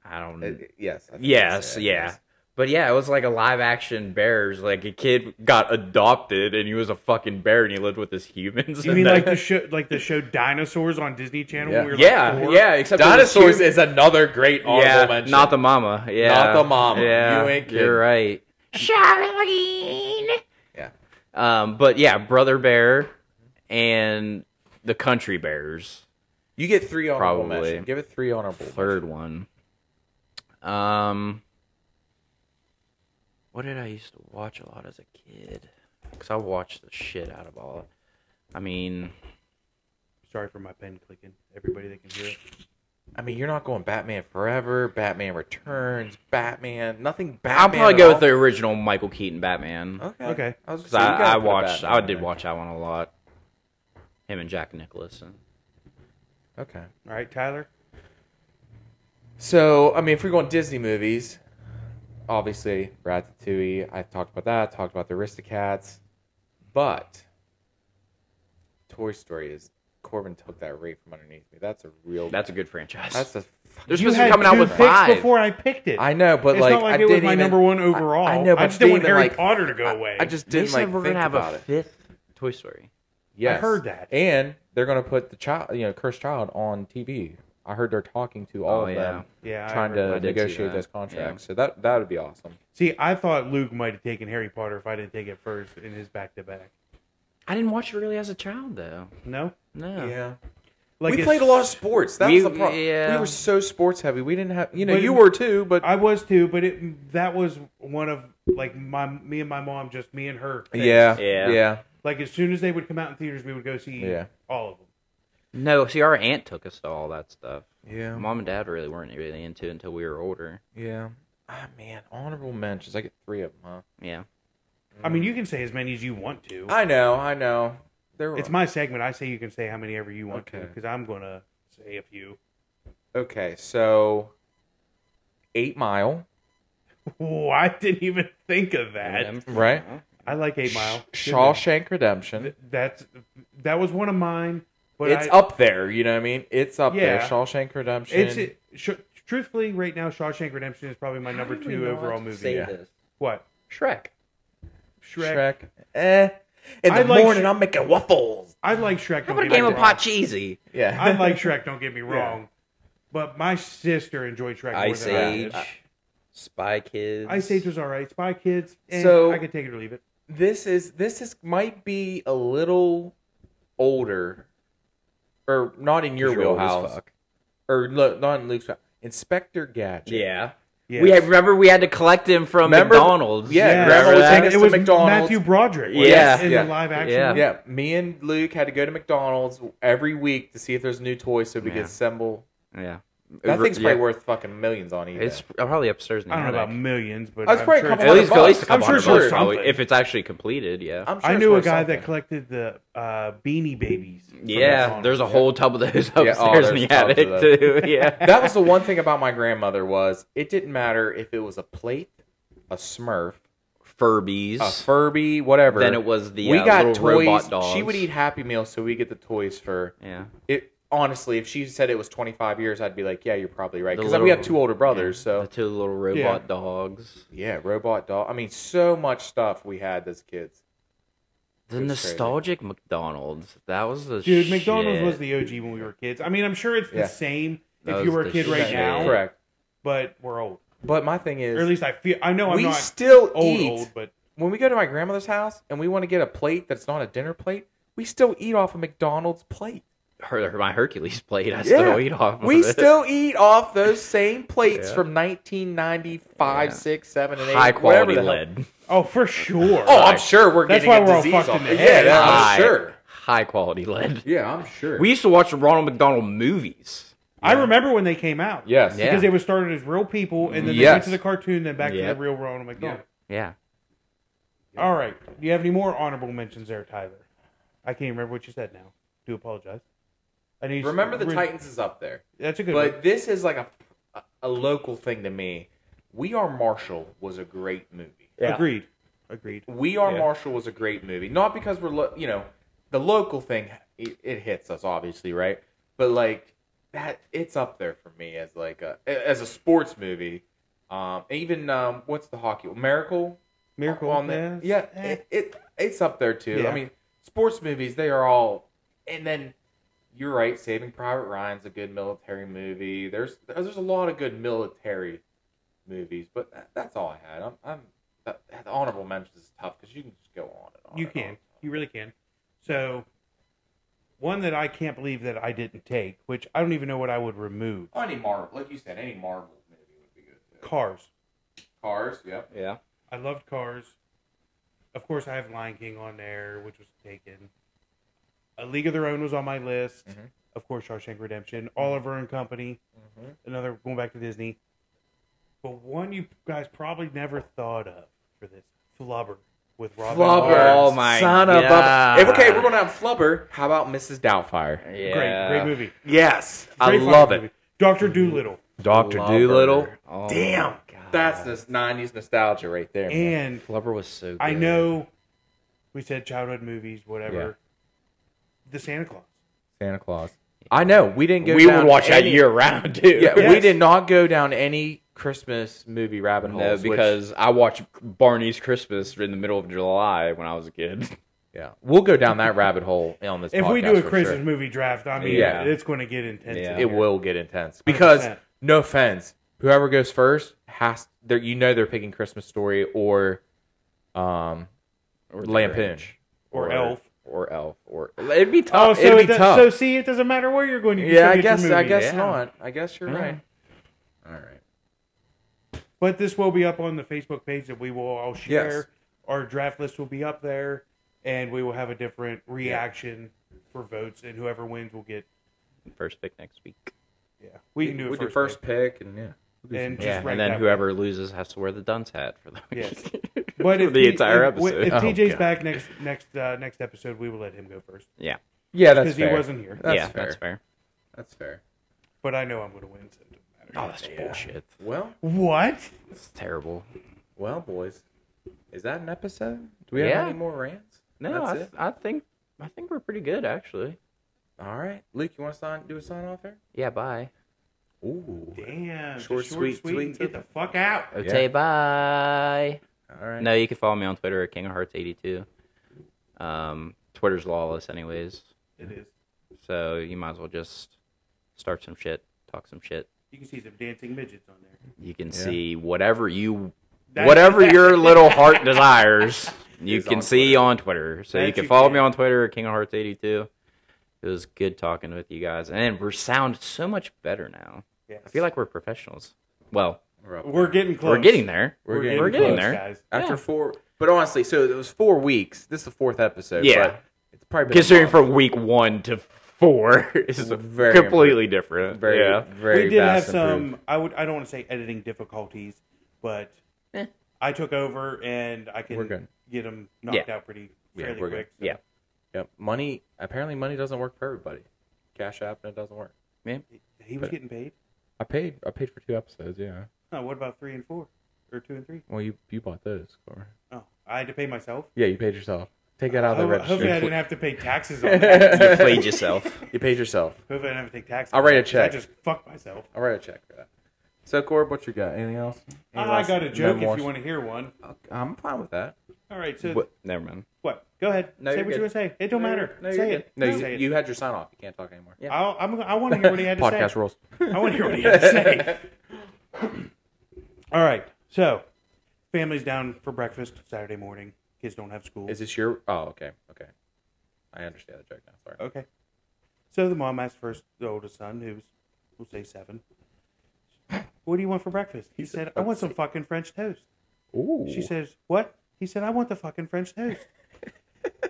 Speaker 3: I don't
Speaker 1: Uh,
Speaker 3: know.
Speaker 1: yes. I think
Speaker 3: Mm. Yes,
Speaker 1: that's it.
Speaker 3: yeah. But yeah, it was like a live action bears. Like a kid got adopted and he was a fucking bear and he lived with his humans.
Speaker 2: You
Speaker 3: and
Speaker 2: mean
Speaker 3: then-
Speaker 2: like the show, like the show Dinosaurs on Disney Channel?
Speaker 1: Yeah.
Speaker 2: when we were like
Speaker 3: Yeah,
Speaker 2: four?
Speaker 3: yeah, except it was
Speaker 1: Dinosaurs
Speaker 3: hum-
Speaker 1: is another great honorable
Speaker 3: yeah,
Speaker 1: mention.
Speaker 3: not the mama. Yeah.
Speaker 1: Not the mama.
Speaker 3: Yeah.
Speaker 1: You ain't kidding.
Speaker 3: You're right. Charlene.
Speaker 1: Yeah.
Speaker 3: Um, but yeah, Brother Bear and the Country Bears.
Speaker 1: You get three honorable
Speaker 3: Probably.
Speaker 1: mentions. Give it three honorable.
Speaker 3: third one. Um, what did I used to watch a lot as a kid? Because I watched the shit out of all. I mean,
Speaker 2: Sorry for my pen clicking. Everybody that can hear it.
Speaker 1: I mean, you're not going Batman Forever, Batman Returns, Batman. Nothing. Batman.
Speaker 3: I'll probably
Speaker 1: at
Speaker 3: go
Speaker 1: all.
Speaker 3: with the original Michael Keaton Batman.
Speaker 1: Okay.
Speaker 2: Okay.
Speaker 1: I was
Speaker 3: Because
Speaker 1: so you gotta
Speaker 3: I, I
Speaker 1: put a
Speaker 3: watched,
Speaker 1: Batman
Speaker 3: I
Speaker 1: in
Speaker 3: did
Speaker 1: there.
Speaker 3: watch that one a lot. Him and Jack Nicholson.
Speaker 1: Okay.
Speaker 2: All right, Tyler.
Speaker 1: So, I mean, if we're going Disney movies, obviously Ratatouille. I talked about that. Talked about the Aristocats, but Toy Story is Corbin took that right from underneath me. That's a real.
Speaker 3: That's a good franchise.
Speaker 1: that's a. fucking-
Speaker 3: There's
Speaker 2: You
Speaker 3: supposed to
Speaker 2: had
Speaker 3: be coming out
Speaker 2: two
Speaker 3: with
Speaker 2: picks
Speaker 3: five.
Speaker 2: before I picked it.
Speaker 1: I know, but
Speaker 2: it's
Speaker 1: like
Speaker 2: not like
Speaker 1: I
Speaker 2: it was
Speaker 1: didn't
Speaker 2: my
Speaker 1: even-
Speaker 2: number one
Speaker 1: I-
Speaker 2: overall.
Speaker 1: I, know, but
Speaker 2: I just didn't want
Speaker 1: even,
Speaker 2: Harry
Speaker 1: like,
Speaker 2: Potter to go
Speaker 1: I-
Speaker 2: away.
Speaker 1: I just
Speaker 3: They
Speaker 1: didn't
Speaker 3: said
Speaker 1: like
Speaker 3: we're
Speaker 1: think
Speaker 3: gonna have
Speaker 1: about
Speaker 3: a
Speaker 1: it.
Speaker 3: fifth Toy Story.
Speaker 1: Yes.
Speaker 2: heard that.
Speaker 1: And they're going to put the child, you know, cursed child on TV. I heard they're talking to all
Speaker 3: Oh,
Speaker 1: of
Speaker 3: yeah.
Speaker 1: them,
Speaker 2: yeah, I
Speaker 1: trying
Speaker 2: heard
Speaker 1: to
Speaker 3: I did see
Speaker 1: negotiate
Speaker 3: that.
Speaker 1: those contracts. So that that would be awesome.
Speaker 2: See, I thought Luke might have taken Harry Potter if I didn't take it first in his back to back.
Speaker 3: I didn't watch it really as a child though.
Speaker 2: No,
Speaker 3: No.
Speaker 2: like
Speaker 1: we
Speaker 2: it's-
Speaker 1: played a lot of sports. That
Speaker 3: We-
Speaker 1: was the problem.
Speaker 3: yeah.
Speaker 1: We were so sports heavy. We didn't have, you know,
Speaker 2: But-
Speaker 1: you were too, but
Speaker 2: I was too, but it that was one of like my me and my mom, just me and her. things.
Speaker 1: yeah,
Speaker 3: Yeah.
Speaker 1: yeah, yeah.
Speaker 2: Like as soon as they would come out in theaters, we would go see
Speaker 1: Yeah.
Speaker 2: all of them.
Speaker 3: No, see, our aunt took us to all that stuff.
Speaker 1: Yeah.
Speaker 3: Mom and dad really weren't really into it until we were older.
Speaker 1: Ah, man, honorable mentions. I get three of them, huh?
Speaker 3: Yeah.
Speaker 2: I mean, you can say as many as you want to.
Speaker 1: I know, I know. There were,
Speaker 2: it's my segment. I say you can say how many ever you want to to
Speaker 1: Okay.
Speaker 2: because I'm gonna say a few.
Speaker 1: okay, so Eight Mile,
Speaker 2: Oh, I didn't even think of that.
Speaker 1: right?
Speaker 2: I like Eight Mile.
Speaker 1: Sh- Shawshank Redemption.
Speaker 2: Th- That's that was one of mine. But
Speaker 1: it's
Speaker 2: I,
Speaker 1: up there. You know what I mean? It's up there.
Speaker 2: Yeah.
Speaker 1: Shawshank Redemption.
Speaker 2: It's it, sh- truthfully right now. Shawshank Redemption is probably my number two overall movie.
Speaker 1: Yeah.
Speaker 3: this.
Speaker 2: What
Speaker 3: Shrek.
Speaker 2: Shrek?
Speaker 1: Shrek. Eh. In the
Speaker 2: I like
Speaker 1: morning,
Speaker 2: Shrek-
Speaker 1: I'm making waffles.
Speaker 2: I like Shrek.
Speaker 3: How
Speaker 2: don't
Speaker 3: about a
Speaker 2: get me
Speaker 3: game of
Speaker 2: wrong.
Speaker 3: pot cheesy?
Speaker 1: Yeah.
Speaker 2: I like Shrek. Don't get me wrong. But my sister enjoyed Shrek. More
Speaker 3: Ice
Speaker 2: than
Speaker 3: Age.
Speaker 2: I did.
Speaker 3: Spy Kids.
Speaker 2: Ice Age was all right. Spy Kids. Eh,
Speaker 1: So-
Speaker 2: I could take it or leave it.
Speaker 1: this is this is might be a little older, or not in your
Speaker 3: You're old as
Speaker 1: wheelhouse,
Speaker 3: fuck.
Speaker 1: or lo- not in Luke's. wheelhouse. Inspector Gadget.
Speaker 3: Yeah.
Speaker 2: Yes.
Speaker 3: We had, remember we had to collect him from
Speaker 1: Remember-
Speaker 3: McDonald's.
Speaker 1: yeah,
Speaker 2: Yes.
Speaker 1: Grandma
Speaker 3: remember
Speaker 1: would
Speaker 3: that?
Speaker 1: take us
Speaker 2: it
Speaker 1: to
Speaker 2: was
Speaker 1: McDonald's.
Speaker 2: Matthew Broderick.
Speaker 3: Yeah.
Speaker 2: yes, in
Speaker 1: Yeah.
Speaker 2: the live action.
Speaker 3: Yeah.
Speaker 1: Yeah, me and Luke had to go to McDonald's every week to see if there's a new toy so we
Speaker 3: Yeah.
Speaker 1: could assemble.
Speaker 3: yeah.
Speaker 1: That
Speaker 3: Over-
Speaker 1: thing's probably
Speaker 3: yeah.
Speaker 1: worth fucking millions on eBay.
Speaker 3: It's probably upstairs in the
Speaker 2: I don't know
Speaker 3: attic.
Speaker 2: about millions, but
Speaker 1: I was
Speaker 2: I'm
Speaker 1: probably
Speaker 2: sure
Speaker 1: coming
Speaker 2: it's-
Speaker 3: At least, at least a
Speaker 1: I'm sure
Speaker 3: couple hundred
Speaker 1: it's
Speaker 3: bucks,
Speaker 1: worth
Speaker 3: probably.
Speaker 2: something.
Speaker 3: If it's actually completed, yeah.
Speaker 1: I'm sure
Speaker 2: I
Speaker 1: it's
Speaker 2: knew a
Speaker 1: worth
Speaker 2: guy
Speaker 1: something.
Speaker 2: that collected the uh, Beanie Babies. from that
Speaker 3: yeah,
Speaker 2: song.
Speaker 3: there's a whole tub of those
Speaker 1: oh,
Speaker 3: upstairs in
Speaker 1: there's
Speaker 3: the
Speaker 1: tubs of
Speaker 3: attic too. Yeah.
Speaker 1: that was the one thing about my grandmother was it didn't matter if it was a plate, a Smurf,
Speaker 3: Furbies.
Speaker 1: a Furby, whatever.
Speaker 3: Then it was the
Speaker 1: we
Speaker 3: uh,
Speaker 1: got
Speaker 3: little
Speaker 1: toys.
Speaker 3: robot dogs.
Speaker 1: She would eat Happy Meals, so we get the toys for
Speaker 3: Yeah.
Speaker 1: it. Honestly, if she said it was 25 years, I'd be like, yeah, you're probably right
Speaker 3: The
Speaker 1: because
Speaker 3: little-
Speaker 1: we have two older brothers.
Speaker 3: The
Speaker 1: So
Speaker 3: two little robot dogs.
Speaker 1: yeah, robot doll. I mean, so much stuff we had as kids.
Speaker 3: The
Speaker 1: It was crazy.
Speaker 3: nostalgic McDonald's. That was the
Speaker 2: Dude,
Speaker 3: shit.
Speaker 2: McDonald's was the OG when we were kids. I mean, I'm sure it's the
Speaker 1: Yeah.
Speaker 2: same
Speaker 3: That
Speaker 2: if you
Speaker 3: was
Speaker 2: were a
Speaker 3: the
Speaker 2: kid right
Speaker 3: shit.
Speaker 2: now,
Speaker 1: correct.
Speaker 2: but we're old.
Speaker 1: But my thing is,
Speaker 2: Or at least I feel. I know I'm
Speaker 1: we
Speaker 2: not
Speaker 1: still
Speaker 2: old,
Speaker 1: eat
Speaker 2: old, but
Speaker 1: when we go to my grandmother's house and we want to get a plate that's not a dinner plate. We still eat off a McDonald's plate.
Speaker 3: Her, my Hercules plate. I still eat off. Of
Speaker 1: We
Speaker 3: it.
Speaker 1: still eat off those same plates
Speaker 3: Yeah.
Speaker 1: from 1995,
Speaker 3: Yeah.
Speaker 1: 6, 7, and 8.
Speaker 3: high
Speaker 1: whatever
Speaker 3: quality
Speaker 1: the hell-
Speaker 3: lead.
Speaker 2: oh, for sure.
Speaker 1: Oh, I'm sure we're
Speaker 2: That's
Speaker 1: getting
Speaker 2: why
Speaker 1: a
Speaker 2: we're all
Speaker 1: disease
Speaker 2: fucked
Speaker 1: off
Speaker 2: in the
Speaker 1: it. Yeah,
Speaker 2: head.
Speaker 1: that-
Speaker 3: High-
Speaker 1: I'm sure.
Speaker 3: High quality lead.
Speaker 1: Yeah, I'm sure.
Speaker 3: We used to watch the Ronald McDonald movies.
Speaker 2: I remember when they came out.
Speaker 1: yes.
Speaker 3: Yeah.
Speaker 2: because they were started as real people, and then they went
Speaker 1: Yes.
Speaker 2: to the cartoon, then back to
Speaker 3: Yep.
Speaker 2: the real Ronald McDonald.
Speaker 3: Yeah.
Speaker 2: "Oh, All right, do you have any more honorable mentions there, Tyler? I can't remember what you said now. Do apologize. I need
Speaker 1: Remember the
Speaker 2: re-
Speaker 1: Titans is up there.
Speaker 2: That's a good
Speaker 1: But this is like a, a, a local thing to me. We Are Marshall was a great movie.
Speaker 2: one. Agreed. Agreed.
Speaker 1: We Are
Speaker 2: Yeah.
Speaker 1: Marshall was a great movie. Not because we're, lo- you know, the local thing, it, it hits us, obviously, right? But, like, that, it's up there for me as, like, a, as a sports movie. Um, even, um, what's the hockey? Miracle?
Speaker 2: Miracle
Speaker 1: on
Speaker 2: yeah.
Speaker 1: the, yeah,
Speaker 2: Eh.
Speaker 1: it, it it's up there too.
Speaker 2: Yeah.
Speaker 1: I mean, sports movies they are all, and then you're right. Saving Private Ryan's a good military movie. There's there's a lot of good military movies, but that, that's all I had. I'm, I'm that, that honorable mentions is tough because you can just go on and on.
Speaker 2: You
Speaker 1: and
Speaker 2: can.
Speaker 1: on.
Speaker 2: You really can. So, one that I can't believe that I didn't take, which I don't even know what I would remove.
Speaker 1: Oh, any Marvel, like you said, any Marvel movie would be good. Too.
Speaker 2: Cars.
Speaker 1: Cars, yep.
Speaker 3: Yeah.
Speaker 2: I loved Cars. Of course, I have Lion King on there, which was taken. A League of Their Own was on my list.
Speaker 1: Mhm.
Speaker 2: Of course, Shawshank Redemption, Oliver and Company. Another going back to Disney. But one you guys probably never thought of for this Flubber with Robin.
Speaker 1: Flubber.
Speaker 2: Williams.
Speaker 3: Oh my
Speaker 1: Son of
Speaker 3: God.
Speaker 1: a. If- okay, we're gonna have Flubber. How about Mrs. Doubtfire?
Speaker 3: Yeah.
Speaker 2: Great, great movie.
Speaker 1: Yes,
Speaker 2: Great
Speaker 1: I
Speaker 2: fucking
Speaker 1: love it.
Speaker 2: movie. Doctor Doolittle.
Speaker 4: Doctor
Speaker 3: Flubber.
Speaker 4: Doolittle.
Speaker 3: Oh,
Speaker 1: Damn,
Speaker 3: my God.
Speaker 1: that's this '90s nostalgia right there. man.
Speaker 2: And
Speaker 3: Flubber was so. Good.
Speaker 2: I know we said childhood movies, whatever. The Santa Claus.
Speaker 4: Santa Claus. I know. We didn't go.
Speaker 1: We
Speaker 4: down
Speaker 1: would watch that
Speaker 4: any-
Speaker 1: year
Speaker 3: round too.
Speaker 1: Yeah,
Speaker 2: Yes.
Speaker 1: we did not go down any Christmas movie rabbit holes
Speaker 3: No,
Speaker 1: which-
Speaker 3: because I watched Barney's Christmas in the middle of July when I was a kid.
Speaker 1: yeah, we'll go down that rabbit hole on this.
Speaker 2: If we
Speaker 1: podcast
Speaker 2: do a
Speaker 1: for
Speaker 2: Christmas
Speaker 1: sure.
Speaker 2: movie draft, I mean,
Speaker 1: Yeah.
Speaker 2: it's going to get intense. in
Speaker 3: Yeah.
Speaker 1: it
Speaker 2: here.
Speaker 1: will get intense. Because
Speaker 2: 100%.
Speaker 1: no offense, whoever goes first has there. You know they're picking Christmas Story or um,
Speaker 3: Or the
Speaker 1: Lampoon.
Speaker 3: Grinch.
Speaker 2: Or Elf.
Speaker 3: Or Elf. Or it'd be
Speaker 2: Oh,
Speaker 3: tough.
Speaker 2: so,
Speaker 1: it'd
Speaker 2: it
Speaker 1: be
Speaker 2: does-
Speaker 1: tough.
Speaker 2: so see, it doesn't matter where you're going. You can
Speaker 1: Yeah,
Speaker 2: still
Speaker 1: I
Speaker 2: get
Speaker 1: guess
Speaker 2: your
Speaker 1: I
Speaker 2: movie.
Speaker 1: guess
Speaker 3: yeah.
Speaker 1: not. I guess you're right. All right.
Speaker 2: But this will be up on the Facebook page that we will all share.
Speaker 1: Yes.
Speaker 2: Our draft list will be up there, and we will have a different reaction for votes, and whoever wins will get.
Speaker 3: First pick next week.
Speaker 2: Yeah, we can do it
Speaker 1: We'll
Speaker 2: first. pick.
Speaker 1: pick, and yeah. We'll do some-
Speaker 2: And Just
Speaker 3: Yeah,
Speaker 2: rank
Speaker 3: and then
Speaker 2: that
Speaker 3: whoever loses has to wear the dunce hat for the
Speaker 2: Yes.
Speaker 3: week.
Speaker 2: But
Speaker 3: For
Speaker 2: if
Speaker 3: the
Speaker 2: T-
Speaker 3: entire
Speaker 2: if-
Speaker 3: episode.
Speaker 2: if
Speaker 1: Oh,
Speaker 2: TJ's
Speaker 1: God.
Speaker 2: back next next uh, next episode, we will let him go first
Speaker 3: yeah,
Speaker 1: yeah, that's
Speaker 2: because he
Speaker 1: fair.
Speaker 2: wasn't here.
Speaker 1: That's
Speaker 3: yeah,
Speaker 1: fair.
Speaker 3: that's fair.
Speaker 1: That's fair.
Speaker 2: But I know I'm going to win, so it doesn't
Speaker 3: Oh,
Speaker 2: matter.
Speaker 3: that's bullshit.
Speaker 1: Well,
Speaker 2: What?
Speaker 3: It's terrible.
Speaker 1: well, boys, is that an episode? Do we have
Speaker 3: Yeah.
Speaker 1: any more rants?
Speaker 3: No,
Speaker 1: that's
Speaker 3: I,
Speaker 1: it.
Speaker 3: th- I think I think we're pretty good actually.
Speaker 1: All right, Luke, you want to sign? Do a sign off here?
Speaker 3: Yeah, bye.
Speaker 1: Ooh.
Speaker 2: Damn. just
Speaker 1: Short, sweet, sweet
Speaker 2: and
Speaker 1: to
Speaker 2: Get the fuck out.
Speaker 3: Okay, Oh, bye.
Speaker 1: All right.
Speaker 3: No, you can follow me on Twitter at King of Hearts eighty two. Um, Twitter's lawless, anyways.
Speaker 2: It is.
Speaker 3: So you might as well just start some shit, talk some shit.
Speaker 2: You can see some dancing midgets on there.
Speaker 3: You can see whatever you,
Speaker 2: That-
Speaker 3: whatever your little heart desires, you
Speaker 1: Is
Speaker 3: can
Speaker 1: on
Speaker 3: see on Twitter. So you
Speaker 2: That
Speaker 3: can
Speaker 2: you
Speaker 3: follow
Speaker 2: can.
Speaker 3: me on Twitter at King of Hearts eighty two. It was good talking with you guys, and we sound so much better now.
Speaker 2: Yes.
Speaker 3: I feel like we're professionals. Well,
Speaker 1: We're up.
Speaker 2: we're getting close.
Speaker 3: we're getting there.
Speaker 1: We're getting-
Speaker 3: we're getting
Speaker 2: close,
Speaker 3: there.
Speaker 2: guys.
Speaker 1: After
Speaker 3: Yeah.
Speaker 1: four, but honestly, so it was four weeks. This is the fourth episode.
Speaker 3: Yeah.
Speaker 1: but it's probably been a
Speaker 3: Considering
Speaker 1: month.
Speaker 3: from week one to four is
Speaker 1: Very
Speaker 3: completely different.
Speaker 1: Very,
Speaker 3: yeah.
Speaker 1: very.
Speaker 2: we did have
Speaker 1: vast
Speaker 2: some.
Speaker 1: improved.
Speaker 2: I would. I don't want to say editing difficulties, but
Speaker 3: Eh.
Speaker 2: I took over and I
Speaker 1: We're
Speaker 2: can
Speaker 1: good.
Speaker 2: get them knocked out pretty
Speaker 1: Yeah,
Speaker 2: fairly
Speaker 1: we're good.
Speaker 2: quick. so-
Speaker 3: Yeah.
Speaker 1: Yep. Money. Apparently, money doesn't work for everybody. Cash app and it doesn't work.
Speaker 2: He was getting paid.
Speaker 4: I paid. I paid for two episodes. Yeah.
Speaker 2: No, what about three and four or two and three?
Speaker 4: Well, you you bought those. Cor.
Speaker 2: Oh, I had to pay myself.
Speaker 4: Yeah, you paid yourself. Take that out of the
Speaker 2: Ho- hopefully, I
Speaker 4: registry.
Speaker 2: didn't have to pay taxes on that.
Speaker 3: You played yourself.
Speaker 1: You paid yourself.
Speaker 2: hopefully, I didn't have to take taxes.
Speaker 1: I'll write a
Speaker 2: on that, 'cause I
Speaker 1: check.
Speaker 2: just fucked myself.
Speaker 1: I'll write a check for that. So, Corb, what you got? Anything else? Anything
Speaker 2: I
Speaker 1: else?
Speaker 2: got a
Speaker 1: No
Speaker 2: joke
Speaker 1: more-
Speaker 2: if you want to hear one.
Speaker 1: I'm fine with that.
Speaker 2: All right, so
Speaker 3: What? Never mind.
Speaker 2: what? Go ahead.
Speaker 1: No,
Speaker 2: say
Speaker 1: you're
Speaker 2: what you
Speaker 1: good.
Speaker 2: want to say. It don't
Speaker 1: No,
Speaker 2: matter.
Speaker 1: No,
Speaker 2: say
Speaker 1: you're
Speaker 2: it.
Speaker 1: good. No,
Speaker 2: say
Speaker 1: you,
Speaker 2: it.
Speaker 1: you had your sign off. You can't talk anymore.
Speaker 3: Yeah.
Speaker 2: I'll, I'm, I want to hear what he had to say.
Speaker 1: Podcast rules.
Speaker 2: I want to hear what he had to say. All right. So, family's down for breakfast Saturday morning. Kids don't have school.
Speaker 1: Is this your? Oh, okay, okay. I understand the joke now. Sorry.
Speaker 2: okay. So the mom asked first the oldest son, who's we'll say seven. What do you want for breakfast? He said, "I want some fucking French toast."
Speaker 4: Ooh.
Speaker 2: She says, "What?" He said, "I want the fucking French toast."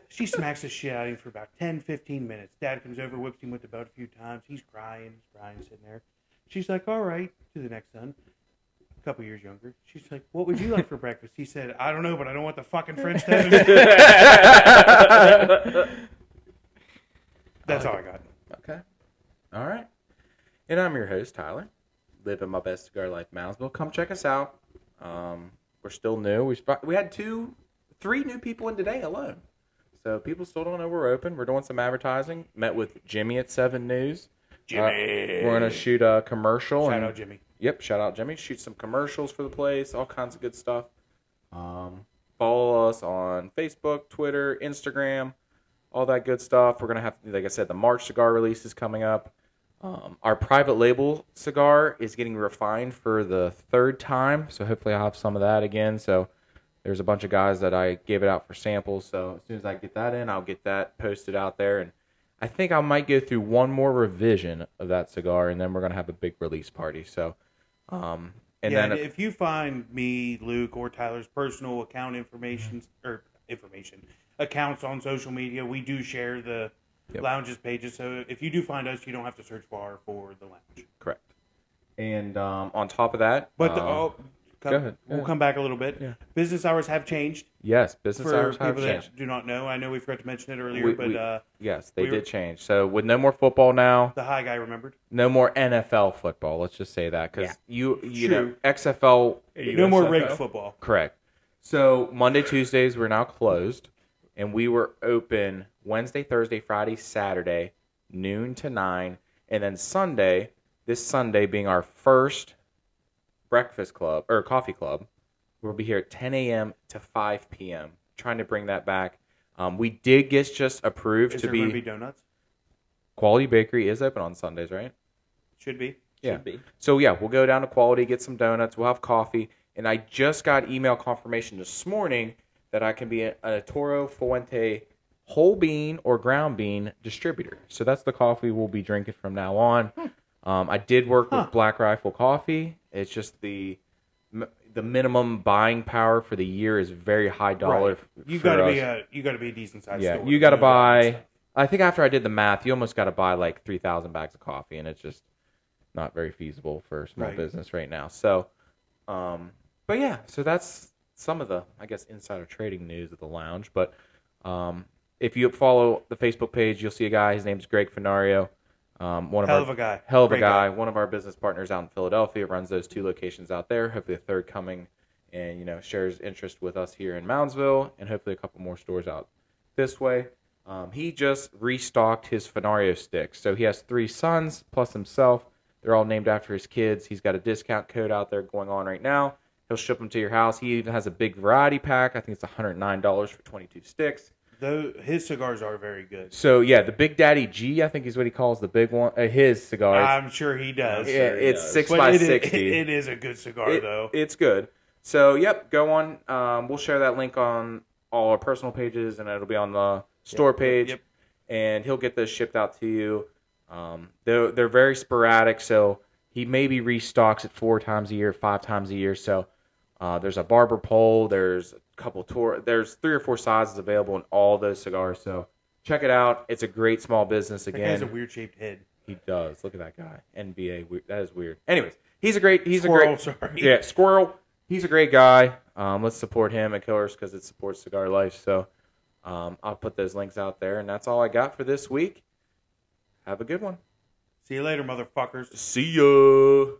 Speaker 2: she smacks the shit out of him for about 10, 15 minutes. Dad comes over, whips him with the belt a few times. He's crying, he's crying, sitting there. She's like, "All right," to the next son, a couple years younger. She's like, "What would you like for breakfast?" He said, "I don't know, but I don't want the fucking French toast." That's all I got.
Speaker 1: Okay. All right. And I'm your host, Tyler. Living my best cigar life, in Moundsville. Come check us out. Um, we're still new. We sp- we had two, three new people in today alone. So people still don't know we're open. We're doing some advertising. Met with Jimmy at Seven News. Jimmy. we're gonna shoot a commercial.
Speaker 2: Shout
Speaker 1: and-
Speaker 2: out, Jimmy.
Speaker 1: Yep, shout out Jimmy. Shoot some commercials for the place, all kinds of good stuff. Um, follow us on Facebook, Twitter, Instagram, all that good stuff. We're gonna have, like I said, the March cigar release is coming up. Um, our private label cigar is getting refined for the third time, so hopefully I'll have some of that again. So there's a bunch of guys that I gave it out for samples. So as soon as I get that in, I'll get that posted out there, and I think I might go through one more revision of that cigar, and then we're gonna have a big release party. So, um, and
Speaker 2: yeah,
Speaker 1: then
Speaker 2: and if you find me, Luke, or Tyler's personal account information or information accounts on social media, we do share the lounges pages. So if you do find us, you don't have to search far for the lounge.
Speaker 1: correct. And um, on top of that,
Speaker 2: But the,
Speaker 1: um,
Speaker 2: oh, come,
Speaker 1: ahead, go
Speaker 2: we'll
Speaker 1: ahead.
Speaker 2: come back a little bit. Business hours have changed
Speaker 1: yes, business
Speaker 2: for
Speaker 1: hours have
Speaker 2: people
Speaker 1: changed.
Speaker 2: that do not know. I know we forgot to mention it earlier,
Speaker 1: We-
Speaker 2: but
Speaker 1: we-
Speaker 2: uh,
Speaker 1: Yes, they
Speaker 2: we were-
Speaker 1: did change. So with no more football now,
Speaker 2: the high guy remembered.
Speaker 1: no more NFL football. Let's just say that because you you know
Speaker 2: True.
Speaker 1: XFL
Speaker 2: No more
Speaker 1: USFL.
Speaker 2: rigged football.
Speaker 1: Correct. So Monday, Tuesdays we're now closed, and we were open Wednesday, Thursday, Friday, Saturday, noon to nine, and then Sunday. This Sunday being our first breakfast club or coffee club, we'll be here at 10 a.m. to 5 p.m. Trying to bring that back. Um, we did get just approved
Speaker 2: Is
Speaker 1: to
Speaker 2: there going
Speaker 1: be,
Speaker 2: to be donuts?
Speaker 1: Quality Bakery is open on Sundays, right?
Speaker 2: Should be.
Speaker 1: Yeah. So yeah, we'll go down to Quality, get some donuts, we'll have coffee, and I just got email confirmation this morning that I can be a, a Toro Fuente whole bean or ground bean distributor. So that's the coffee we'll be drinking from now on.
Speaker 2: Hmm.
Speaker 1: Um, I did work with Black Rifle Coffee. It's just the m- the minimum buying power for the year is very high dollar. f-
Speaker 2: You
Speaker 1: for
Speaker 2: got to be
Speaker 1: us.
Speaker 2: a you got to be a decent sized
Speaker 1: yeah.
Speaker 2: store.
Speaker 1: You got to
Speaker 2: know
Speaker 1: buy.
Speaker 2: that
Speaker 1: I think after I did the math, you almost got to buy like three thousand bags of coffee, and it's just not very feasible for small
Speaker 2: Right.
Speaker 1: business right now. So, um, but yeah, so that's some of the I guess insider trading news of the lounge. But um, if you follow the Facebook page, you'll see a guy. His name's Greg Fenario. Um, one of
Speaker 2: Hell
Speaker 1: our,
Speaker 2: of a guy.
Speaker 1: Hell of a
Speaker 2: Great
Speaker 1: guy.
Speaker 2: guy.
Speaker 1: One of our business partners out in Philadelphia runs those two locations out there. Hopefully, a third coming, and you know shares interest with us here in Moundsville, and hopefully a couple more stores out this way. Um, he just restocked his Fenario sticks. So he has three sons plus himself. They're all named after his kids. He's got a discount code out there going on right now. He'll ship them to your house. He even has a big variety pack. I think it's $109 for 22 sticks.
Speaker 2: Though his cigars are very good.
Speaker 1: So yeah, the Big Daddy G, I think is what he calls the big one. Uh, his cigars.
Speaker 2: I'm sure he does.
Speaker 1: yeah, it's
Speaker 3: does.
Speaker 1: six
Speaker 2: But
Speaker 1: by
Speaker 2: it is-
Speaker 1: sixty.
Speaker 2: it is a good cigar
Speaker 1: It-
Speaker 2: though.
Speaker 1: It's good. So, yep, go on. Um, we'll share that link on all our personal pages, and it'll be on the store page.
Speaker 2: yep.
Speaker 1: And he'll get those shipped out to you. Um, they're they're very sporadic, so he maybe restocks it four times a year, five times a year. So uh, there's a barber pole. There's a couple tour. There's three or four sizes available in all those cigars. So Check it out. It's a great small business.
Speaker 2: That guy's a
Speaker 1: Again,
Speaker 2: weird shaped head.
Speaker 1: he does. Look at that guy. NBA. we- That is weird. Anyways, he's a great. He's a
Speaker 2: Squirrel,
Speaker 1: great.
Speaker 2: sorry.
Speaker 1: Yeah, Squirrel. He's a great guy. Um, let's support him at Killers because it supports Cigar Life. So um, I'll put those links out there, and that's all I got for this week. Have a good one.
Speaker 2: See you later, motherfuckers.
Speaker 1: See ya.